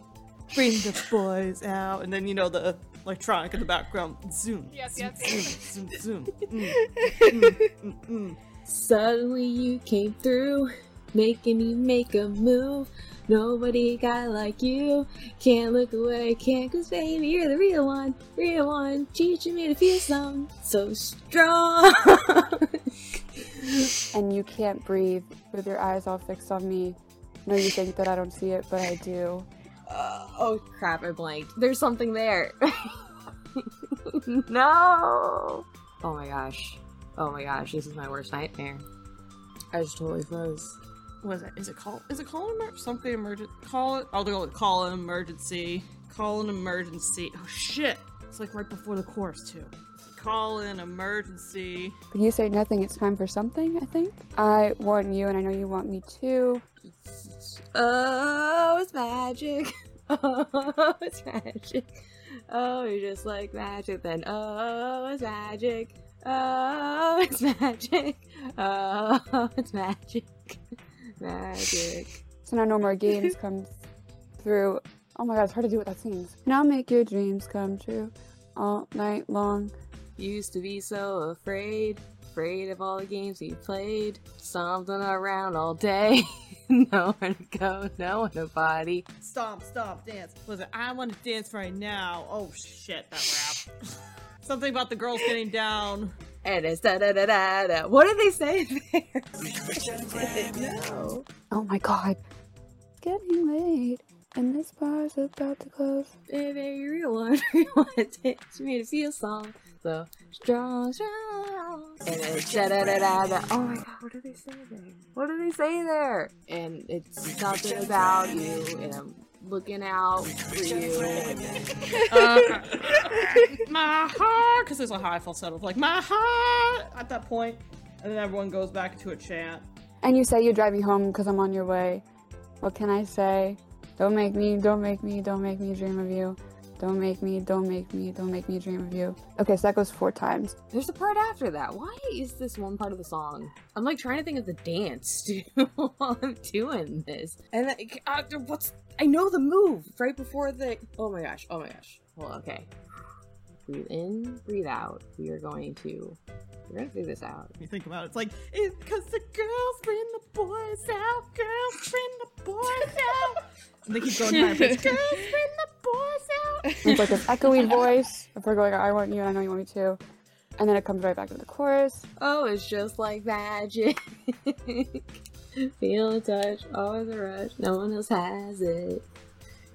Speaker 3: Bring (laughs) the boys out, and then you know the electronic in the background. Zoom.
Speaker 2: Yes,
Speaker 3: zoom,
Speaker 2: yes, yes.
Speaker 3: Zoom.
Speaker 2: (laughs)
Speaker 3: Zoom. zoom. Mm, mm, mm, mm.
Speaker 5: Suddenly you came through, making me make a move. Nobody got like you. Can't look away, can't cause baby, you're the real one, real one, teaching me to feel some so strong. (laughs)
Speaker 8: And you can't breathe with your eyes all fixed on me. No, you think that I don't see it, but I do.
Speaker 5: Uh, oh crap, I blanked. There's something there. (laughs) no. Oh my gosh. Oh my gosh, this is my worst nightmare. I just totally froze.
Speaker 3: What is it? Is it called? Is it called an emer- something emergent? Call it. I'll go with call an emergency. Call an emergency. Oh shit! It's like right before the chorus too. Call an emergency.
Speaker 8: But you say nothing, it's time for something, I think. I want you, and I know you want me too.
Speaker 5: Oh, it's magic. (laughs) Oh, it's magic. Oh, you're just like magic then. Oh, it's magic. Oh, (laughs) it's magic. Oh, (laughs) it's magic. Magic.
Speaker 8: So now no more games comes through. Oh my god, it's hard to do without singing. Now make your dreams come true all night long.
Speaker 5: Used to be so afraid, afraid of all the games we played. Stomping around all day, (laughs) nowhere to go, nowhere to body.
Speaker 3: Stomp, stomp, dance. Was it? I want to dance right now. Oh shit, that rap. (laughs) Something about the girls getting down.
Speaker 5: And it's da da da da da. What did they say there? (laughs) no.
Speaker 8: Oh my god. It's getting late, and this bar's about to close.
Speaker 5: Baby, (laughs) rewind, rewind. It takes me to feel song. So strong, strong. And it's da da da da da. Oh my god, what do they say there? What do they say there? And it's something about you, and I'm looking out for you. And then,
Speaker 3: Uh, (laughs) my heart, because there's a high falsetto of like my heart at that point, and then everyone goes back into a chant.
Speaker 8: And you say you drive me home because I'm on your way. What can I say? Don't make me, don't make me, don't make me dream of you. Don't make me, don't make me, don't make me dream of you. Okay, so that goes four times.
Speaker 5: there's a part after that. Why is this one part of the song? I'm like trying to think of the dance (laughs) too while I'm doing this. And then, uh, what's? I know the move right before the. Oh my gosh! Oh my gosh! Well, okay. Breathe in, breathe out. We are going to. We're gonna figure this out.
Speaker 3: You think about it, it's like it's because the girls bring the boys out, girls bring the boys (laughs) out. and they keep going higher. pitch, Girls bring the boys out.
Speaker 8: It's like an echoey voice. If we're going, I want you, and I know you want me too. And then it comes right back to the chorus.
Speaker 5: Oh, it's just like magic. (laughs) Feel the touch, always a rush. No one else has it.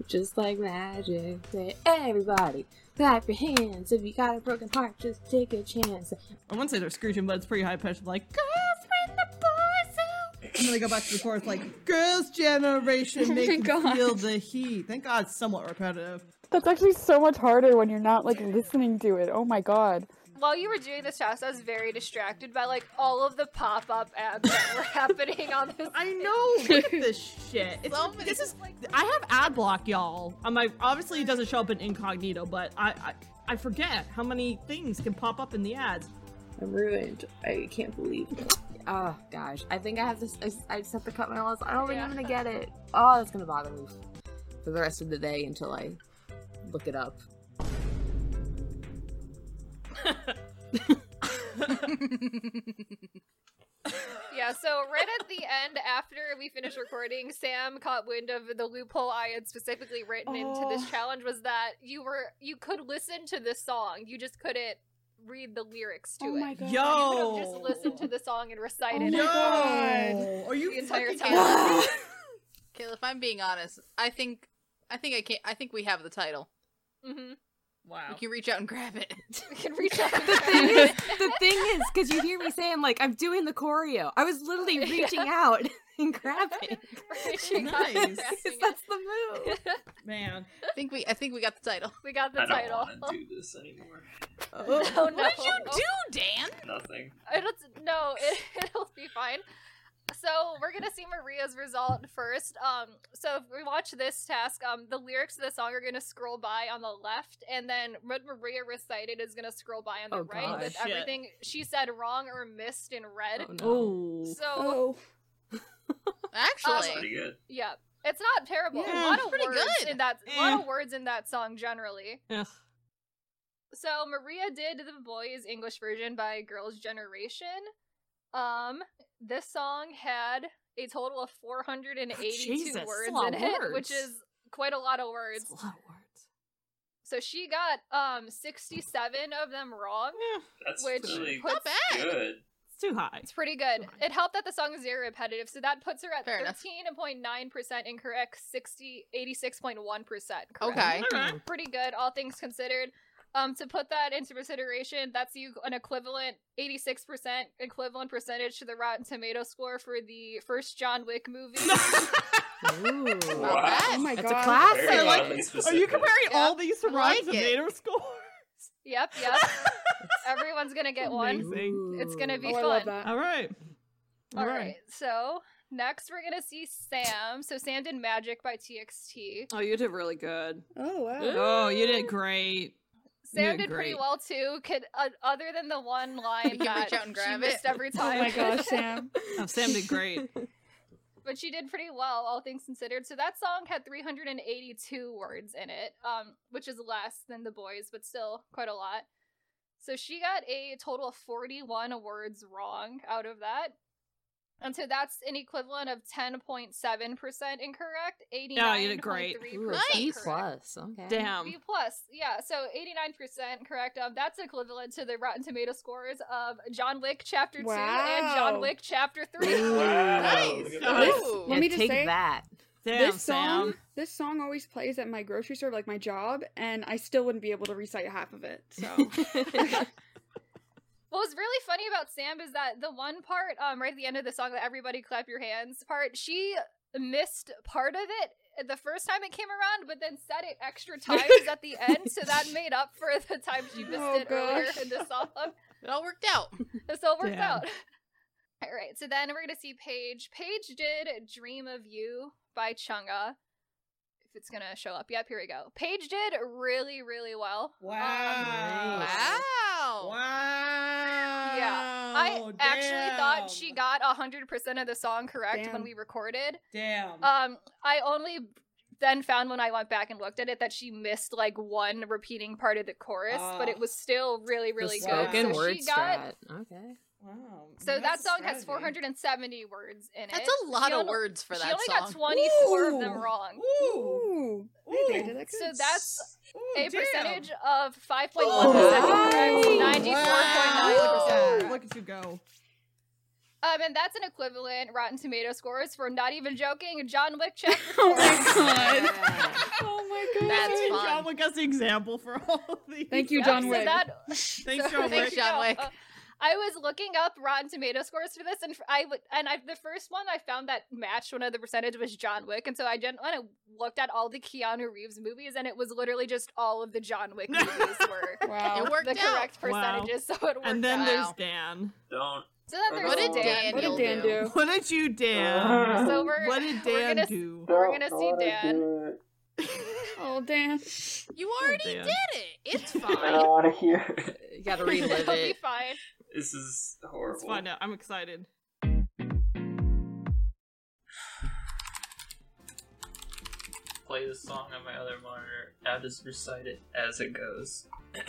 Speaker 5: Just like magic. Say, everybody, clap your hands. If you got a broken heart, just take a chance.
Speaker 3: I wouldn't say they're screeching, but it's pretty high pitched. Like girls bring the boys out. And then they go back to the chorus, like girls' (laughs) generation make them feel the heat. Thank God, it's somewhat repetitive.
Speaker 8: That's actually so much harder when you're not like listening to it. Oh my god.
Speaker 2: While you were doing this task, I was very distracted by like all of the pop up ads that were (laughs) happening on this.
Speaker 3: I know. Look at this shit. It's,
Speaker 1: So many-
Speaker 3: this is like I have ad block, y'all. On my obviously it doesn't show up in incognito, but I, I I forget how many things can pop up in the ads.
Speaker 5: I'm ruined. I can't believe it. Oh gosh, I think I have this. I, I just have to cut my losses. I don't think I'm gonna get it. Oh, that's gonna bother me for the rest of the day until I look it up.
Speaker 2: Yeah, so right at the end, after we finished recording, Sam caught wind of the loophole I had specifically written into this
Speaker 6: Oh.
Speaker 2: challenge was that you were you could listen to this song, you just couldn't read the lyrics to
Speaker 6: Oh
Speaker 2: it.
Speaker 6: my god.
Speaker 3: Yo.
Speaker 2: You could have just listened to the song and recited
Speaker 3: Oh
Speaker 6: my
Speaker 2: it.
Speaker 6: God.
Speaker 3: Are you
Speaker 2: The entire
Speaker 3: fucking- (laughs)
Speaker 2: time.
Speaker 1: (laughs) Kayla, if I'm being honest, I think I think I can I think we have the title.
Speaker 2: hmm
Speaker 1: We
Speaker 3: Wow.
Speaker 1: can reach out and grab
Speaker 2: (laughs)
Speaker 1: it.
Speaker 2: We can reach out.
Speaker 5: The
Speaker 2: (laughs)
Speaker 5: thing is, the thing is, because you hear me say, I'm like, I'm doing the choreo. I was (laughs) literally reaching out and grabbing. (laughs)
Speaker 2: Reaching out
Speaker 3: Nice.
Speaker 2: and
Speaker 5: Because
Speaker 2: grabbing
Speaker 5: that's the
Speaker 2: (laughs)
Speaker 5: move.
Speaker 2: it.
Speaker 3: Man.
Speaker 1: I think we I think we got the title.
Speaker 2: we got the
Speaker 4: I don't
Speaker 2: title.
Speaker 4: want to do this anymore.
Speaker 2: (laughs) Oh, no.
Speaker 1: What did you do, Dan?
Speaker 4: Nothing.
Speaker 2: It'll no, it, (laughs) it'll be fine. So we're gonna see Maria's result first. Um, so if we watch this task, um, the lyrics of the song are gonna scroll by on the left, and then what Maria recited is gonna scroll by on the
Speaker 5: Oh,
Speaker 2: right
Speaker 5: God.
Speaker 2: with
Speaker 3: Shit.
Speaker 2: everything she said wrong or missed in red.
Speaker 5: Oh, no.
Speaker 3: (laughs) Oh.
Speaker 2: So
Speaker 6: Oh.
Speaker 4: That's
Speaker 1: Actually,
Speaker 4: pretty good.
Speaker 2: yeah, it's not terrible.
Speaker 3: Yeah,
Speaker 2: a lot of
Speaker 1: pretty
Speaker 2: words
Speaker 1: good.
Speaker 2: in that. A lot
Speaker 3: Eh.
Speaker 2: of words in that song generally.
Speaker 3: Ugh.
Speaker 2: So Maria did the boys English version by Girls Generation. Um, this song had a total of 482
Speaker 3: Oh, Jesus, that's a
Speaker 2: words
Speaker 3: lot
Speaker 2: in
Speaker 3: of
Speaker 2: it, which
Speaker 3: words.
Speaker 2: is quite a lot of words.
Speaker 3: It's a lot of words.
Speaker 2: So she got um 67 of them wrong.
Speaker 3: Yeah,
Speaker 4: That's
Speaker 2: Which
Speaker 4: really
Speaker 2: puts-
Speaker 1: not bad.
Speaker 4: good.
Speaker 3: it's too high.
Speaker 2: It's pretty good.
Speaker 3: Fine.
Speaker 2: It helped that the song is very repetitive, so that puts her at
Speaker 1: Fair enough.
Speaker 2: 13.9% incorrect, 60 86.1% correct.
Speaker 1: Okay.
Speaker 3: Alright.
Speaker 2: pretty good, all things considered. Um, to put that into consideration, that's you an equivalent 86% equivalent percentage to the Rotten Tomato score for the first John
Speaker 1: (laughs)
Speaker 2: Wick movie.
Speaker 5: Ooh.
Speaker 1: Not
Speaker 4: Wow.
Speaker 1: bad.
Speaker 6: Oh my
Speaker 5: That's a
Speaker 6: god.
Speaker 5: classic.
Speaker 4: Very
Speaker 3: like-
Speaker 4: oddly
Speaker 3: Are you
Speaker 4: specific.
Speaker 3: comparing all these to
Speaker 1: I
Speaker 3: Rotten
Speaker 1: like it.
Speaker 3: Tomato score?
Speaker 2: yep, (laughs) yep. Everyone's gonna get one.
Speaker 3: Amazing.
Speaker 2: It's gonna be
Speaker 6: Oh, I
Speaker 2: fun.
Speaker 6: love that.
Speaker 3: All right.
Speaker 2: All right. So next we're gonna see Sam. So Sam did Magic by TXT.
Speaker 3: Oh, you did really good.
Speaker 6: Oh wow.
Speaker 3: Oh, you did great.
Speaker 2: Sam
Speaker 3: did
Speaker 2: did pretty
Speaker 3: great.
Speaker 2: well too. Could uh, other than the one
Speaker 6: (laughs)
Speaker 2: line
Speaker 1: can
Speaker 2: that
Speaker 1: reach out and
Speaker 2: she
Speaker 1: grab it.
Speaker 2: missed every
Speaker 6: Oh
Speaker 2: time. (laughs)
Speaker 6: my gosh, Sam.
Speaker 3: Oh, Sam did great.
Speaker 2: but she did pretty well, all things considered. So that song had 382 words in it, um, which is less than the boys, but still quite a lot. So she got a total of 41 words wrong out of that. And so that's an equivalent of 10.7% incorrect, 89.3%
Speaker 3: Yeah, you did great.
Speaker 5: Ooh,
Speaker 1: Nice.
Speaker 5: B
Speaker 2: correct.
Speaker 5: plus. Okay.
Speaker 3: Damn.
Speaker 2: B plus, yeah. So eighty nine percent correct. Um, that's equivalent to the Rotten Tomato scores of John Wick Chapter Two and John
Speaker 6: Wow.
Speaker 2: Wick Chapter Three.
Speaker 4: Wow.
Speaker 1: Nice.
Speaker 4: Look at that.
Speaker 1: Nice.
Speaker 6: Let
Speaker 5: Yeah,
Speaker 6: me just
Speaker 5: take
Speaker 6: say-
Speaker 5: that.
Speaker 3: Damn,
Speaker 6: this song,
Speaker 3: Sam.
Speaker 6: this song always plays at my grocery store, like my job, and I still wouldn't be able to recite half of it. So
Speaker 2: what was really funny about Sam is that the one part, um, right at the end of the song, that everybody clap your hands part, she missed part of it the first time it came around, but then said it
Speaker 6: (laughs)
Speaker 2: extra times at the end, so that made up for the time she missed
Speaker 6: Oh,
Speaker 2: it earlier
Speaker 6: gosh.
Speaker 2: in the song.
Speaker 1: It all worked out.
Speaker 2: This all worked
Speaker 3: Damn.
Speaker 2: out. (laughs) All right, so then we're gonna see Paige. Paige did "Dream of You" by Chunga. If it's gonna show up, yep, here we go. Paige did really, really well. Um,
Speaker 7: Wow.
Speaker 1: Wow.
Speaker 7: Wow.
Speaker 2: I actually thought she got hundred percent of the song correct when
Speaker 6: Damn.
Speaker 2: we recorded.
Speaker 7: Damn.
Speaker 2: Um, I only then found when I went back and looked at it that she missed like one repeating part of the chorus, but
Speaker 7: Ah.
Speaker 2: it was still really, really
Speaker 5: the
Speaker 2: good.
Speaker 5: spoken
Speaker 2: so
Speaker 5: word
Speaker 2: she got
Speaker 5: strat. Okay.
Speaker 7: wow.
Speaker 2: So that
Speaker 7: That's
Speaker 2: song has
Speaker 7: strategy.
Speaker 2: 470 words in it.
Speaker 1: That's a lot
Speaker 2: She
Speaker 1: of
Speaker 2: only-
Speaker 1: words for
Speaker 2: she
Speaker 1: that
Speaker 2: only got
Speaker 1: song.
Speaker 2: 24 of them
Speaker 7: Ooh.
Speaker 2: wrong.
Speaker 7: Ooh.
Speaker 6: Ooh, I think I did
Speaker 7: Ooh.
Speaker 6: that good.
Speaker 2: So that's
Speaker 7: Ooh,
Speaker 2: a
Speaker 7: damn.
Speaker 2: percentage of 5.1%.
Speaker 7: Wow.
Speaker 2: correct, 94.9%.
Speaker 7: Wow. Look at you go.
Speaker 2: Um, and that's an equivalent Rotten Tomato scores for not even joking. John Wick chapter
Speaker 6: Oh
Speaker 2: 4.
Speaker 6: my god.
Speaker 7: oh my god.
Speaker 3: (laughs)
Speaker 1: That's fun.
Speaker 7: John Wick as the example for all these.
Speaker 6: Thank you,
Speaker 2: Yep,
Speaker 6: John
Speaker 2: so
Speaker 6: Wick.
Speaker 2: that-
Speaker 7: Thanks,
Speaker 2: so-
Speaker 7: John
Speaker 1: Thanks,
Speaker 7: Wick.
Speaker 1: John Wick.
Speaker 2: Uh, I was looking up Rotten Tomato scores for this, and f- I would, and I, the first one I found that matched one of the percentage was John Wick, and so I went and looked at all the Keanu Reeves movies, and it was literally just all of the John Wick movies were
Speaker 6: Wow.
Speaker 1: It worked
Speaker 2: the
Speaker 1: out.
Speaker 2: correct
Speaker 3: Wow.
Speaker 2: percentages, so it worked
Speaker 3: And then
Speaker 2: out.
Speaker 3: there's
Speaker 1: Wow.
Speaker 3: Dan.
Speaker 4: Don't.
Speaker 2: so then
Speaker 1: What
Speaker 2: there's
Speaker 1: did
Speaker 2: Dan.
Speaker 1: Dan,
Speaker 6: What did
Speaker 1: Neal
Speaker 6: Dan do?
Speaker 3: What did you, Dan?
Speaker 1: (laughs)
Speaker 2: So we're
Speaker 3: what did
Speaker 2: we're
Speaker 3: Dan
Speaker 2: gonna (laughs) s-
Speaker 3: do?
Speaker 2: We're gonna see Dan.
Speaker 6: Oh damn.
Speaker 1: You already
Speaker 3: Dan.
Speaker 1: did it. It's
Speaker 4: I
Speaker 1: fine.
Speaker 4: don't want to hear it.
Speaker 5: You
Speaker 2: (laughs)
Speaker 5: gotta relive
Speaker 2: It'll be
Speaker 5: it.
Speaker 2: fine.
Speaker 4: (laughs) This is
Speaker 3: Let's
Speaker 4: horrible.
Speaker 3: find out. I'm excited.
Speaker 4: Play the song on my other monitor. I'll just recite it as it goes. (coughs)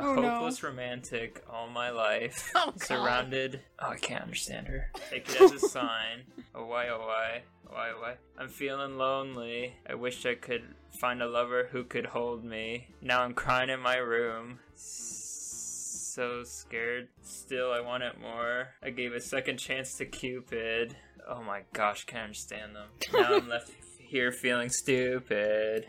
Speaker 6: Oh no.
Speaker 4: Hopeless romantic all my life.
Speaker 1: Oh, God.
Speaker 4: Surrounded. Oh, I can't understand her. Take it as a sign. Oh, why, oh, why, oh, why, oh, why. I'm feeling lonely. I wish I could find a lover who could hold me. Now I'm crying in my room. So scared. Still, I want it more. I gave a second chance to Cupid. Oh my gosh, can't understand them. Now I'm left (laughs) here feeling stupid.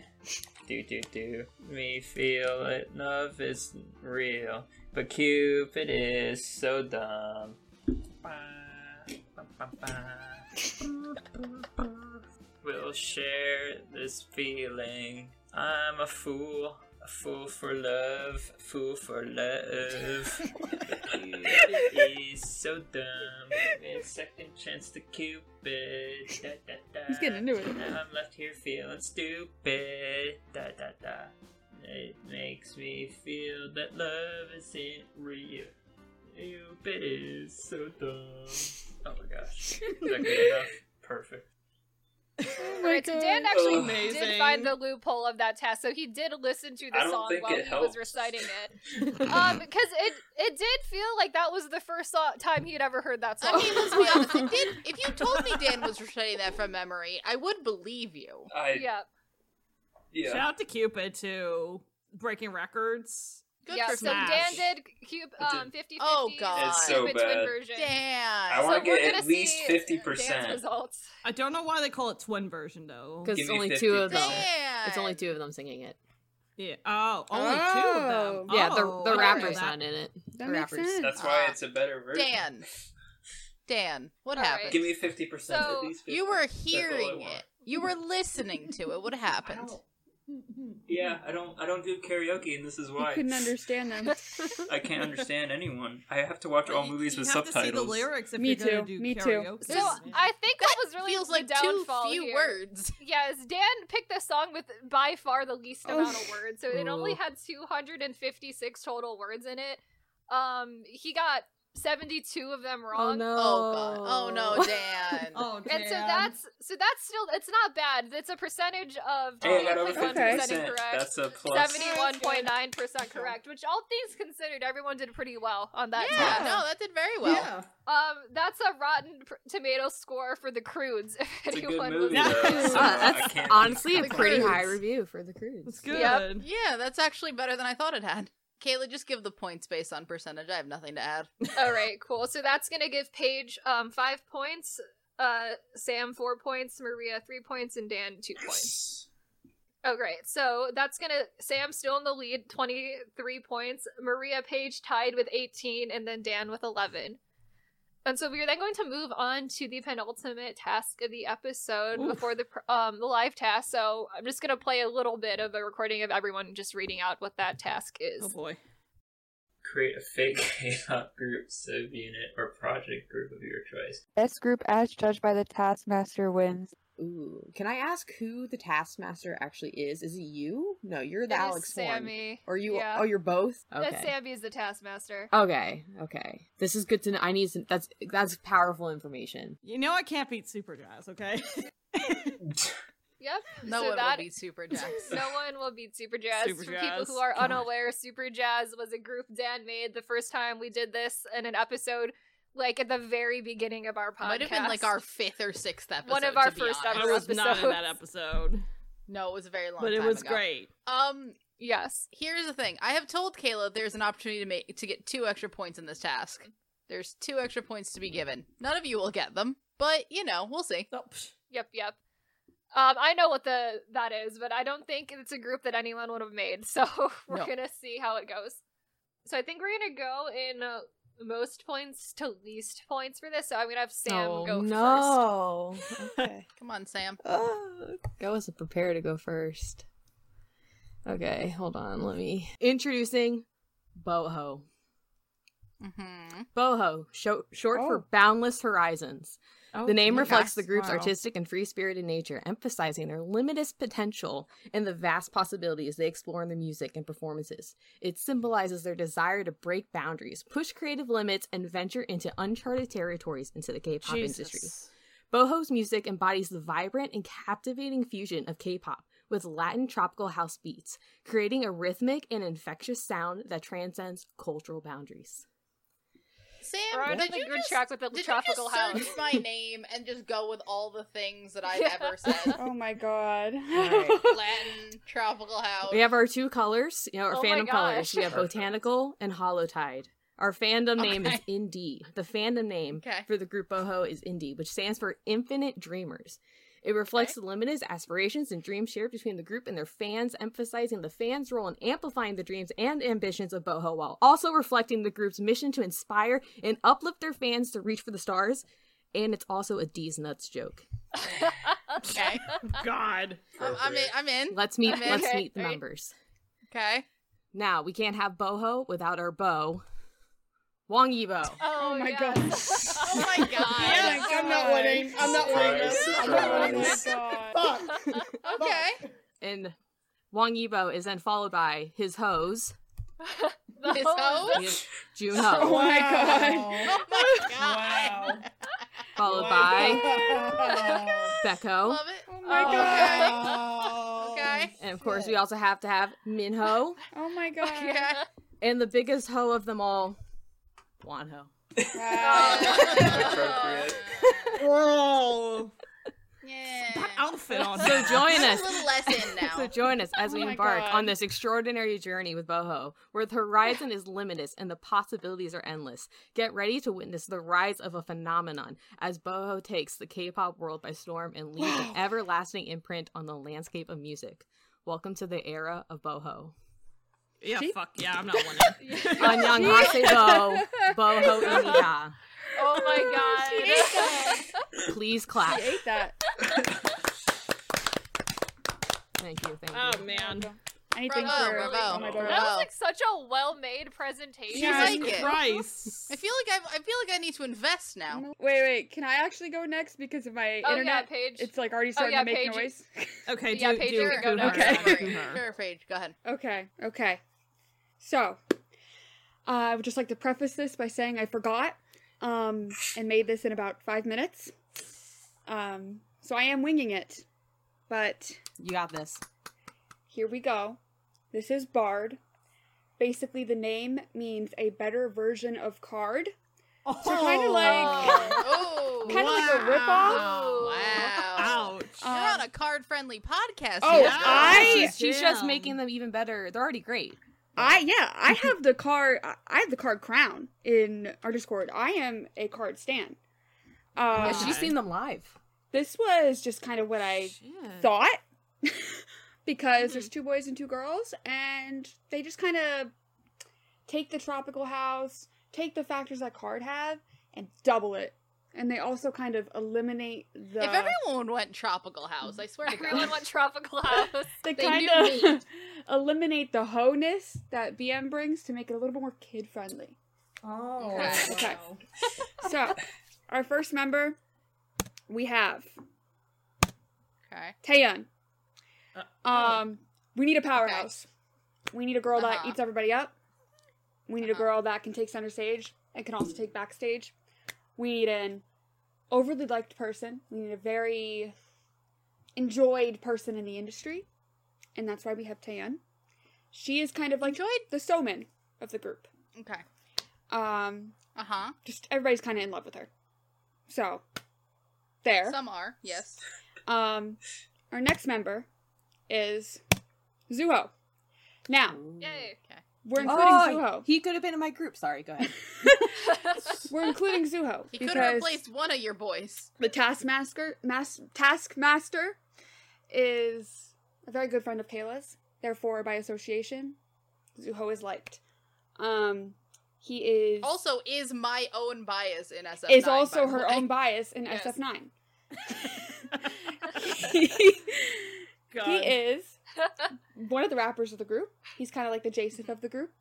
Speaker 4: Do do do. Me feel it. Love is real, but Cupid is so dumb. We'll share this feeling. I'm a fool. A fool for love. A fool for love. Cupid is so dumb. Give a second chance to Cupid. Da, da, da.
Speaker 6: He's getting into it.
Speaker 4: Now I'm left here feeling stupid. Da da da. It makes me feel that love isn't real. Stupid is so dumb. Oh my gosh. Is that good enough? Perfect.
Speaker 6: Oh my
Speaker 2: Right, so Dan
Speaker 6: God.
Speaker 2: actually
Speaker 3: Amazing.
Speaker 2: did find the loophole of that test, so he did listen to
Speaker 4: I
Speaker 2: the
Speaker 4: don't
Speaker 2: song
Speaker 4: think
Speaker 2: while
Speaker 4: it
Speaker 2: he was
Speaker 4: helps.
Speaker 2: reciting
Speaker 4: (laughs)
Speaker 2: it. um, because it it did feel like that was the first so- time he'd ever heard that song.
Speaker 1: I mean,
Speaker 4: (laughs)
Speaker 1: let's be honest. It did. If you told me Dan was reciting that from memory, I would believe you.
Speaker 4: I
Speaker 2: yeah,
Speaker 4: yeah.
Speaker 3: Shout out to Cupid too. Breaking records.
Speaker 1: Good
Speaker 2: yeah.
Speaker 1: for
Speaker 2: So
Speaker 3: Smash.
Speaker 2: Dan did cube
Speaker 4: I did.
Speaker 2: um 50
Speaker 1: Oh, God. It's
Speaker 4: so bad.
Speaker 2: version.
Speaker 1: Dan.
Speaker 4: I wanna
Speaker 2: so
Speaker 4: get
Speaker 2: we're
Speaker 4: at
Speaker 2: gonna
Speaker 4: least
Speaker 2: see
Speaker 4: 50%.
Speaker 2: Dan's results.
Speaker 3: I don't know why they call it twin version though.
Speaker 5: Because it's
Speaker 4: Give me
Speaker 5: only two of
Speaker 4: 50%.
Speaker 5: them.
Speaker 1: Dan.
Speaker 5: It's only two of them singing it.
Speaker 3: Yeah. Oh, only two of them.
Speaker 6: Oh.
Speaker 5: Yeah,
Speaker 3: Oh,
Speaker 5: the
Speaker 3: I
Speaker 5: the
Speaker 3: didn't know
Speaker 5: rappers
Speaker 3: that.
Speaker 5: not in it.
Speaker 6: That
Speaker 5: the
Speaker 6: makes
Speaker 5: rappers.
Speaker 6: sense.
Speaker 4: That's why it's a better version.
Speaker 1: Dan. Dan. What
Speaker 2: All right.
Speaker 1: happened?
Speaker 4: Give me fifty percent
Speaker 2: So,
Speaker 4: at least. 50.
Speaker 1: You were
Speaker 4: That's all I
Speaker 1: hearing
Speaker 4: want.
Speaker 1: it. You were listening to it. What
Speaker 4: I
Speaker 1: happened?
Speaker 4: don't- Yeah, I don't. I don't do karaoke, and this is
Speaker 6: You
Speaker 4: why.
Speaker 6: couldn't understand them.
Speaker 4: I can't understand anyone. I have to watch all
Speaker 3: You-
Speaker 4: movies
Speaker 3: you
Speaker 4: with
Speaker 3: have
Speaker 4: subtitles.
Speaker 3: To see the lyrics if
Speaker 6: Me
Speaker 3: you're gonna
Speaker 6: too,
Speaker 3: do
Speaker 6: me too.
Speaker 3: karaoke.
Speaker 2: So I think that, was really
Speaker 1: Feels
Speaker 2: the
Speaker 1: like too
Speaker 2: downfall
Speaker 1: few
Speaker 2: here.
Speaker 1: words.
Speaker 2: Yes, Dan picked the song with by far the least
Speaker 6: Oh.
Speaker 2: amount of words, so it only
Speaker 5: Ooh.
Speaker 2: had 256 total words in it. Um, he got 72 of them
Speaker 5: Oh
Speaker 2: wrong.
Speaker 5: no! (laughs)
Speaker 1: Oh god. Oh no, Dan.
Speaker 3: Oh,
Speaker 2: And And so that's so that's still it's not bad. It's a percentage of
Speaker 4: Hey, I got over
Speaker 2: 21%
Speaker 4: fifty percent.
Speaker 6: Okay.
Speaker 2: correct.
Speaker 4: That's a plus.
Speaker 2: Seventy-one point nine percent correct, which all things considered, everyone did pretty well on that.
Speaker 1: yeah,
Speaker 2: test.
Speaker 1: no, that did very well.
Speaker 7: Yeah.
Speaker 2: Um, that's a Rotten pr- Tomato score for The Croods. If
Speaker 4: It's a good
Speaker 2: anyone
Speaker 4: movie,
Speaker 2: was
Speaker 3: (laughs)
Speaker 4: though, so
Speaker 5: Ah,
Speaker 4: I
Speaker 5: that's
Speaker 4: can't- (laughs)
Speaker 5: (laughs) honestly a
Speaker 1: The
Speaker 5: pretty high
Speaker 1: Croods.
Speaker 5: review for the cruise.
Speaker 3: It's good.
Speaker 2: Yep.
Speaker 1: Yeah, that's actually better than I thought it had. Kayla, just give the points based on percentage. I have nothing to add.
Speaker 2: All right, cool. So that's gonna give Paige um five points, uh Sam four points, Maria three points, and Dan two points. Oh great. So that's gonna Sam still in the lead, twenty three points. Maria Paige tied with eighteen, and then Dan with eleven. And so we are then going to move on to the penultimate task of the episode
Speaker 3: Oof.
Speaker 2: before the pr- um the live task. So I'm just gonna play a little bit of a recording of everyone just reading out what that task is.
Speaker 3: Oh boy.
Speaker 4: Create a fake (laughs) K-pop group, subunit, or project group of your choice.
Speaker 8: Best group as judged by the taskmaster wins.
Speaker 12: Ooh, can I ask who the taskmaster actually is? Is it you? No, you're the
Speaker 2: It is
Speaker 12: Alex one.
Speaker 2: Sammy.
Speaker 12: Or you?
Speaker 2: Yeah.
Speaker 12: Oh, you're both.
Speaker 2: That's
Speaker 5: Okay.
Speaker 2: Sammy is the taskmaster.
Speaker 5: Okay. Okay. This is good to know. I need some. That's that's powerful information.
Speaker 3: You know I can't beat Super Jazz, okay?
Speaker 2: Yep.
Speaker 1: No
Speaker 2: so
Speaker 1: one
Speaker 2: that
Speaker 1: will beat Super (laughs)
Speaker 2: (laughs)
Speaker 1: Jacks.
Speaker 2: no one will beat Super Jazz.
Speaker 3: Super
Speaker 2: For people
Speaker 3: Jazz.
Speaker 2: who are
Speaker 3: God.
Speaker 2: unaware, Super Jazz was a group Dan made the first time we did this in an episode, like at the very beginning of our podcast.
Speaker 1: Might have been like our fifth or sixth episode.
Speaker 2: One of our
Speaker 1: to be
Speaker 2: first
Speaker 1: honest.
Speaker 3: I
Speaker 2: ever
Speaker 3: was not in that
Speaker 2: episodes.
Speaker 3: episode.
Speaker 1: No, it was a very long.
Speaker 3: But it
Speaker 1: time
Speaker 3: was
Speaker 1: ago.
Speaker 3: great.
Speaker 1: Um,
Speaker 2: yes.
Speaker 1: here's the thing. I have told Kayla there's an opportunity to make to get two extra points in this task. There's two extra points to be given. None of you will get them, but you know, we'll see.
Speaker 3: Oh, psh.
Speaker 2: Yep. Yep. Um, I know what the that is, but I don't think it's a group that anyone would have made. So (laughs) we're
Speaker 1: No.
Speaker 2: gonna see how it goes. So I think we're gonna go in uh, most points to least points for this. So I'm gonna have Sam
Speaker 5: oh,
Speaker 2: go first.
Speaker 5: no. (laughs) okay.
Speaker 1: Come on, Sam.
Speaker 5: Oh, I wasn't prepared to go first. Okay, hold on. Let me introducing Boho.
Speaker 1: Mm-hmm.
Speaker 5: Boho, sho- short for
Speaker 12: Oh.
Speaker 5: Boundless Horizons.
Speaker 3: Oh,
Speaker 5: the name
Speaker 12: my gosh.
Speaker 5: reflects the group's
Speaker 12: Wow.
Speaker 5: artistic and free spirited nature, emphasizing their limitless potential and the vast possibilities they explore in their music and performances. It symbolizes their desire to break boundaries, push creative limits, and venture into uncharted territories into the K pop industry.
Speaker 3: (laughs) Jesus.
Speaker 5: Boho's music embodies the vibrant and captivating fusion of K-pop with Latin tropical house beats, creating a rhythmic and infectious sound that transcends cultural boundaries.
Speaker 1: Sam,
Speaker 2: We're on
Speaker 1: did
Speaker 2: the
Speaker 1: you
Speaker 2: good
Speaker 1: just,
Speaker 2: track with the
Speaker 1: did
Speaker 2: tropical
Speaker 1: you just
Speaker 2: house.
Speaker 1: search my name and just go with all the things that I've
Speaker 2: Yeah.
Speaker 1: ever said?
Speaker 6: (laughs) Oh my god. (laughs)
Speaker 1: Latin, tropical house.
Speaker 5: We have our two colors, you know, our
Speaker 2: Oh my
Speaker 5: fandom colors. We
Speaker 2: gosh.
Speaker 5: have botanical and holotide. Our fandom name is
Speaker 1: Okay.
Speaker 5: Indie. The fandom name
Speaker 1: Okay.
Speaker 5: for the group Boho is Indie, which stands for Infinite Dreamers. It reflects the limited aspirations and dreams shared between the group and their fans, emphasizing the fans' role in amplifying the dreams and ambitions of Boho while also reflecting the group's mission to inspire and uplift their fans to reach for the stars. And it's also a D's nuts joke.
Speaker 1: (laughs) Okay.
Speaker 7: God.
Speaker 1: I'm, I'm in. I'm in.
Speaker 5: Let's meet
Speaker 1: Okay.
Speaker 5: let's meet the
Speaker 2: Alright.
Speaker 5: numbers.
Speaker 1: Okay.
Speaker 5: Now we can't have boho without our bow, Wong Yibo.
Speaker 2: Oh,
Speaker 6: my
Speaker 2: yes. (laughs)
Speaker 6: gosh.
Speaker 1: Oh (laughs) my god.
Speaker 7: Yes, I'm not winning. I'm not winning
Speaker 3: (laughs)
Speaker 7: this. I'm not
Speaker 6: Oh,
Speaker 7: winning this. Fuck.
Speaker 1: Okay.
Speaker 6: (laughs)
Speaker 5: and Wong Yibo is then followed by his hose,
Speaker 2: The
Speaker 1: His
Speaker 2: hose.
Speaker 1: hose?
Speaker 2: (laughs)
Speaker 5: Jun
Speaker 6: Oh
Speaker 5: Ho,
Speaker 6: my god.
Speaker 1: Oh my
Speaker 3: (laughs)
Speaker 1: god.
Speaker 7: Wow.
Speaker 5: followed by
Speaker 7: Wow.
Speaker 5: Beko,
Speaker 1: Love it.
Speaker 6: Oh my
Speaker 2: Oh,
Speaker 6: god.
Speaker 7: Wow.
Speaker 1: Okay.
Speaker 5: and of course we also have to have Minho,
Speaker 6: Oh my god.
Speaker 2: (laughs)
Speaker 1: Okay.
Speaker 5: and the biggest hoe of them all, Wanho.
Speaker 1: (laughs)
Speaker 4: Appropriate.
Speaker 7: Whoa.
Speaker 1: Yeah.
Speaker 7: That outfit on
Speaker 5: So
Speaker 7: her.
Speaker 5: join
Speaker 1: That's a
Speaker 5: us.
Speaker 1: little less
Speaker 6: (laughs)
Speaker 1: in
Speaker 5: So
Speaker 1: now.
Speaker 5: join us as we
Speaker 6: Oh my
Speaker 5: embark
Speaker 6: God.
Speaker 5: on this extraordinary journey with Boho, where the horizon is limitless and the possibilities are endless. Get ready to witness the rise of a phenomenon as Boho takes the K-pop world by storm and leaves an everlasting imprint on the landscape of music. Welcome to the era of Boho.
Speaker 3: Yeah,
Speaker 12: She-
Speaker 3: fuck yeah, I'm not (laughs) winning.
Speaker 5: Annyeong haseo, Boho inida.
Speaker 2: Oh (laughs) my god.
Speaker 5: Please clap.
Speaker 6: She ate that.
Speaker 5: Thank you. Thank you.
Speaker 3: Oh man.
Speaker 6: Anything
Speaker 1: Bravo,
Speaker 6: for
Speaker 1: bravo.
Speaker 6: Oh
Speaker 2: (laughs)
Speaker 6: my
Speaker 2: That
Speaker 6: god.
Speaker 1: Wow.
Speaker 2: was like such a well-made presentation.
Speaker 6: Yeah,
Speaker 1: I
Speaker 3: Jesus
Speaker 1: like it.
Speaker 3: Christ.
Speaker 1: I feel like I, I feel like I need to invest now.
Speaker 6: Wait, wait. Can I actually go next because of my
Speaker 2: oh yeah,
Speaker 6: internet?
Speaker 2: Paige. (laughs)
Speaker 6: It's like already starting
Speaker 2: yeah,
Speaker 6: to make
Speaker 2: Paige, you-
Speaker 6: noise.
Speaker 3: Okay, do,
Speaker 2: Yeah,
Speaker 3: do,
Speaker 2: Paige,
Speaker 3: do
Speaker 2: you're
Speaker 3: her.
Speaker 2: go
Speaker 3: do
Speaker 6: Okay.
Speaker 3: her.
Speaker 1: Sorry.
Speaker 6: (laughs)
Speaker 1: Sure, Paige. Go ahead.
Speaker 6: Okay, okay. So, uh, I would just like to preface this by saying I forgot um, and made this in about five minutes. Um, so I am winging it, but
Speaker 12: You got this.
Speaker 6: here we go. This is Bard. Basically, the name means a better version of card. So kind of like,
Speaker 1: oh,
Speaker 6: kind of like a ripoff.
Speaker 1: wow.
Speaker 3: Ouch.
Speaker 1: You're on a card friendly podcast.
Speaker 6: Oh,
Speaker 1: here.
Speaker 6: I,
Speaker 5: she's, she's just
Speaker 3: Damn.
Speaker 5: making them even better. They're already great.
Speaker 6: I, yeah, I have the card. I- I have the card crown in our Discord. I am a card stan. Uh,
Speaker 5: Yeah, she's seen them live.
Speaker 6: this was just kind of what I
Speaker 5: Shit.
Speaker 6: thought (laughs) because there's two boys and two girls and they just kind of take the tropical house take the factors that card have and double it and they also kind of eliminate the
Speaker 1: If everyone went tropical house, I swear to
Speaker 2: Everyone
Speaker 1: God.
Speaker 2: went (laughs) tropical house.
Speaker 6: they,
Speaker 1: they
Speaker 6: kind
Speaker 1: knew
Speaker 6: of (laughs) eliminate the ho-ness that bm brings to make it a little bit more kid friendly
Speaker 7: Oh.
Speaker 1: Okay.
Speaker 6: Okay. so our first member we have
Speaker 1: okay.
Speaker 6: Taeyun.
Speaker 7: Uh,
Speaker 6: um, we need a powerhouse. We need a girl that
Speaker 1: oh. Uh-huh.
Speaker 6: eats everybody up. We need
Speaker 1: Uh-huh.
Speaker 6: a girl that can take center stage and can also take backstage. We need an overly liked person. We need a very enjoyed person in the industry, and that's why we have Taeyun. She is kind of like
Speaker 1: Enjoyed?
Speaker 6: the showman of the group.
Speaker 1: Okay.
Speaker 6: Um,
Speaker 1: Uh huh.
Speaker 6: just everybody's kind of in love with her. So, there.
Speaker 1: Some are. Yes.
Speaker 6: Um, our next member is Zuho. Now
Speaker 2: Yay.
Speaker 6: we're including
Speaker 12: Oh,
Speaker 6: Zuho.
Speaker 12: he could have been in my group. Sorry, go ahead.
Speaker 6: We're including Zuho
Speaker 1: (laughs) He could have
Speaker 6: because
Speaker 1: replaced one of your boys.
Speaker 6: the Taskmaster, mas- Taskmaster, is a very good friend of Kayla's. Therefore, by association, Zuho is liked. Um, he is
Speaker 1: Also, is my own bias in SF.
Speaker 6: is also her own bias in
Speaker 1: Yes.
Speaker 6: SF9.
Speaker 7: God.
Speaker 6: He is one of the rappers of the group. He's kind of like the Jason of the group.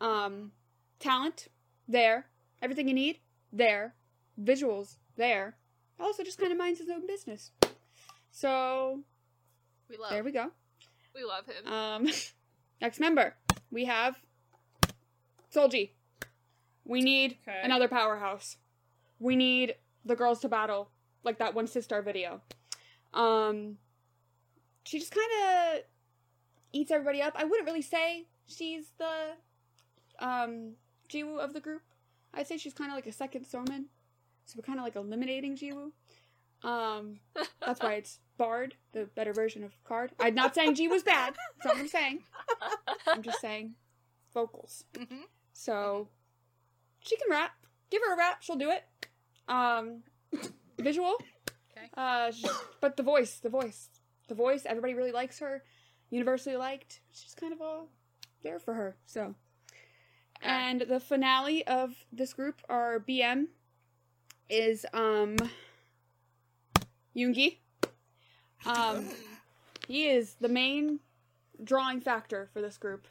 Speaker 6: Um, talent there, everything you need there, visuals there. Also, just kind of minds his own business. So
Speaker 1: We love.
Speaker 6: there we go.
Speaker 2: We love him.
Speaker 6: Um, (laughs) next member we have Solji. We need
Speaker 7: Okay.
Speaker 6: another powerhouse. We need the girls to battle, like that one sister video. Um, she just kind of eats everybody up. I wouldn't really say she's the um Jiwoo of the group. I'd say she's kind of like a second Soman, so we're kind of like eliminating Jiwoo. Um, that's why it's Bard, the better version of Card. I'm not saying G was bad. That's not what I'm saying. I'm just saying vocals.
Speaker 1: Mhm.
Speaker 6: So she can rap. Give her a rap. She'll do it. Um, visual.
Speaker 1: Okay.
Speaker 6: Uh, sh- but the voice, the voice, the voice. Everybody really likes her. Universally liked. She's kind of all there for her. So.
Speaker 1: Okay.
Speaker 6: And the finale of this group, our BM, is um Yoongi. Um, he is the main drawing factor for this group.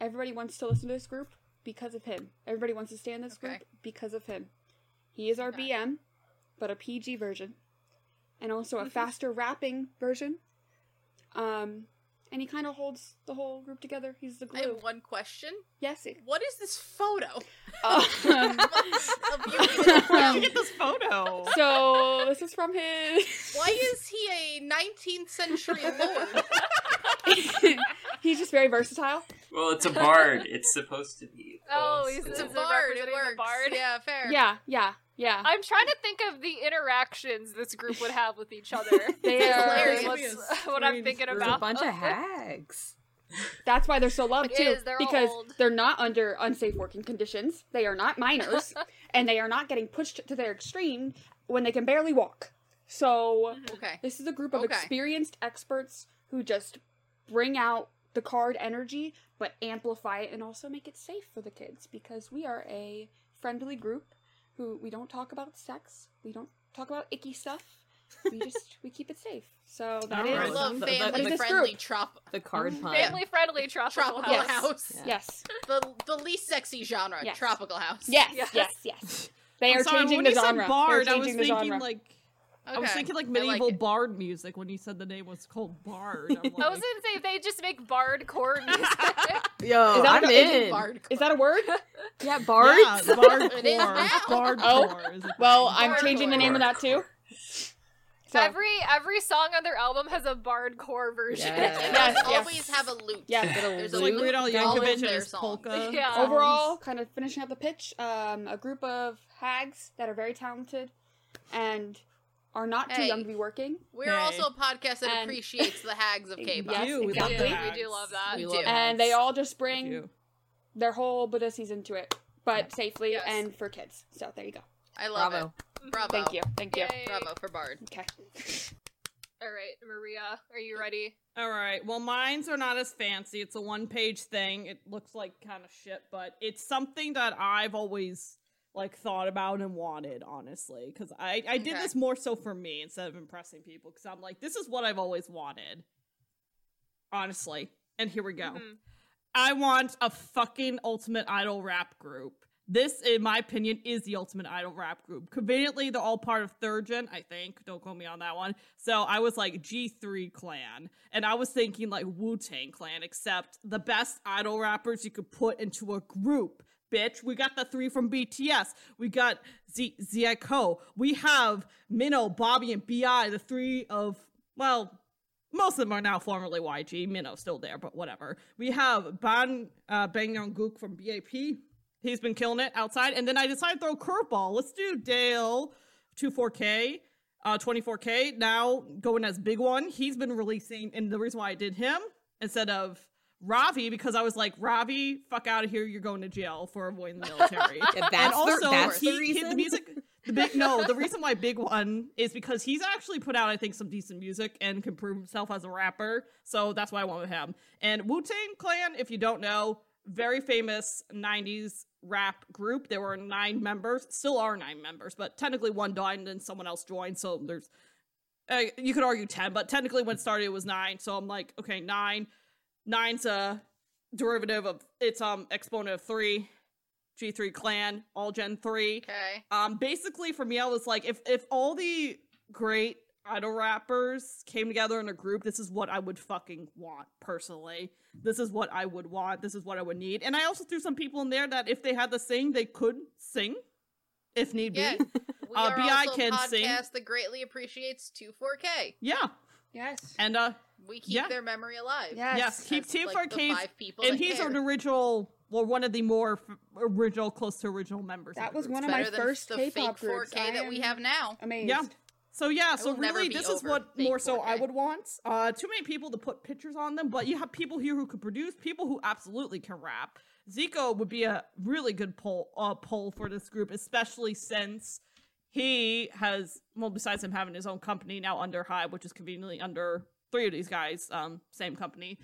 Speaker 6: Everybody wants to listen to this group because of him. Everybody wants to stay in this
Speaker 1: Okay.
Speaker 6: group because of him. He is our
Speaker 1: Okay.
Speaker 6: BM, but a PG version, and also a faster rapping version. Um, and he kind of holds the whole group together. He's the
Speaker 1: I have
Speaker 6: glue.
Speaker 1: one question.
Speaker 6: Yes.
Speaker 1: (laughs)
Speaker 6: it-
Speaker 1: What is this photo? (laughs)
Speaker 6: (laughs) Um,
Speaker 1: Of you in the
Speaker 7: Where'd you
Speaker 6: (laughs)
Speaker 1: crowd?
Speaker 7: get this photo?
Speaker 6: so this is from his.
Speaker 1: Why is he a 19th century lord?
Speaker 6: (laughs) He's just very versatile.
Speaker 4: Well, it's a bard. it's supposed to
Speaker 3: (laughs)
Speaker 4: be.
Speaker 2: Oh,
Speaker 4: It's-
Speaker 2: he's
Speaker 1: It's
Speaker 4: it's
Speaker 1: a
Speaker 2: Is it
Speaker 1: bard. It
Speaker 2: representing the
Speaker 1: works.
Speaker 2: bard?
Speaker 1: Yeah, fair.
Speaker 6: Yeah, yeah, yeah.
Speaker 2: I'm trying to think of the interactions this group would have with each (laughs) other.
Speaker 6: They
Speaker 2: That's
Speaker 6: are.
Speaker 1: hilarious.
Speaker 2: what's- (laughs) what I'm thinking
Speaker 5: There's
Speaker 2: about. Oh,
Speaker 5: a bunch of hags.
Speaker 6: That's why they're so loved
Speaker 2: It
Speaker 6: too,
Speaker 2: is, they're all
Speaker 6: because
Speaker 2: old.
Speaker 6: they're not under unsafe working conditions. They are
Speaker 2: (laughs)
Speaker 6: not minors, and they are not getting pushed to their extreme when they can barely walk. So
Speaker 1: Okay.
Speaker 6: this is a group of
Speaker 1: Okay.
Speaker 6: experienced experts who just bring out the card energy, but amplify it and also make it safe for the kids because we are a friendly group who we don't talk about sex, we don't talk about icky stuff.
Speaker 1: (laughs)
Speaker 6: We just we keep it safe. So that
Speaker 3: All
Speaker 1: I
Speaker 3: right.
Speaker 6: is
Speaker 1: love
Speaker 5: The- the- the-
Speaker 1: family
Speaker 6: the
Speaker 1: friendly
Speaker 6: group.
Speaker 1: trop-
Speaker 5: The
Speaker 1: Mm-hmm.
Speaker 5: card pun.
Speaker 2: Family friendly tropical
Speaker 1: tropical
Speaker 2: house.
Speaker 1: house.
Speaker 5: Yeah.
Speaker 1: (laughs)
Speaker 6: yes,
Speaker 1: The the least sexy genre,
Speaker 6: Yes.
Speaker 1: tropical house.
Speaker 6: yes, yes,
Speaker 2: Yes.
Speaker 6: yes. They
Speaker 3: I'm
Speaker 6: are
Speaker 3: sorry,
Speaker 6: changing
Speaker 3: when
Speaker 6: the
Speaker 3: you
Speaker 6: genre.
Speaker 3: said bard,
Speaker 6: They're
Speaker 3: I was
Speaker 6: changing the
Speaker 3: thinking
Speaker 6: genre.
Speaker 3: like
Speaker 1: Okay.
Speaker 3: I was thinking like
Speaker 1: I like
Speaker 3: medieval
Speaker 1: it.
Speaker 3: bard music when you said the name was called bard. I'm
Speaker 2: I was
Speaker 3: like,
Speaker 2: gonna say they just make bard (laughs) core music.
Speaker 5: Yo,
Speaker 6: Is that
Speaker 5: I'm
Speaker 6: what- is it
Speaker 5: in.
Speaker 1: Bard.
Speaker 6: is that a
Speaker 3: (laughs)
Speaker 6: word?
Speaker 5: Yeah,
Speaker 2: (laughs)
Speaker 3: yeah,
Speaker 5: bards.
Speaker 3: bardcore.
Speaker 1: It is now.
Speaker 3: Bardcore
Speaker 6: Oh.
Speaker 3: is a
Speaker 6: Well,
Speaker 3: thing.
Speaker 6: I'm changing the name of that too.
Speaker 8: So
Speaker 2: Every every song on their album has a bard core version. (laughs)
Speaker 1: They
Speaker 8: Yes, yes.
Speaker 1: always have a loop.
Speaker 8: Yes.
Speaker 1: There's a
Speaker 3: Like
Speaker 1: loop
Speaker 3: Weird Al
Speaker 1: to all of
Speaker 3: Yankovic and
Speaker 1: their
Speaker 3: his
Speaker 1: songs.
Speaker 3: polka.
Speaker 2: (laughs) Yeah.
Speaker 6: Overall, Um, kind of finishing up the pitch, um, a group of hags that are very talented and are not too
Speaker 1: Hey.
Speaker 6: young to be working.
Speaker 1: We're also a podcast that
Speaker 6: And-
Speaker 1: appreciates the hags of K-pop.
Speaker 6: Yes,
Speaker 3: You, we love
Speaker 6: exactly.
Speaker 3: that.
Speaker 2: We do love that.
Speaker 1: We
Speaker 5: We
Speaker 1: do.
Speaker 5: love
Speaker 6: And they all just
Speaker 3: Thank
Speaker 6: bring
Speaker 3: you.
Speaker 6: their whole Buddhises into it, but safely
Speaker 2: Yes.
Speaker 6: and for kids. So there you go.
Speaker 1: I love
Speaker 5: Bravo.
Speaker 1: it. Bravo.
Speaker 6: Thank you. Thank you.
Speaker 2: Yay.
Speaker 1: Bravo for Bard.
Speaker 6: Okay.
Speaker 2: All right, Maria, are you ready?
Speaker 3: All right. Well, mine's are not as fancy. It's a one-page thing. It looks like kind of shit, but it's something that I've always like thought about and wanted, honestly, because I I did
Speaker 1: Okay.
Speaker 3: this more so for me instead of impressing people, because I'm like, this is what I've always wanted, honestly. And here we go.
Speaker 2: Mhm.
Speaker 3: I want a fucking ultimate idol rap group. This, in my opinion, is the ultimate idol rap group. Conveniently, they're all part of Third Gen, I think. Don't quote me on that one. So I was like G3 Clan, and I was thinking like Wu Tang Clan, except the best idol rappers you could put into a group. Bitch, we got the three from BTS. We got Z Zico. We have Minnow, Bobby, and Bi. The three of well, most of them are now formerly YG. Minnow's still there, but whatever. We have Ban uh, Bang Gook from BAP. He's been killing it outside. And then I decided to throw curveball. Let's do Dale 24K, uh, 24K. Now going as big one. He's been releasing, and the reason why I did him instead of Ravi because I was like, Ravi, fuck out of here. You're going to jail for avoiding the military.
Speaker 1: (laughs)
Speaker 12: Yeah,
Speaker 3: and
Speaker 12: that's
Speaker 3: also
Speaker 12: the, that's
Speaker 3: he-
Speaker 12: the
Speaker 3: he-
Speaker 12: reason.
Speaker 3: the music the big no the reason why big one is because he's actually put out i think some decent music and can prove himself as a rapper so that's why i went with him and wu-tang clan if you don't know very famous 90s rap group there were nine members still are nine members but technically one died and then someone else joined so there's uh, you could argue 10 but technically when it started it was nine so i'm like okay nine nine's a derivative of it's um exponent of three g3 clan all gen three
Speaker 1: Okay.
Speaker 3: um, basically for me, I was like, if if all the great idol rappers came together in a group, this is what I would fucking want personally. This is what I would want. This is what I would need. And I also threw some people in there that if they had to sing, they could sing, if need
Speaker 1: Yeah.
Speaker 3: be.
Speaker 1: We
Speaker 3: (laughs) Uh,
Speaker 1: are
Speaker 3: B.I.
Speaker 1: also a
Speaker 3: can
Speaker 1: podcast
Speaker 3: sing.
Speaker 1: that greatly appreciates 2-4K.
Speaker 3: Yeah,
Speaker 6: Yes.
Speaker 3: and uh,
Speaker 1: We keep
Speaker 3: Yeah.
Speaker 1: their memory alive.
Speaker 6: Yes.
Speaker 3: yes, keep
Speaker 1: As,
Speaker 3: T
Speaker 1: like, the
Speaker 3: 4K,
Speaker 1: five people
Speaker 3: and
Speaker 1: that
Speaker 3: he's
Speaker 1: cared.
Speaker 3: an original, well, one of the more f- original, close to original members. of
Speaker 6: That
Speaker 3: the
Speaker 6: was
Speaker 3: group,
Speaker 6: one
Speaker 3: so-
Speaker 6: of my
Speaker 1: Better than
Speaker 6: first
Speaker 1: the
Speaker 6: K-pop
Speaker 1: fake 4K
Speaker 6: groups. I
Speaker 1: that we
Speaker 6: am
Speaker 1: have now.
Speaker 6: Amazed.
Speaker 3: Yeah. So yeah,
Speaker 1: I
Speaker 3: so
Speaker 1: will never
Speaker 3: really
Speaker 1: be
Speaker 3: this is
Speaker 1: over
Speaker 3: what
Speaker 1: being
Speaker 3: more so I
Speaker 1: 4K.
Speaker 3: would want. Uh too many people to put pictures on them, but you have people here who could produce, people who absolutely can rap. Zico would be a really good poll uh poll for this group, especially since he has well, besides him having his own company now under Hive, which is conveniently under three of these guys, um, same company.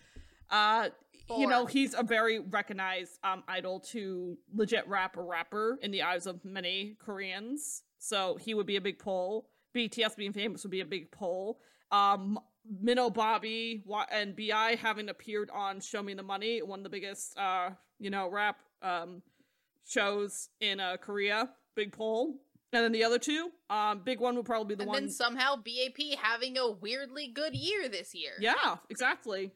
Speaker 3: Uh you know,
Speaker 1: Four.
Speaker 3: he's a very recognized um, idol to legit rapper rapper in the eyes of many Koreans. So he would be a big pull. BTS being famous would be a big pull. Um, Minnow Bobby Wa- and Bi having appeared on Show Me the Money, one of the biggest uh, you know rap um, shows in uh, Korea, big pull. And then the other two, um, big one would probably be the
Speaker 1: and
Speaker 3: one.
Speaker 1: then somehow BAP having a weirdly good year this year.
Speaker 3: yeah, exactly.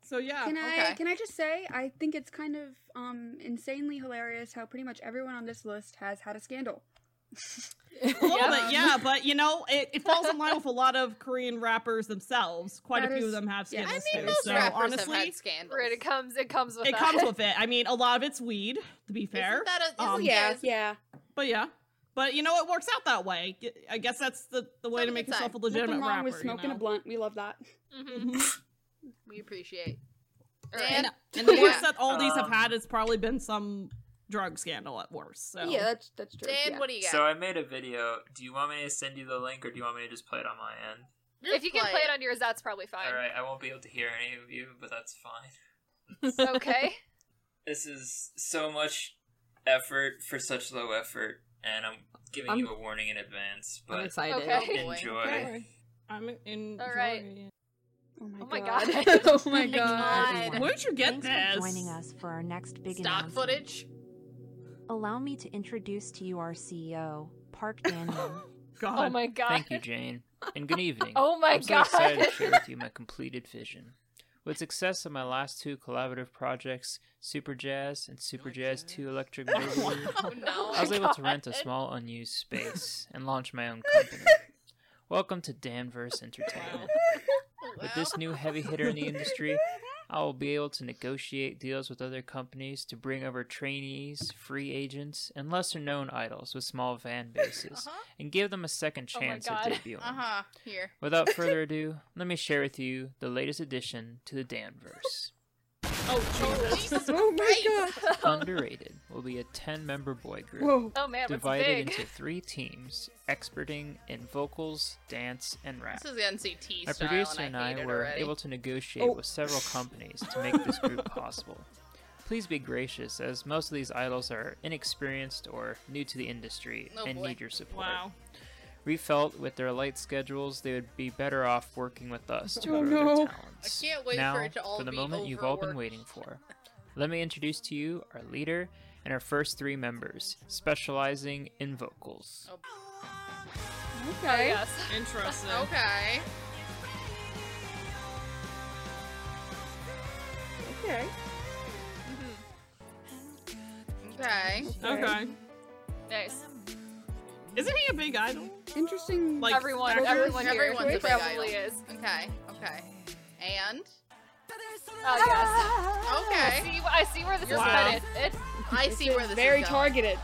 Speaker 3: So yeah,
Speaker 6: Can I
Speaker 1: okay.
Speaker 6: can I just say I think it's kind of um insanely hilarious how pretty much everyone on this list has had a scandal.
Speaker 3: A little
Speaker 2: Yeah.
Speaker 3: bit, yeah, but you know, it, it falls in line with a lot of Korean rappers themselves. Quite
Speaker 6: That
Speaker 3: a few
Speaker 6: is-
Speaker 3: of them have
Speaker 6: yeah. I
Speaker 3: scandals
Speaker 1: I mean,
Speaker 3: too.
Speaker 1: most
Speaker 3: so
Speaker 1: rappers
Speaker 3: honestly,
Speaker 1: have had scandals.
Speaker 2: Right, it comes it comes with
Speaker 3: it
Speaker 2: that.
Speaker 3: comes with it. I mean, a lot of it's weed, to be fair.
Speaker 1: Isn't that a, isn't
Speaker 3: Um,
Speaker 1: Oh, yeah,
Speaker 6: yeah.
Speaker 3: but yeah, but you know, it works out that way. G- I guess that's the, the way to
Speaker 1: Something
Speaker 3: make
Speaker 1: inside.
Speaker 3: yourself a legitimate
Speaker 6: Nothing wrong
Speaker 3: rapper.
Speaker 6: with smoking
Speaker 3: you know?
Speaker 6: a blunt. We love that.
Speaker 2: Mhm.
Speaker 1: we appreciate.
Speaker 2: All right.
Speaker 1: And
Speaker 3: And the
Speaker 1: Yeah.
Speaker 3: worst that all these have
Speaker 4: Um,
Speaker 3: had is probably been some drug scandal at worst. So
Speaker 6: Yeah, that's that's true.
Speaker 1: Dan,
Speaker 6: yeah.
Speaker 1: what do you got?
Speaker 4: So I made a video. Do you want me to send you the link, or do you want me to just play it on my end?
Speaker 1: Just
Speaker 2: (laughs) if you can play it on yours, that's probably fine.
Speaker 4: All right, I won't be able to hear any of you, but that's fine.
Speaker 2: Okay.
Speaker 4: This is so much effort for such low effort, and I'm giving you
Speaker 5: I'm-
Speaker 4: a warning in advance.
Speaker 5: I'm
Speaker 4: But
Speaker 5: excited.
Speaker 2: Okay.
Speaker 1: Oh, boy.
Speaker 4: enjoy.
Speaker 3: Okay. I'm in.
Speaker 2: All right.
Speaker 6: Oh
Speaker 2: Oh
Speaker 6: my
Speaker 2: my
Speaker 6: god.
Speaker 2: God.
Speaker 3: (laughs)
Speaker 6: oh my
Speaker 1: Thank
Speaker 6: god.
Speaker 1: God.
Speaker 3: Where'd you get
Speaker 13: Thanks
Speaker 3: this?
Speaker 13: for joining us for our next big
Speaker 1: Stock
Speaker 13: announcement.
Speaker 1: footage.
Speaker 13: Allow me to introduce to you our CEO, Park Daniel.
Speaker 3: God.
Speaker 2: (laughs) Oh my
Speaker 14: (laughs)
Speaker 2: god.
Speaker 14: Thank you, Jane, and good evening.
Speaker 2: (laughs) Oh my
Speaker 14: I'm so
Speaker 2: God.
Speaker 14: excited to share with you my completed vision. With success of my last two collaborative projects, Super Jazz and
Speaker 2: Oh
Speaker 14: Super Jazz 2 Electric
Speaker 2: (laughs)
Speaker 14: Boogaloo,
Speaker 1: Oh no.
Speaker 14: I was able to rent a
Speaker 2: God. (laughs)
Speaker 14: small unused space and launch my own company.
Speaker 4: Welcome to Danvers Entertainment. With this new heavy hitter in the industry,
Speaker 1: (laughs)
Speaker 4: I will be able to negotiate deals with other companies to bring over trainees, free agents, and lesser known idols with small fan bases and give them a second
Speaker 1: Uh-huh. Oh my
Speaker 4: chance at
Speaker 1: god.
Speaker 4: debuting.
Speaker 1: Uh huh. Here. (laughs)
Speaker 4: Without further ado, let me share with you the latest addition to
Speaker 1: (laughs)
Speaker 4: the Danvers.
Speaker 1: Oh my
Speaker 4: Underrated will be a 10 member boy group
Speaker 2: Whoa. Oh, man, that's
Speaker 4: divided
Speaker 2: big.
Speaker 4: into three teams, experting in vocals, dance, and rap.
Speaker 1: This is NCT
Speaker 4: My
Speaker 1: style,
Speaker 4: producer
Speaker 1: and
Speaker 4: and
Speaker 1: I hate
Speaker 4: I
Speaker 1: it
Speaker 4: were
Speaker 1: already.
Speaker 4: able to negotiate
Speaker 1: Oh. (laughs)
Speaker 4: with several companies to make this group possible. Please be gracious, as most of these idols are inexperienced or new to the industry
Speaker 15: Oh,
Speaker 4: and
Speaker 15: boy.
Speaker 4: need your support.
Speaker 15: Wow.
Speaker 4: We felt with their light schedules, they would be better off working with us to
Speaker 1: Oh,
Speaker 4: grow
Speaker 1: no.
Speaker 4: their
Speaker 1: I
Speaker 4: talents.
Speaker 1: can't wait for
Speaker 4: now,
Speaker 1: it to all
Speaker 4: for the
Speaker 1: be
Speaker 4: moment you've all been waiting for. Let me introduce to you our leader and our first three members, specializing in vocals.
Speaker 1: Oh.
Speaker 16: Okay.
Speaker 2: yes.
Speaker 3: Interesting.
Speaker 1: okay.
Speaker 16: Okay.
Speaker 1: Okay.
Speaker 3: Okay.
Speaker 2: (laughs) Nice.
Speaker 3: Isn't he a big idol?
Speaker 16: Interesting.
Speaker 3: Like
Speaker 2: everyone, everyone, here
Speaker 1: Everyone's a big
Speaker 2: probably
Speaker 1: idol.
Speaker 2: is.
Speaker 1: Okay. Okay. And.
Speaker 2: Oh
Speaker 1: (laughs)
Speaker 8: Ah,
Speaker 2: yes.
Speaker 1: Okay.
Speaker 2: I see, I see where this
Speaker 1: You're
Speaker 2: is
Speaker 1: welcome.
Speaker 2: headed. It,
Speaker 1: I see where this
Speaker 6: very
Speaker 1: is going.
Speaker 6: targeted.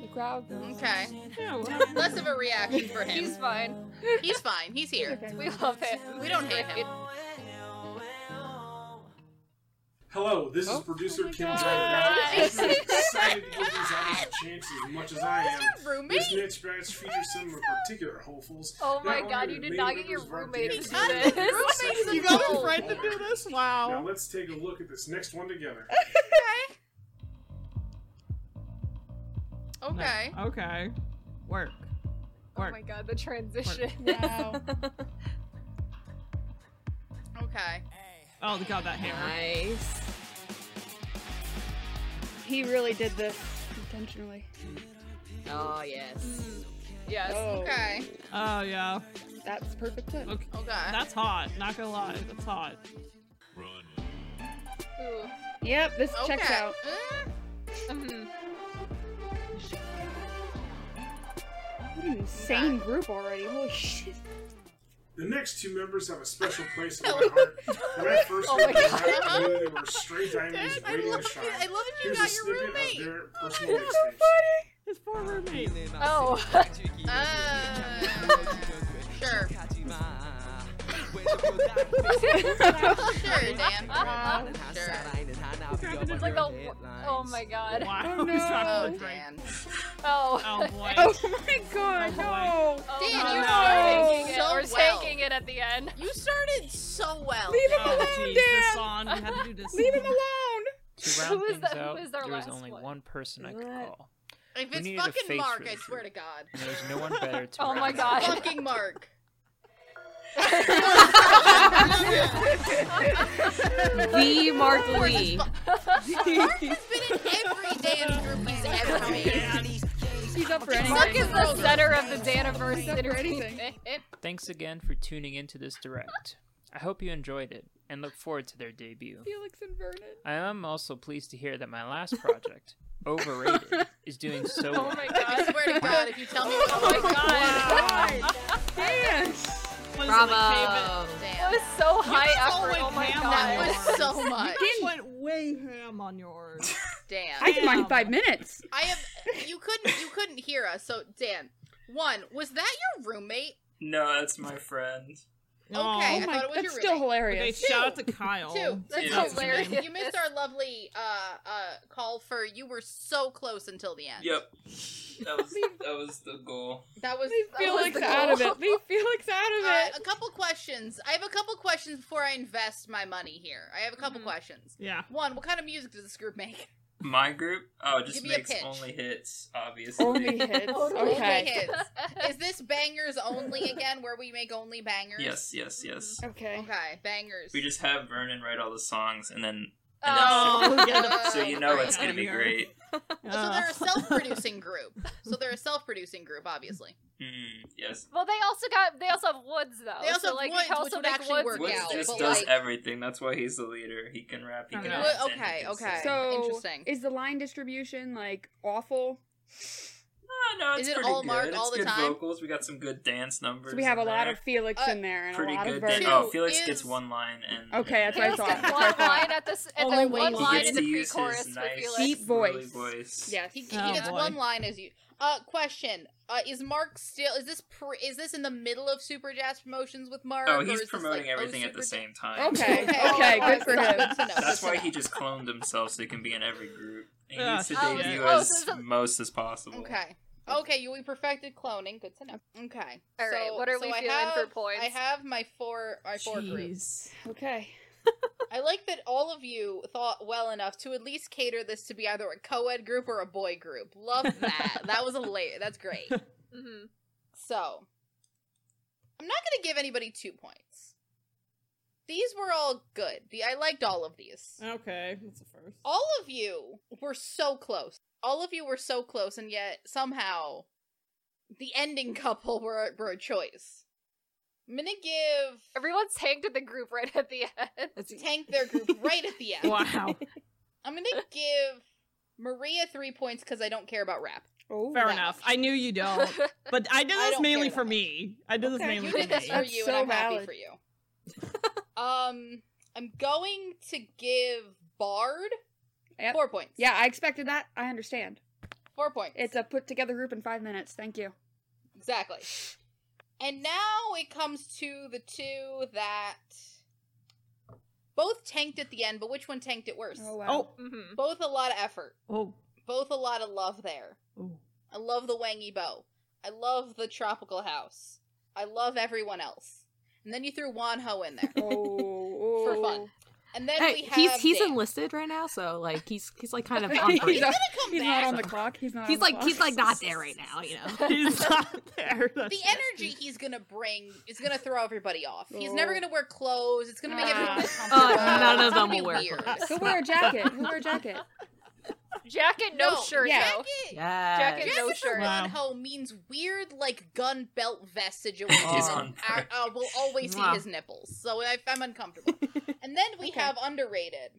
Speaker 17: The crowd.
Speaker 1: Okay.
Speaker 3: (laughs)
Speaker 1: Less of a reaction for him.
Speaker 2: He's fine.
Speaker 1: He's fine. He's
Speaker 8: (laughs)
Speaker 1: here.
Speaker 2: We love him.
Speaker 1: We don't hate him.
Speaker 8: Hello, this is producer Kim Jong.
Speaker 1: (laughs)
Speaker 8: I'm excited to give these audience a chance as much as I am.
Speaker 1: roommate?
Speaker 8: This next batch features some of our particular hopefuls.
Speaker 2: Oh
Speaker 8: Not
Speaker 2: my
Speaker 8: only
Speaker 2: god,
Speaker 8: are
Speaker 2: you did
Speaker 8: the main
Speaker 2: not get
Speaker 8: members
Speaker 2: your
Speaker 8: of our
Speaker 2: roommate
Speaker 8: dance
Speaker 2: to
Speaker 8: group,
Speaker 2: do (laughs) this.
Speaker 8: but
Speaker 3: You got a friend to do this?
Speaker 8: Now
Speaker 3: Wow.
Speaker 8: let's take a look at this next one together.
Speaker 1: Okay.
Speaker 3: Okay. Work.
Speaker 2: Oh my god, the transition.
Speaker 6: (laughs)
Speaker 1: Okay.
Speaker 3: Oh god, that hair.
Speaker 5: Nice.
Speaker 1: (laughs)
Speaker 6: He really did this intentionally.
Speaker 5: Oh yes.
Speaker 2: Yes.
Speaker 1: Okay.
Speaker 3: Oh yeah.
Speaker 6: That's perfect. Clip.
Speaker 3: Okay.
Speaker 1: Okay.
Speaker 3: That's hot. Not gonna lie, that's hot.
Speaker 6: Yep, this checks
Speaker 1: Okay. Mm,
Speaker 6: out.
Speaker 2: Mhm.
Speaker 6: What an insane group already.
Speaker 1: (laughs)
Speaker 6: Holy shit.
Speaker 8: The next two members have a special place in my heart. When I first
Speaker 6: Oh
Speaker 8: heard
Speaker 6: my
Speaker 8: them,
Speaker 6: God.
Speaker 8: I knew they were stray diamonds
Speaker 1: I
Speaker 8: waiting to
Speaker 1: love
Speaker 8: shine.
Speaker 1: it. I love that you
Speaker 8: Here's
Speaker 1: got
Speaker 8: a
Speaker 1: your
Speaker 8: snippet
Speaker 1: roommate. (laughs)
Speaker 8: Of their personal mixtape.
Speaker 3: His poor roommate.
Speaker 2: (laughs) Oh.
Speaker 1: Uh, Sure.
Speaker 2: sure,
Speaker 1: Dan.
Speaker 2: Sure. (laughs) It's like a. Oh my god.
Speaker 3: Wow. Oh, (laughs) He's trying to
Speaker 1: Oh,
Speaker 3: look great.
Speaker 1: Dan.
Speaker 2: Oh.
Speaker 3: Oh, boy. Oh,
Speaker 2: Oh
Speaker 6: my god,
Speaker 3: no.
Speaker 1: Dan, you
Speaker 2: no.
Speaker 1: started
Speaker 2: We're
Speaker 1: so
Speaker 2: taking it. We're
Speaker 1: well.
Speaker 2: taking it at the end.
Speaker 1: You started so well.
Speaker 4: Oh,
Speaker 3: jeez,
Speaker 4: Dan.
Speaker 3: this song. We had to do this.
Speaker 4: Leave him
Speaker 6: alone.
Speaker 1: (laughs)
Speaker 4: To round
Speaker 1: Who is
Speaker 4: things
Speaker 1: that- who
Speaker 4: out,
Speaker 1: is their
Speaker 4: there was
Speaker 1: last
Speaker 4: only
Speaker 1: one?
Speaker 4: one person I could call.
Speaker 1: If
Speaker 4: We
Speaker 1: it's
Speaker 4: needed a
Speaker 1: fucking
Speaker 4: face
Speaker 1: Mark,
Speaker 4: for
Speaker 1: I
Speaker 4: this
Speaker 1: swear to
Speaker 4: (laughs)
Speaker 1: God.
Speaker 4: And there was no one better
Speaker 1: (laughs)
Speaker 4: to
Speaker 1: Oh
Speaker 4: round
Speaker 1: my
Speaker 4: it
Speaker 1: god.
Speaker 4: out.
Speaker 1: Fucking (laughs) Mark. Mm. (laughs)
Speaker 5: The Mark Lee.
Speaker 1: Mark has been in every dance group (laughs) he's ever made.
Speaker 6: He's up for anything.
Speaker 2: Mark is the center of the Daniverse
Speaker 6: anything.
Speaker 2: (laughs)
Speaker 4: Thanks again for tuning into this direct. I hope you enjoyed it and look forward to their debut.
Speaker 6: Felix and Vernon.
Speaker 4: I am also pleased to hear that my last
Speaker 1: (laughs)
Speaker 4: project, Overrated, is doing
Speaker 1: Oh
Speaker 4: so well.
Speaker 1: I swear to God, if you tell me what
Speaker 2: Oh my god.
Speaker 3: (laughs)
Speaker 4: Bravo.
Speaker 2: That was so high effort. Oh my
Speaker 1: (laughs)
Speaker 2: god.
Speaker 1: That was so much.
Speaker 3: You guys went way ham on (laughs) yours.
Speaker 1: Dan.
Speaker 16: I did mine in five minutes.
Speaker 1: I have you couldn't you couldn't hear us, so Dan. One, was that your roommate?
Speaker 18: No, that's my friend.
Speaker 1: Okay,
Speaker 6: Oh
Speaker 1: I thought it was your roommate.
Speaker 3: Okay, Oh, shout out to Kyle.
Speaker 1: Two, that's
Speaker 18: Yeah.
Speaker 1: so lame.
Speaker 18: hilarious.
Speaker 1: You missed our lovely uh uh call for you were so close until the end.
Speaker 18: Yep. That was that was the goal.
Speaker 1: That was
Speaker 6: Felix out of it. Leave Felix out of
Speaker 1: Uh,
Speaker 6: it.
Speaker 1: a couple questions. I have a couple questions before I invest my money here. I have a couple questions.
Speaker 3: Yeah.
Speaker 1: One, what kind of music does this group (laughs) make?
Speaker 18: My group? Oh, it
Speaker 1: Give
Speaker 18: just
Speaker 1: me a
Speaker 18: makes
Speaker 1: pitch.
Speaker 18: only hits, obviously.
Speaker 6: (laughs) Only hits.
Speaker 1: Uh, Only
Speaker 6: Okay.
Speaker 1: hits. Is this bangers only again, where we make only bangers?
Speaker 18: Yes, yes, yes.
Speaker 1: Mm-hmm.
Speaker 6: Okay.
Speaker 1: Okay, bangers.
Speaker 18: We just have Vernon write all the songs and then
Speaker 1: Oh,
Speaker 4: (laughs) so you know it's gonna be great.
Speaker 1: (laughs) So they're
Speaker 7: Uh, (laughs)
Speaker 1: a self-producing group. So (laughs) they're a self-producing group, obviously.
Speaker 18: Mm-hmm.
Speaker 4: Mm, yes.
Speaker 2: (laughs) Well, they also got they also have woods though.
Speaker 1: They also
Speaker 2: so,
Speaker 1: have
Speaker 2: like
Speaker 1: woods,
Speaker 2: you can
Speaker 1: which
Speaker 2: also
Speaker 1: would
Speaker 2: make
Speaker 1: actually
Speaker 2: woods
Speaker 1: work
Speaker 2: music.
Speaker 1: out,
Speaker 4: Just
Speaker 1: but,
Speaker 4: does
Speaker 1: like-
Speaker 4: everything. That's why he's the leader. He can rap. He can act. and he
Speaker 6: okay,
Speaker 4: can
Speaker 6: okay.
Speaker 4: sing.
Speaker 6: So,
Speaker 1: Interesting.
Speaker 6: is the line distribution like awful?
Speaker 4: No, no, it's
Speaker 1: Is it
Speaker 4: pretty
Speaker 1: all
Speaker 4: good.
Speaker 1: Mark
Speaker 4: it's
Speaker 1: all the
Speaker 4: good
Speaker 1: time?
Speaker 4: vocals. We got some good dance numbers.
Speaker 6: So we have
Speaker 4: in
Speaker 6: a lot
Speaker 4: there.
Speaker 6: of Felix
Speaker 1: Uh,
Speaker 6: in there and
Speaker 4: pretty
Speaker 6: a lot
Speaker 4: good.
Speaker 6: of
Speaker 4: dan-
Speaker 6: Verve.
Speaker 4: oh, Felix gets one line and
Speaker 6: Okay, that's what I
Speaker 4: Felix
Speaker 6: thought.
Speaker 4: gets
Speaker 6: That's what I
Speaker 2: One
Speaker 6: thought.
Speaker 2: line at this and
Speaker 6: Only
Speaker 2: then
Speaker 6: one
Speaker 2: one
Speaker 6: line.
Speaker 2: line
Speaker 4: He
Speaker 2: in
Speaker 4: gets
Speaker 2: the
Speaker 4: to use
Speaker 2: pre-chorus
Speaker 4: his
Speaker 2: for
Speaker 4: nice
Speaker 2: Felix.
Speaker 4: Willy voice.
Speaker 1: Yes, he, he
Speaker 2: Oh,
Speaker 1: gets
Speaker 2: boy.
Speaker 1: one line as you. Uh, question: uh, Is Mark still? Is this pre, is this in the middle of Super Jazz promotions with Mark?
Speaker 4: Oh,
Speaker 1: or is
Speaker 4: he's
Speaker 1: this, like,
Speaker 4: promoting
Speaker 1: oh,
Speaker 4: everything at
Speaker 1: Super
Speaker 4: the
Speaker 1: Jazz-
Speaker 4: same time.
Speaker 1: Okay,
Speaker 6: (laughs)
Speaker 1: okay, okay, good for him. Good to know,
Speaker 4: That's
Speaker 1: good to
Speaker 4: why
Speaker 1: know.
Speaker 4: he just cloned himself so he can be in every group. He
Speaker 1: Ah,
Speaker 4: needs to
Speaker 1: oh,
Speaker 4: debut
Speaker 1: oh,
Speaker 4: as
Speaker 1: so- so-
Speaker 4: most as possible.
Speaker 1: Okay. Okay, you we perfected cloning. Good to know. Okay.
Speaker 2: All right, what are we feeling
Speaker 1: have,
Speaker 2: for points?
Speaker 1: I have my four my four groups.
Speaker 6: Okay.
Speaker 1: I like that all of you thought well enough to at least cater this to be either a co-ed group or a boy group.
Speaker 2: (laughs)
Speaker 1: Love that. that was a layer. That's great.
Speaker 2: Mm-hmm.
Speaker 1: So, I'm not going to give anybody 2 points. These were all good. The I liked all of these.
Speaker 7: Okay, that's the first.
Speaker 1: All of you were so close. All of you were so close, and yet somehow the ending (laughs) couple were, were a choice. I'm gonna give
Speaker 2: everyone's tanked at the group right at the end.
Speaker 1: Tank their group right at
Speaker 5: (laughs)
Speaker 1: the end.
Speaker 7: Wow.
Speaker 1: I'm gonna give Maria three points because I don't care about rap.
Speaker 6: Oh,
Speaker 7: Fair enough. I knew you
Speaker 2: (laughs)
Speaker 7: don't.
Speaker 1: (laughs)
Speaker 7: But I did
Speaker 1: I
Speaker 7: this
Speaker 1: don't
Speaker 7: mainly
Speaker 1: care
Speaker 7: for me. I did this
Speaker 1: Okay,
Speaker 7: mainly
Speaker 1: you
Speaker 7: for me.
Speaker 1: did this for you, and I'm happy for you. um, I'm going to give Bard four points.
Speaker 6: Yeah, I expected that. I understand.
Speaker 1: Four points.
Speaker 6: It's a put together group in five minutes. Thank you.
Speaker 1: Exactly. And now it comes to the two that both tanked at the end, but which one tanked it worse?
Speaker 6: Oh, wow.
Speaker 2: Mm-hmm.
Speaker 1: Both a lot of effort.
Speaker 7: Oh.
Speaker 1: Both a lot of love there.
Speaker 7: Ooh.
Speaker 1: (laughs) I love the wangy bow. I love the tropical house. I love everyone else. And then you threw Wanho in there
Speaker 6: oh,
Speaker 1: for fun. And then
Speaker 5: Hey,
Speaker 1: we have
Speaker 5: he's he's
Speaker 1: Dan.
Speaker 5: enlisted right now, so like he's he's like
Speaker 1: (laughs)
Speaker 5: kind of on break.
Speaker 1: he's gonna come
Speaker 6: He's
Speaker 1: back.
Speaker 6: not on the clock. He's not.
Speaker 5: He's
Speaker 6: on the
Speaker 5: like
Speaker 6: clock.
Speaker 5: he's like not there right now, you
Speaker 1: (laughs)
Speaker 5: know. (laughs) Uh,
Speaker 1: the energy he's gonna bring is gonna throw everybody off. He's never
Speaker 6: Oh.
Speaker 1: gonna wear clothes. It's gonna make
Speaker 2: Ah.
Speaker 1: everyone uncomfortable.
Speaker 5: Uh, none
Speaker 1: It's
Speaker 5: of them
Speaker 1: gonna
Speaker 5: will
Speaker 1: be
Speaker 5: wear
Speaker 1: weird.
Speaker 5: clothes.
Speaker 6: He'll wear a jacket. He'll wear
Speaker 1: (laughs)
Speaker 6: a jacket.
Speaker 2: Jacket, no,
Speaker 1: No,
Speaker 2: shirt,
Speaker 6: yeah.
Speaker 2: though.
Speaker 5: Yeah.
Speaker 2: Jacket,
Speaker 1: Jacket
Speaker 2: no
Speaker 1: for
Speaker 2: shirt.
Speaker 1: Ron Ho means weird, like gun belt vest situation.
Speaker 5: It is
Speaker 1: and I, I uh, will always see
Speaker 5: Mwah.
Speaker 1: his nipples, so I, I'm
Speaker 6: (laughs)
Speaker 1: uncomfortable. and then we have underrated,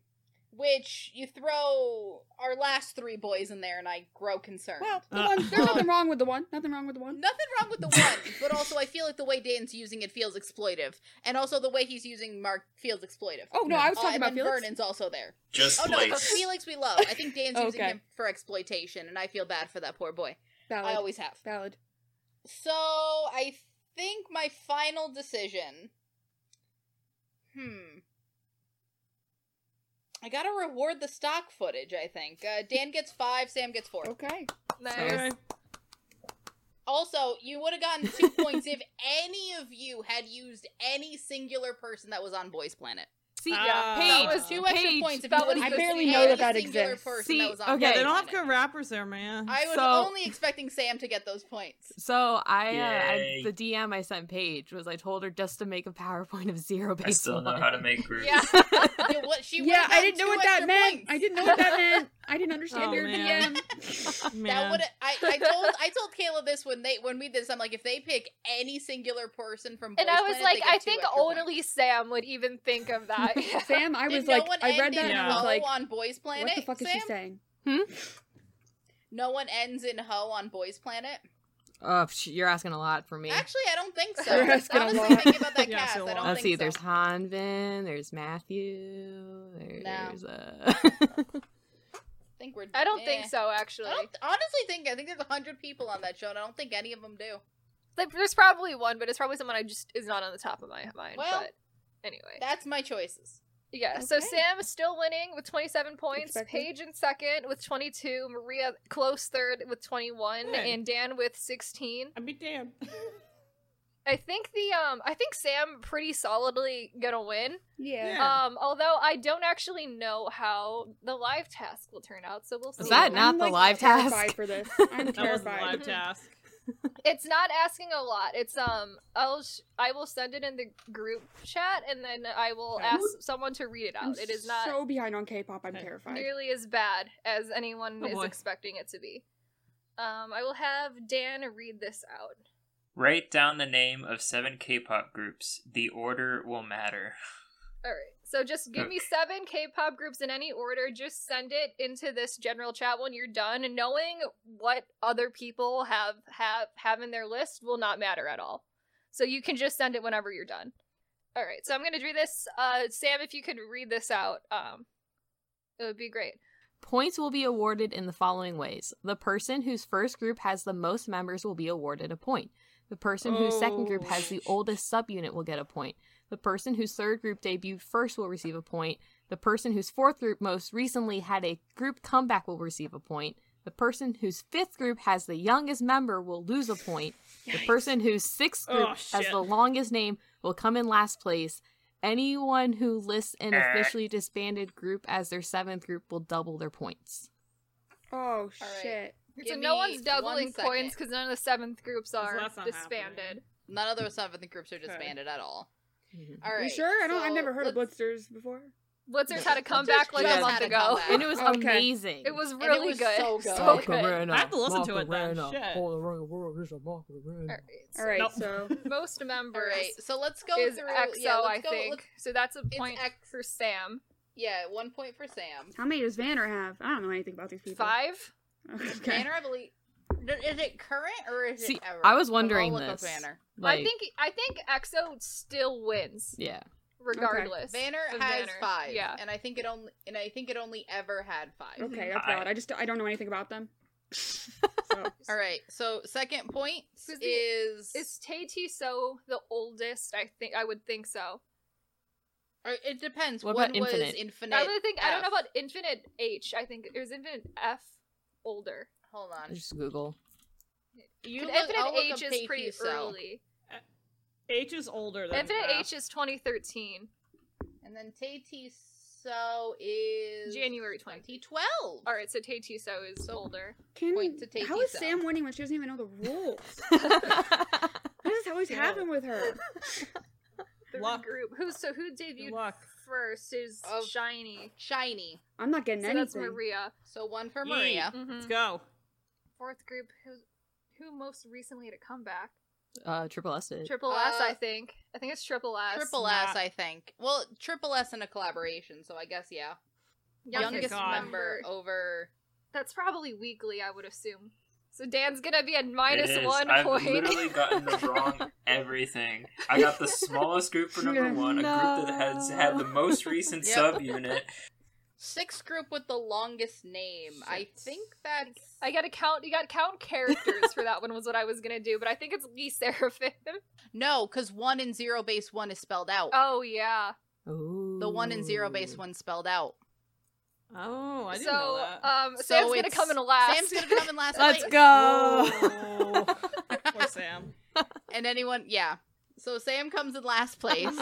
Speaker 1: which you throw our last three boys in there, and I grow concerned.
Speaker 6: Well, the
Speaker 1: Uh.
Speaker 6: one, there's nothing wrong with the one. Nothing wrong with the one.
Speaker 1: Nothing wrong with the one, but also I feel like the way Dan's using it feels exploitive, and also the way he's using Mark feels exploitive.
Speaker 6: Oh, no, I was
Speaker 1: Uh,
Speaker 6: talking
Speaker 1: and
Speaker 6: about
Speaker 1: then
Speaker 6: Felix.
Speaker 1: Vernon's also there.
Speaker 4: Just
Speaker 1: oh no, but
Speaker 4: place.
Speaker 1: Felix we love. I think
Speaker 6: (laughs)
Speaker 1: Dan's using
Speaker 6: Okay.
Speaker 1: him for exploitation, and I feel bad for that poor boy.
Speaker 6: Valid.
Speaker 1: I always have.
Speaker 6: Valid.
Speaker 1: So I think my final decision. Hmm. I gotta reward the stock footage. I think uh, Dan gets five, Sam gets four.
Speaker 6: Okay.
Speaker 5: Nice.
Speaker 1: Also, you would have gotten
Speaker 6: (laughs)
Speaker 1: two points if any of you had used any singular person that was on Boys Planet.
Speaker 5: See,
Speaker 7: Ah.
Speaker 1: That
Speaker 5: Uh, Paige,
Speaker 1: was two extra
Speaker 5: Paige,
Speaker 1: points if
Speaker 5: that
Speaker 1: you would
Speaker 5: was
Speaker 1: have
Speaker 5: the
Speaker 1: used
Speaker 6: barely
Speaker 1: any
Speaker 6: know that that
Speaker 1: singular
Speaker 6: exists.
Speaker 1: person
Speaker 5: See,
Speaker 1: that was on
Speaker 5: okay.
Speaker 1: Boys
Speaker 5: They
Speaker 7: They don't have
Speaker 1: Planet.
Speaker 7: good rappers there, man.
Speaker 1: I was
Speaker 5: So-
Speaker 1: only expecting Sam to get those points.
Speaker 5: (laughs) So I, uh, I
Speaker 4: Yay.
Speaker 5: the DM I sent Paige was I told her just to make a PowerPoint of zero based
Speaker 4: I still know
Speaker 5: on-
Speaker 4: how to make groups.
Speaker 2: Yeah.
Speaker 1: Yeah, what, she
Speaker 6: Yeah,
Speaker 1: would've
Speaker 6: I
Speaker 1: gotten
Speaker 6: didn't know
Speaker 1: two
Speaker 6: what that
Speaker 1: extra
Speaker 6: meant.
Speaker 1: points.
Speaker 6: I didn't know what that meant. I didn't understand
Speaker 7: Oh,
Speaker 6: your
Speaker 7: man.
Speaker 6: DM.
Speaker 1: That
Speaker 7: Man.
Speaker 1: would I, I told I told Kayla this when they when we did this. I'm like, if they pick any singular person from Boys
Speaker 2: And I was
Speaker 1: Planet,
Speaker 2: like,
Speaker 1: they get
Speaker 2: I
Speaker 1: two
Speaker 2: think
Speaker 1: extra points.
Speaker 2: only Sam would even think of that.
Speaker 6: (laughs)
Speaker 2: (laughs)
Speaker 6: Sam, I
Speaker 1: Did
Speaker 6: was
Speaker 1: no
Speaker 6: like,
Speaker 1: one
Speaker 6: I read
Speaker 1: end
Speaker 6: that
Speaker 1: in
Speaker 6: and I was
Speaker 1: ho
Speaker 6: like,
Speaker 1: on Boys Planet.
Speaker 6: what the fuck is
Speaker 1: Sam?
Speaker 6: she saying?
Speaker 1: No one ends in ho on Boys Planet.
Speaker 5: Oh, psh, you're asking a lot for me.
Speaker 1: Actually, I don't
Speaker 6: (laughs)
Speaker 1: think so.
Speaker 6: You're asking a
Speaker 1: Honestly,
Speaker 6: lot.
Speaker 1: thinking about
Speaker 7: (laughs)
Speaker 1: that
Speaker 7: Yeah,
Speaker 1: cast,
Speaker 7: so
Speaker 1: I don't
Speaker 5: Let's see.
Speaker 1: think
Speaker 5: There's
Speaker 1: so.
Speaker 5: Hanvin. There's Matthew. There's uh... (laughs)
Speaker 1: I think we're.
Speaker 2: I don't
Speaker 1: eh.
Speaker 2: think so, actually.
Speaker 1: I don't honestly think I think there's hundred people on that show, and I don't think any of them do.
Speaker 2: Like, there's probably one, but it's probably someone I just is not on the top of my mind.
Speaker 1: Well,
Speaker 2: but anyway.
Speaker 1: That's my choices.
Speaker 2: Yeah, so
Speaker 6: Okay.
Speaker 2: Sam is still winning with 27 points,
Speaker 6: Expected.
Speaker 2: Paige in second with 22, Maria close third with 21,
Speaker 7: Hey.
Speaker 2: and Dan with 16.
Speaker 7: I'd be damned.
Speaker 1: (laughs)
Speaker 2: I think the um I think Sam pretty solidly going to win.
Speaker 6: Yeah.
Speaker 7: Yeah.
Speaker 2: Um although I don't actually know how the live task will turn out, so we'll see.
Speaker 5: Is that
Speaker 6: I'm,
Speaker 5: not the
Speaker 6: like,
Speaker 5: live (laughs)
Speaker 6: terrified
Speaker 5: task?
Speaker 6: for this. I'm
Speaker 7: That was the
Speaker 6: terrified.
Speaker 7: live task.
Speaker 2: It's not asking a lot. It's um, I'll sh- I will send it in the group chat, and then I will
Speaker 6: Okay.
Speaker 2: ask someone to read it out.
Speaker 6: I'm
Speaker 2: it is not
Speaker 6: so behind on K-pop. I'm terrified.
Speaker 2: nearly as bad as anyone
Speaker 6: Oh,
Speaker 2: is
Speaker 6: boy.
Speaker 2: expecting it to be. Um, I will have Dan read this out.
Speaker 4: Write down the name of seven K-pop groups. The order will matter.
Speaker 2: All right. So just give me seven K-pop groups in any order. Just send it into this general chat when you're done. And knowing what other people have have have in their list will not matter at all. So you can just send it whenever you're done. All right. So I'm gonna do this. Uh, Sam, if you could read this out, um, it would be great.
Speaker 5: Points will be awarded in the following ways. The person whose first group has the most members will be awarded a point. The person whose second group has the
Speaker 19: Oh,
Speaker 5: oldest subunit will get a point. The person whose third group debuted first will receive a point. The person whose fourth group most recently had a group comeback will receive a point. The person whose fifth group has the youngest member will lose a point. The person whose sixth group
Speaker 19: Oh,
Speaker 5: has
Speaker 19: shit.
Speaker 5: the longest name will come in last place. Anyone who lists an
Speaker 19: Eh.
Speaker 5: officially disbanded group as their seventh group will double their points.
Speaker 6: Oh shit!
Speaker 2: so
Speaker 1: Give
Speaker 2: no
Speaker 1: me
Speaker 2: one's doubling
Speaker 1: one second.
Speaker 2: points because none of the seventh groups are
Speaker 1: that's not
Speaker 2: disbanded.
Speaker 1: None of those seventh groups are disbanded at all.
Speaker 5: Mm-hmm.
Speaker 1: All right.
Speaker 6: you sure? I don't. I've
Speaker 1: so
Speaker 6: never heard of
Speaker 1: let's-
Speaker 6: Blitzers before.
Speaker 2: Blitzers had a comeback like a month
Speaker 1: Oh,
Speaker 2: ago,
Speaker 5: Oh,
Speaker 2: (laughs) It was really good. So good.
Speaker 19: I have to listen to it then.
Speaker 1: Macarena.
Speaker 19: Shit.
Speaker 1: All
Speaker 2: All right,
Speaker 19: Nope.
Speaker 2: so most members.
Speaker 1: All right, so let's go
Speaker 2: is
Speaker 1: through.
Speaker 2: XO,
Speaker 1: yeah, let's
Speaker 2: I
Speaker 1: go,
Speaker 2: think.
Speaker 1: let's-
Speaker 2: so that's a
Speaker 1: it's
Speaker 2: point
Speaker 1: X-
Speaker 2: for Sam.
Speaker 1: yeah, one point for Sam.
Speaker 6: (laughs) How many does Vanner have? I don't know anything about these people.
Speaker 2: Five.
Speaker 6: (laughs) Okay.
Speaker 1: Banner, I believe. Is it current or is
Speaker 5: See,
Speaker 1: it ever?
Speaker 5: I was
Speaker 1: I'll
Speaker 5: wondering
Speaker 1: look up
Speaker 5: this.
Speaker 1: Banner.
Speaker 5: Like-
Speaker 2: I think I think EXO still wins.
Speaker 5: Yeah.
Speaker 2: Regardless,
Speaker 1: Banner
Speaker 2: of
Speaker 1: has
Speaker 2: Banner.
Speaker 1: five.
Speaker 2: Yeah.
Speaker 1: and I think it only and I think it only ever had five.
Speaker 6: Okay, that's valid. I just I don't know anything about them. (laughs)
Speaker 1: Mhm. All right. So second point
Speaker 2: Who's the-
Speaker 1: is
Speaker 2: Is Tae T So the oldest? I think I would think so.
Speaker 1: or it depends.
Speaker 5: What
Speaker 1: One
Speaker 5: about
Speaker 1: was
Speaker 5: Infinite?
Speaker 1: Infinite.
Speaker 2: I would think I don't know
Speaker 1: F.
Speaker 2: about Infinite H. I think there's Infinite F older.
Speaker 1: Hold on.
Speaker 5: Just
Speaker 1: (laughs)
Speaker 5: Google.
Speaker 1: You
Speaker 2: But
Speaker 1: look- I'll
Speaker 2: Infinite
Speaker 1: look
Speaker 2: H
Speaker 1: up
Speaker 2: is
Speaker 1: Tae
Speaker 2: pretty
Speaker 1: T Cell.
Speaker 2: early.
Speaker 3: H is older than
Speaker 2: Infinite
Speaker 3: F.
Speaker 2: H is 2013.
Speaker 1: And then Tay T So is
Speaker 2: January
Speaker 1: 2012.
Speaker 2: All right, so Tae So is older.
Speaker 6: Can
Speaker 1: Point to Tae
Speaker 6: How
Speaker 1: T
Speaker 6: is
Speaker 1: Cell.
Speaker 6: Sam winning when she doesn't
Speaker 2: (laughs)
Speaker 6: even know the rules? what does always happen with her?
Speaker 2: The group. Who so who debuted first is Shiny.
Speaker 1: Shiny.
Speaker 6: I'm not getting
Speaker 2: so
Speaker 6: anything.
Speaker 2: that's Maria.
Speaker 1: So one for
Speaker 6: Yee.
Speaker 1: Maria.
Speaker 2: Mhm.
Speaker 3: go.
Speaker 2: Fourth group who who most recently had a comeback.
Speaker 5: Uh, triple S did.
Speaker 2: Triple S,
Speaker 1: Uh,
Speaker 2: I think. I think it's Triple S.
Speaker 1: Triple S, I think. Well, Triple S in a collaboration, so I guess yeah.
Speaker 2: Youngest
Speaker 1: Youngest
Speaker 2: God.
Speaker 1: member over.
Speaker 2: That's probably weekly, I would assume. So Dan's gonna be at minus
Speaker 4: It is.
Speaker 2: one
Speaker 4: I've
Speaker 2: point.
Speaker 4: literally
Speaker 2: (laughs)
Speaker 4: gotten the wrong everything. I got the smallest group for number one, a group that has had the most recent
Speaker 1: Yep.
Speaker 4: subunit.
Speaker 1: Sixth group with the longest name. I think that's.
Speaker 2: I gotta count. You gotta count characters for that one was what I was gonna do, but I think it's Lee Seraphim.
Speaker 1: No, because one in zero base one is spelled out.
Speaker 2: (laughs) Oh yeah.
Speaker 1: The one in zero base one spelled out.
Speaker 3: Oh, I
Speaker 2: didn't know So,
Speaker 1: uh,
Speaker 2: that. um, Sam's gonna
Speaker 1: it's-
Speaker 2: come in last.
Speaker 1: Sam's gonna come in last.
Speaker 2: Let's
Speaker 1: place.
Speaker 3: go.
Speaker 7: (laughs)
Speaker 3: Poor Sam.
Speaker 1: and anyone, yeah. So Sam comes in
Speaker 2: (laughs)
Speaker 1: last place,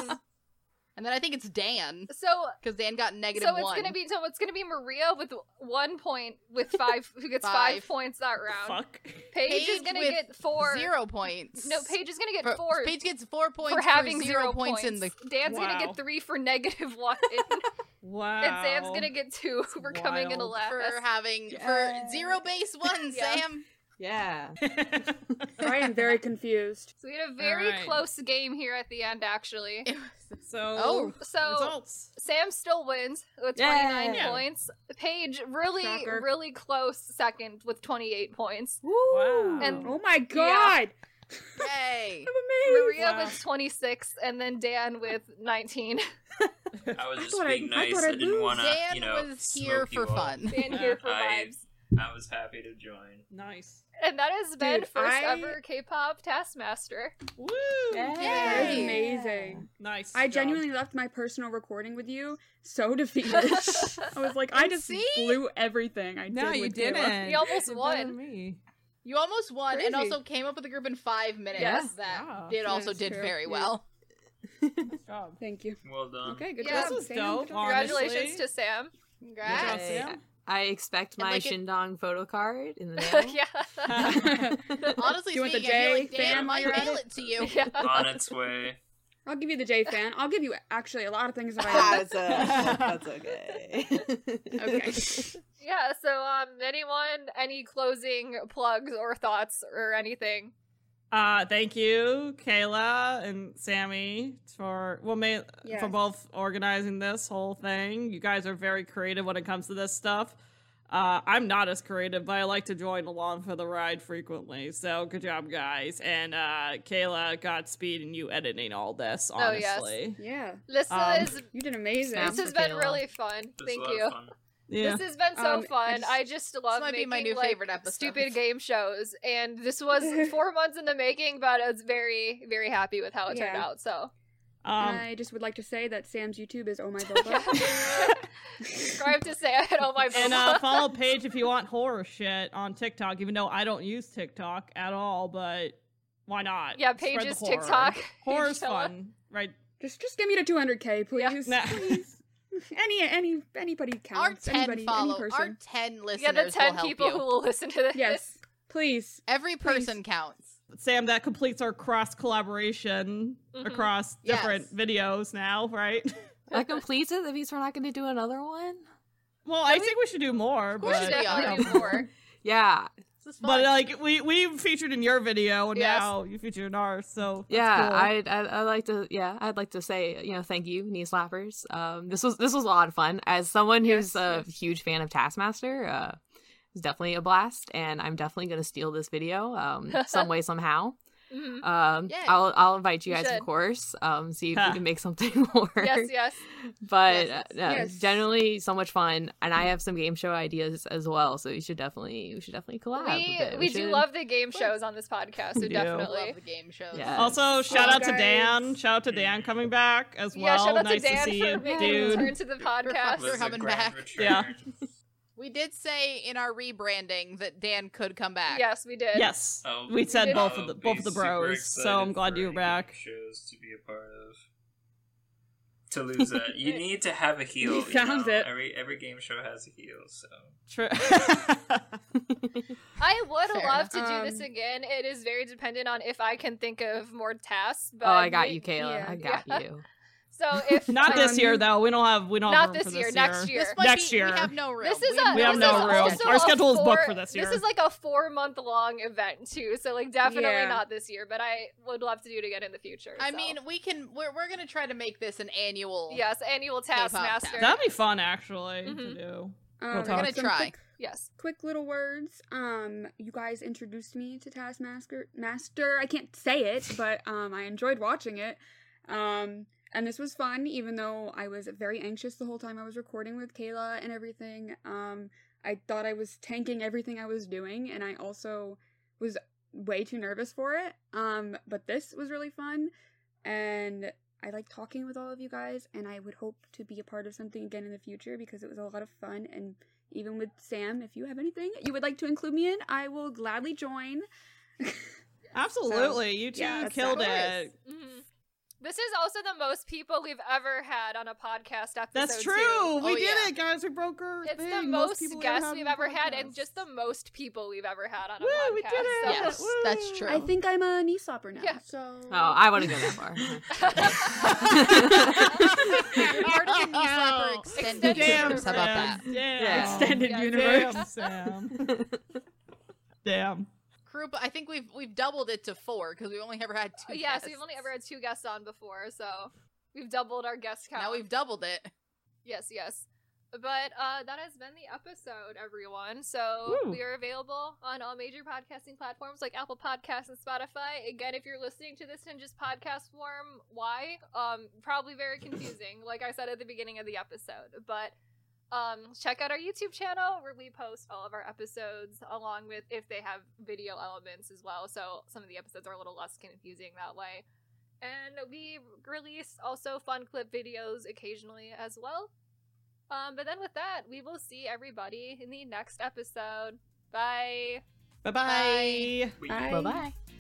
Speaker 1: and then I think it's Dan
Speaker 2: (laughs) So
Speaker 1: because Dan got negative
Speaker 2: so it's
Speaker 1: one.
Speaker 2: gonna be so it's gonna be Maria with one point with
Speaker 1: (laughs)
Speaker 2: five who gets five,
Speaker 1: Five.
Speaker 2: points that round.
Speaker 3: Fuck.
Speaker 2: Paige, is
Speaker 1: Paige
Speaker 2: gonna
Speaker 1: with
Speaker 2: get four
Speaker 1: zero points.
Speaker 2: No, Paige is gonna get
Speaker 1: For-
Speaker 2: four.
Speaker 1: Paige gets four points
Speaker 2: for having
Speaker 1: zero points in the.
Speaker 2: Dan's gonna
Speaker 1: Wow.
Speaker 2: get three for negative (laughs) one.
Speaker 3: Wow.
Speaker 2: And Sam's gonna get two for coming in
Speaker 1: wild.
Speaker 2: last.
Speaker 1: For having- for zero
Speaker 2: (laughs)
Speaker 1: base one, Sam.
Speaker 5: Yeah.
Speaker 6: I
Speaker 2: (laughs)
Speaker 6: am very confused.
Speaker 2: So we had a very
Speaker 6: Alright.
Speaker 2: close game here at the end, actually.
Speaker 3: (laughs) So,
Speaker 6: Oh,
Speaker 2: so
Speaker 3: results.
Speaker 2: Sam still wins with
Speaker 3: Yeah.
Speaker 2: 29
Speaker 3: Yeah.
Speaker 2: points. Paige, really,
Speaker 6: Shocker.
Speaker 2: really close second with 28 points.
Speaker 3: Wow.
Speaker 2: And
Speaker 6: oh my
Speaker 2: Yeah.
Speaker 6: god!
Speaker 1: Hey.
Speaker 2: Maria
Speaker 6: Wow.
Speaker 2: with 26, and then Dan with 19.
Speaker 4: I was just
Speaker 2: thought (laughs) I-
Speaker 4: being
Speaker 2: I
Speaker 4: nice.
Speaker 2: thought
Speaker 4: I,
Speaker 2: I'd
Speaker 4: didn't
Speaker 2: lose.
Speaker 4: want to,
Speaker 2: Dan
Speaker 4: you know,
Speaker 2: was here
Speaker 4: smoke you
Speaker 2: for
Speaker 4: all.
Speaker 2: fun. Dan here for
Speaker 4: I,
Speaker 2: vibes.
Speaker 4: I was happy to join.
Speaker 3: Nice.
Speaker 2: And that has been
Speaker 6: Dude,
Speaker 2: first
Speaker 6: I-
Speaker 2: ever K-pop Taskmaster. (laughs)
Speaker 3: Woo!
Speaker 6: That was amazing.
Speaker 3: Nice.
Speaker 6: I
Speaker 3: job.
Speaker 6: genuinely left my personal recording with you so
Speaker 2: (laughs)
Speaker 6: defeated. I was like, I just blew everything. I
Speaker 3: No,
Speaker 6: did
Speaker 3: you
Speaker 6: with Kayla.
Speaker 3: didn't. You almost
Speaker 1: Did better won. than You almost won, and
Speaker 6: Crazy.
Speaker 1: also came up with a group in five minutes.
Speaker 6: Yeah.
Speaker 1: That
Speaker 6: Wow.
Speaker 1: did also
Speaker 6: That's
Speaker 1: did
Speaker 6: true.
Speaker 1: very
Speaker 6: Yeah. (laughs)
Speaker 1: well.
Speaker 6: Thank you.
Speaker 4: Well done.
Speaker 6: Okay, good
Speaker 2: Yeah.
Speaker 6: job.
Speaker 2: This was
Speaker 6: Sam.
Speaker 2: dope,
Speaker 6: Good job.
Speaker 2: Congratulations to Sam.
Speaker 1: Congrats.
Speaker 5: Yay. I I expect
Speaker 1: And,
Speaker 5: my
Speaker 1: like, it-
Speaker 5: Shindong photo card
Speaker 1: (laughs)
Speaker 5: in the
Speaker 2: (laughs)
Speaker 5: mail. (laughs)
Speaker 1: Honestly,
Speaker 6: You want
Speaker 1: speaking, I
Speaker 6: the
Speaker 1: feel
Speaker 6: J
Speaker 1: like, damn,
Speaker 6: fan
Speaker 1: I
Speaker 6: while you're at
Speaker 1: mail
Speaker 6: it?
Speaker 1: it to
Speaker 6: (laughs)
Speaker 1: you.
Speaker 2: (laughs)
Speaker 4: on its way.
Speaker 6: I'll give you the J fan. I'll give you actually a lot of things that
Speaker 1: (laughs)
Speaker 6: I
Speaker 12: That's okay.
Speaker 6: okay.
Speaker 2: Yeah, so um anyone any closing plugs or thoughts or anything?
Speaker 3: (laughs) Uh, thank you, Kayla and Sammy, for well, may,
Speaker 2: Yes.
Speaker 3: for both organizing this whole thing. You guys are very creative when it comes to this stuff. Uh, I'm not as creative, but I like to join along for the ride frequently. So good job, guys! And uh, Kayla, Godspeed, and you editing all this.
Speaker 2: Oh,
Speaker 3: Honestly,
Speaker 6: Yeah.
Speaker 2: This
Speaker 3: Um,
Speaker 2: is
Speaker 6: you did amazing.
Speaker 2: This has been really fun. Thank you.
Speaker 3: Yeah.
Speaker 2: This has been so
Speaker 6: Um,
Speaker 2: fun.
Speaker 6: it's-
Speaker 2: I just love
Speaker 1: might be
Speaker 2: making
Speaker 1: my new
Speaker 2: like,
Speaker 1: favorite episode.
Speaker 2: stupid game shows, and
Speaker 6: (laughs)
Speaker 2: this was four months in the making, but I was very, very happy with how it turned
Speaker 6: Yeah.
Speaker 2: out. So
Speaker 3: um,
Speaker 6: And I just would like to say that Sam's YouTube is (laughs) oh my boba.
Speaker 2: subscribe to say I had all my Boba.
Speaker 3: and
Speaker 2: (laughs)
Speaker 3: uh, follow Paige if you want horror shit on TikTok. Even though I don't use TikTok at all, but why not?
Speaker 2: Yeah,
Speaker 3: Spread the
Speaker 2: Paige's
Speaker 3: horror.
Speaker 2: TikTok. (laughs)
Speaker 3: Horror's
Speaker 2: Paige Della.
Speaker 3: fun, right?
Speaker 6: just just get me to 200k, please.
Speaker 3: Nah.
Speaker 6: please. (laughs) any any anybody counts.
Speaker 1: ten
Speaker 6: anybody,
Speaker 1: follow-
Speaker 6: any
Speaker 1: our
Speaker 6: person.
Speaker 1: ten listeners.
Speaker 2: Yeah, the ten
Speaker 1: will help
Speaker 2: people
Speaker 1: you.
Speaker 2: who will listen to
Speaker 1: (laughs)
Speaker 2: this. (laughs)
Speaker 6: (laughs) Yes, please.
Speaker 1: Every person counts.
Speaker 3: Sam, that completes our cross collaboration
Speaker 1: Mhm.
Speaker 2: Mm-hmm.
Speaker 3: across
Speaker 1: Yes.
Speaker 3: different videos now, right? (laughs)
Speaker 5: that completes it. That means we're not going to do another one.
Speaker 3: Well, I think we should do more.
Speaker 5: course
Speaker 3: but,
Speaker 5: we are.
Speaker 3: you know.
Speaker 5: Yeah,
Speaker 3: But like we we featured in your video, and
Speaker 5: Yes.
Speaker 3: now you featured in ours. So that's
Speaker 5: yeah.
Speaker 3: cool.
Speaker 5: I'd, I'd I'd like to yeah I'd like to say you know thank you knee slappers. Um, this was this was a lot of fun. As someone who's a huge fan of Taskmaster, uh, it was definitely a blast, and I'm definitely going to steal this video
Speaker 2: (laughs)
Speaker 5: um some way somehow.
Speaker 6: (laughs)
Speaker 2: Mhm.
Speaker 5: Um,
Speaker 2: Yay.
Speaker 5: I'll I'll invite you
Speaker 2: You
Speaker 5: guys,
Speaker 2: should.
Speaker 5: of course. Um, see if
Speaker 2: Huh.
Speaker 5: you can make something (laughs) work.
Speaker 2: yes, yes.
Speaker 5: But
Speaker 2: Yes,
Speaker 5: uh,
Speaker 2: yes,
Speaker 5: uh,
Speaker 2: yes.
Speaker 5: generally, so much fun, and I have some game show ideas as well. So you should definitely, we should definitely collab. a
Speaker 2: We
Speaker 5: bit.
Speaker 2: we
Speaker 5: should-
Speaker 2: do love the game shows on this podcast, so
Speaker 5: We do.
Speaker 2: definitely
Speaker 1: Love the game shows.
Speaker 5: Yes.
Speaker 3: Also, shout out to
Speaker 2: guys.
Speaker 3: Dan. Shout out to Dan coming back as well.
Speaker 2: Yeah, shout out
Speaker 3: nice
Speaker 2: to Dan
Speaker 3: see
Speaker 2: for
Speaker 3: you,
Speaker 2: making a
Speaker 3: dude.
Speaker 2: return to the podcast.
Speaker 1: for coming back.
Speaker 3: Yeah.
Speaker 1: We did say in our rebranding that Dan could come back.
Speaker 2: Yes, we did.
Speaker 3: Yes,
Speaker 4: (laughs) Oh,
Speaker 3: we said both of
Speaker 4: I'll
Speaker 3: the
Speaker 4: be
Speaker 3: both of the
Speaker 4: super
Speaker 3: bros. So I'm
Speaker 4: excited
Speaker 3: glad
Speaker 4: for
Speaker 3: you're
Speaker 4: any
Speaker 3: back.
Speaker 4: Shows to be a part of. Toulouse,
Speaker 3: (laughs)
Speaker 4: you need to have a heel.
Speaker 3: You found
Speaker 4: you know?
Speaker 3: it.
Speaker 4: Every every game show has a heel, so
Speaker 3: True. (laughs)
Speaker 2: (laughs) I would
Speaker 1: Fair.
Speaker 2: love to do this
Speaker 1: Um,
Speaker 2: again. It is very dependent on if I can think of more tasks. But
Speaker 5: Oh, I got
Speaker 2: we-
Speaker 5: you, Kayla. I
Speaker 2: Yeah.
Speaker 5: got
Speaker 2: (laughs)
Speaker 5: you.
Speaker 2: So if
Speaker 3: Not this year though. We don't have we don't have
Speaker 2: Um, Not
Speaker 3: room
Speaker 2: this
Speaker 3: for
Speaker 2: year,
Speaker 3: This
Speaker 2: next year. This might
Speaker 3: Next
Speaker 2: be- we
Speaker 3: year.
Speaker 2: have
Speaker 1: no room.
Speaker 2: This is a,
Speaker 3: We have
Speaker 2: this
Speaker 3: no
Speaker 2: is
Speaker 3: room.
Speaker 2: also
Speaker 3: Our
Speaker 2: a
Speaker 3: schedule is booked
Speaker 2: four-
Speaker 3: for this year.
Speaker 2: This is like a four month long event too. So like definitely
Speaker 1: Yeah.
Speaker 2: not this year, but I would love to do it again in the future.
Speaker 1: I
Speaker 2: so.
Speaker 1: mean, we can. We're, we're gonna try to make this an annual.
Speaker 2: yes, annual
Speaker 1: K-pop
Speaker 2: taskmaster.
Speaker 3: That'd be fun actually to
Speaker 2: Mhm.
Speaker 3: do. Real
Speaker 6: Um, we're
Speaker 3: talk.
Speaker 1: gonna
Speaker 6: Some
Speaker 1: try.
Speaker 6: quick-
Speaker 2: Yes.
Speaker 6: Quick little words. Um, you guys introduced me to Taskmaster. Master. I can't say it, but um, I enjoyed watching it. Um, and this was fun, even though I was very anxious the whole time I was recording with Kayla and everything. Um, I thought I was tanking everything I was doing, and I also was way too nervous for it. Um, but this was really fun, and I like talking with all of you guys, and I would hope to be a part of something again in the future because it was a lot of fun. And even with Sam, if you have anything you would like to include me in, I will gladly join.
Speaker 3: Absolutely,
Speaker 6: So,
Speaker 3: you two
Speaker 6: yeah, that's
Speaker 3: killed
Speaker 6: how
Speaker 3: it.
Speaker 2: Mhm. This is also the most people we've ever had on a podcast episode.
Speaker 3: That's
Speaker 2: too.
Speaker 3: true.
Speaker 6: Oh,
Speaker 3: we did it, guys. We broke her.
Speaker 2: It's the
Speaker 3: thing.
Speaker 2: most,
Speaker 3: people
Speaker 2: guests we've ever had,
Speaker 3: and
Speaker 2: and just the most people we've ever had on a
Speaker 3: Woo,
Speaker 2: podcast.
Speaker 3: we did it.
Speaker 2: so-
Speaker 1: Yes, that's true.
Speaker 6: I think I'm a knee slapper now. So
Speaker 5: Oh, I want to go that far.
Speaker 1: (laughs)
Speaker 2: (laughs)
Speaker 1: Part of the knee slapper extended universe. How about that?
Speaker 3: Sam. Damn.
Speaker 6: Extended
Speaker 3: Damn,
Speaker 6: universe.
Speaker 5: Um,
Speaker 3: (laughs) Sam. Damn.
Speaker 1: Group. I think we've we've doubled it to four because Oh, we've only ever had two.
Speaker 2: Yes,
Speaker 1: guests.
Speaker 2: we've only ever had two guests on before, so we've doubled our guest count.
Speaker 1: now we've doubled it.
Speaker 2: Yes, yes. But uh, that has been the episode, everyone. So
Speaker 1: Woo.
Speaker 2: we are available on all major podcasting platforms like Apple Podcasts and Spotify. Again, if you're listening to this in just podcast form, why? Um, probably very confusing, like I said at the beginning of the episode. But um, check out our YouTube channel where we post all of our episodes, along with if they have video elements as well. So some of the episodes are a little less confusing that way. And we release also fun clip videos occasionally as well. Um, but then with that, we will see everybody in the next episode. Bye.
Speaker 3: Bye-bye.
Speaker 2: Bye. Bye-bye.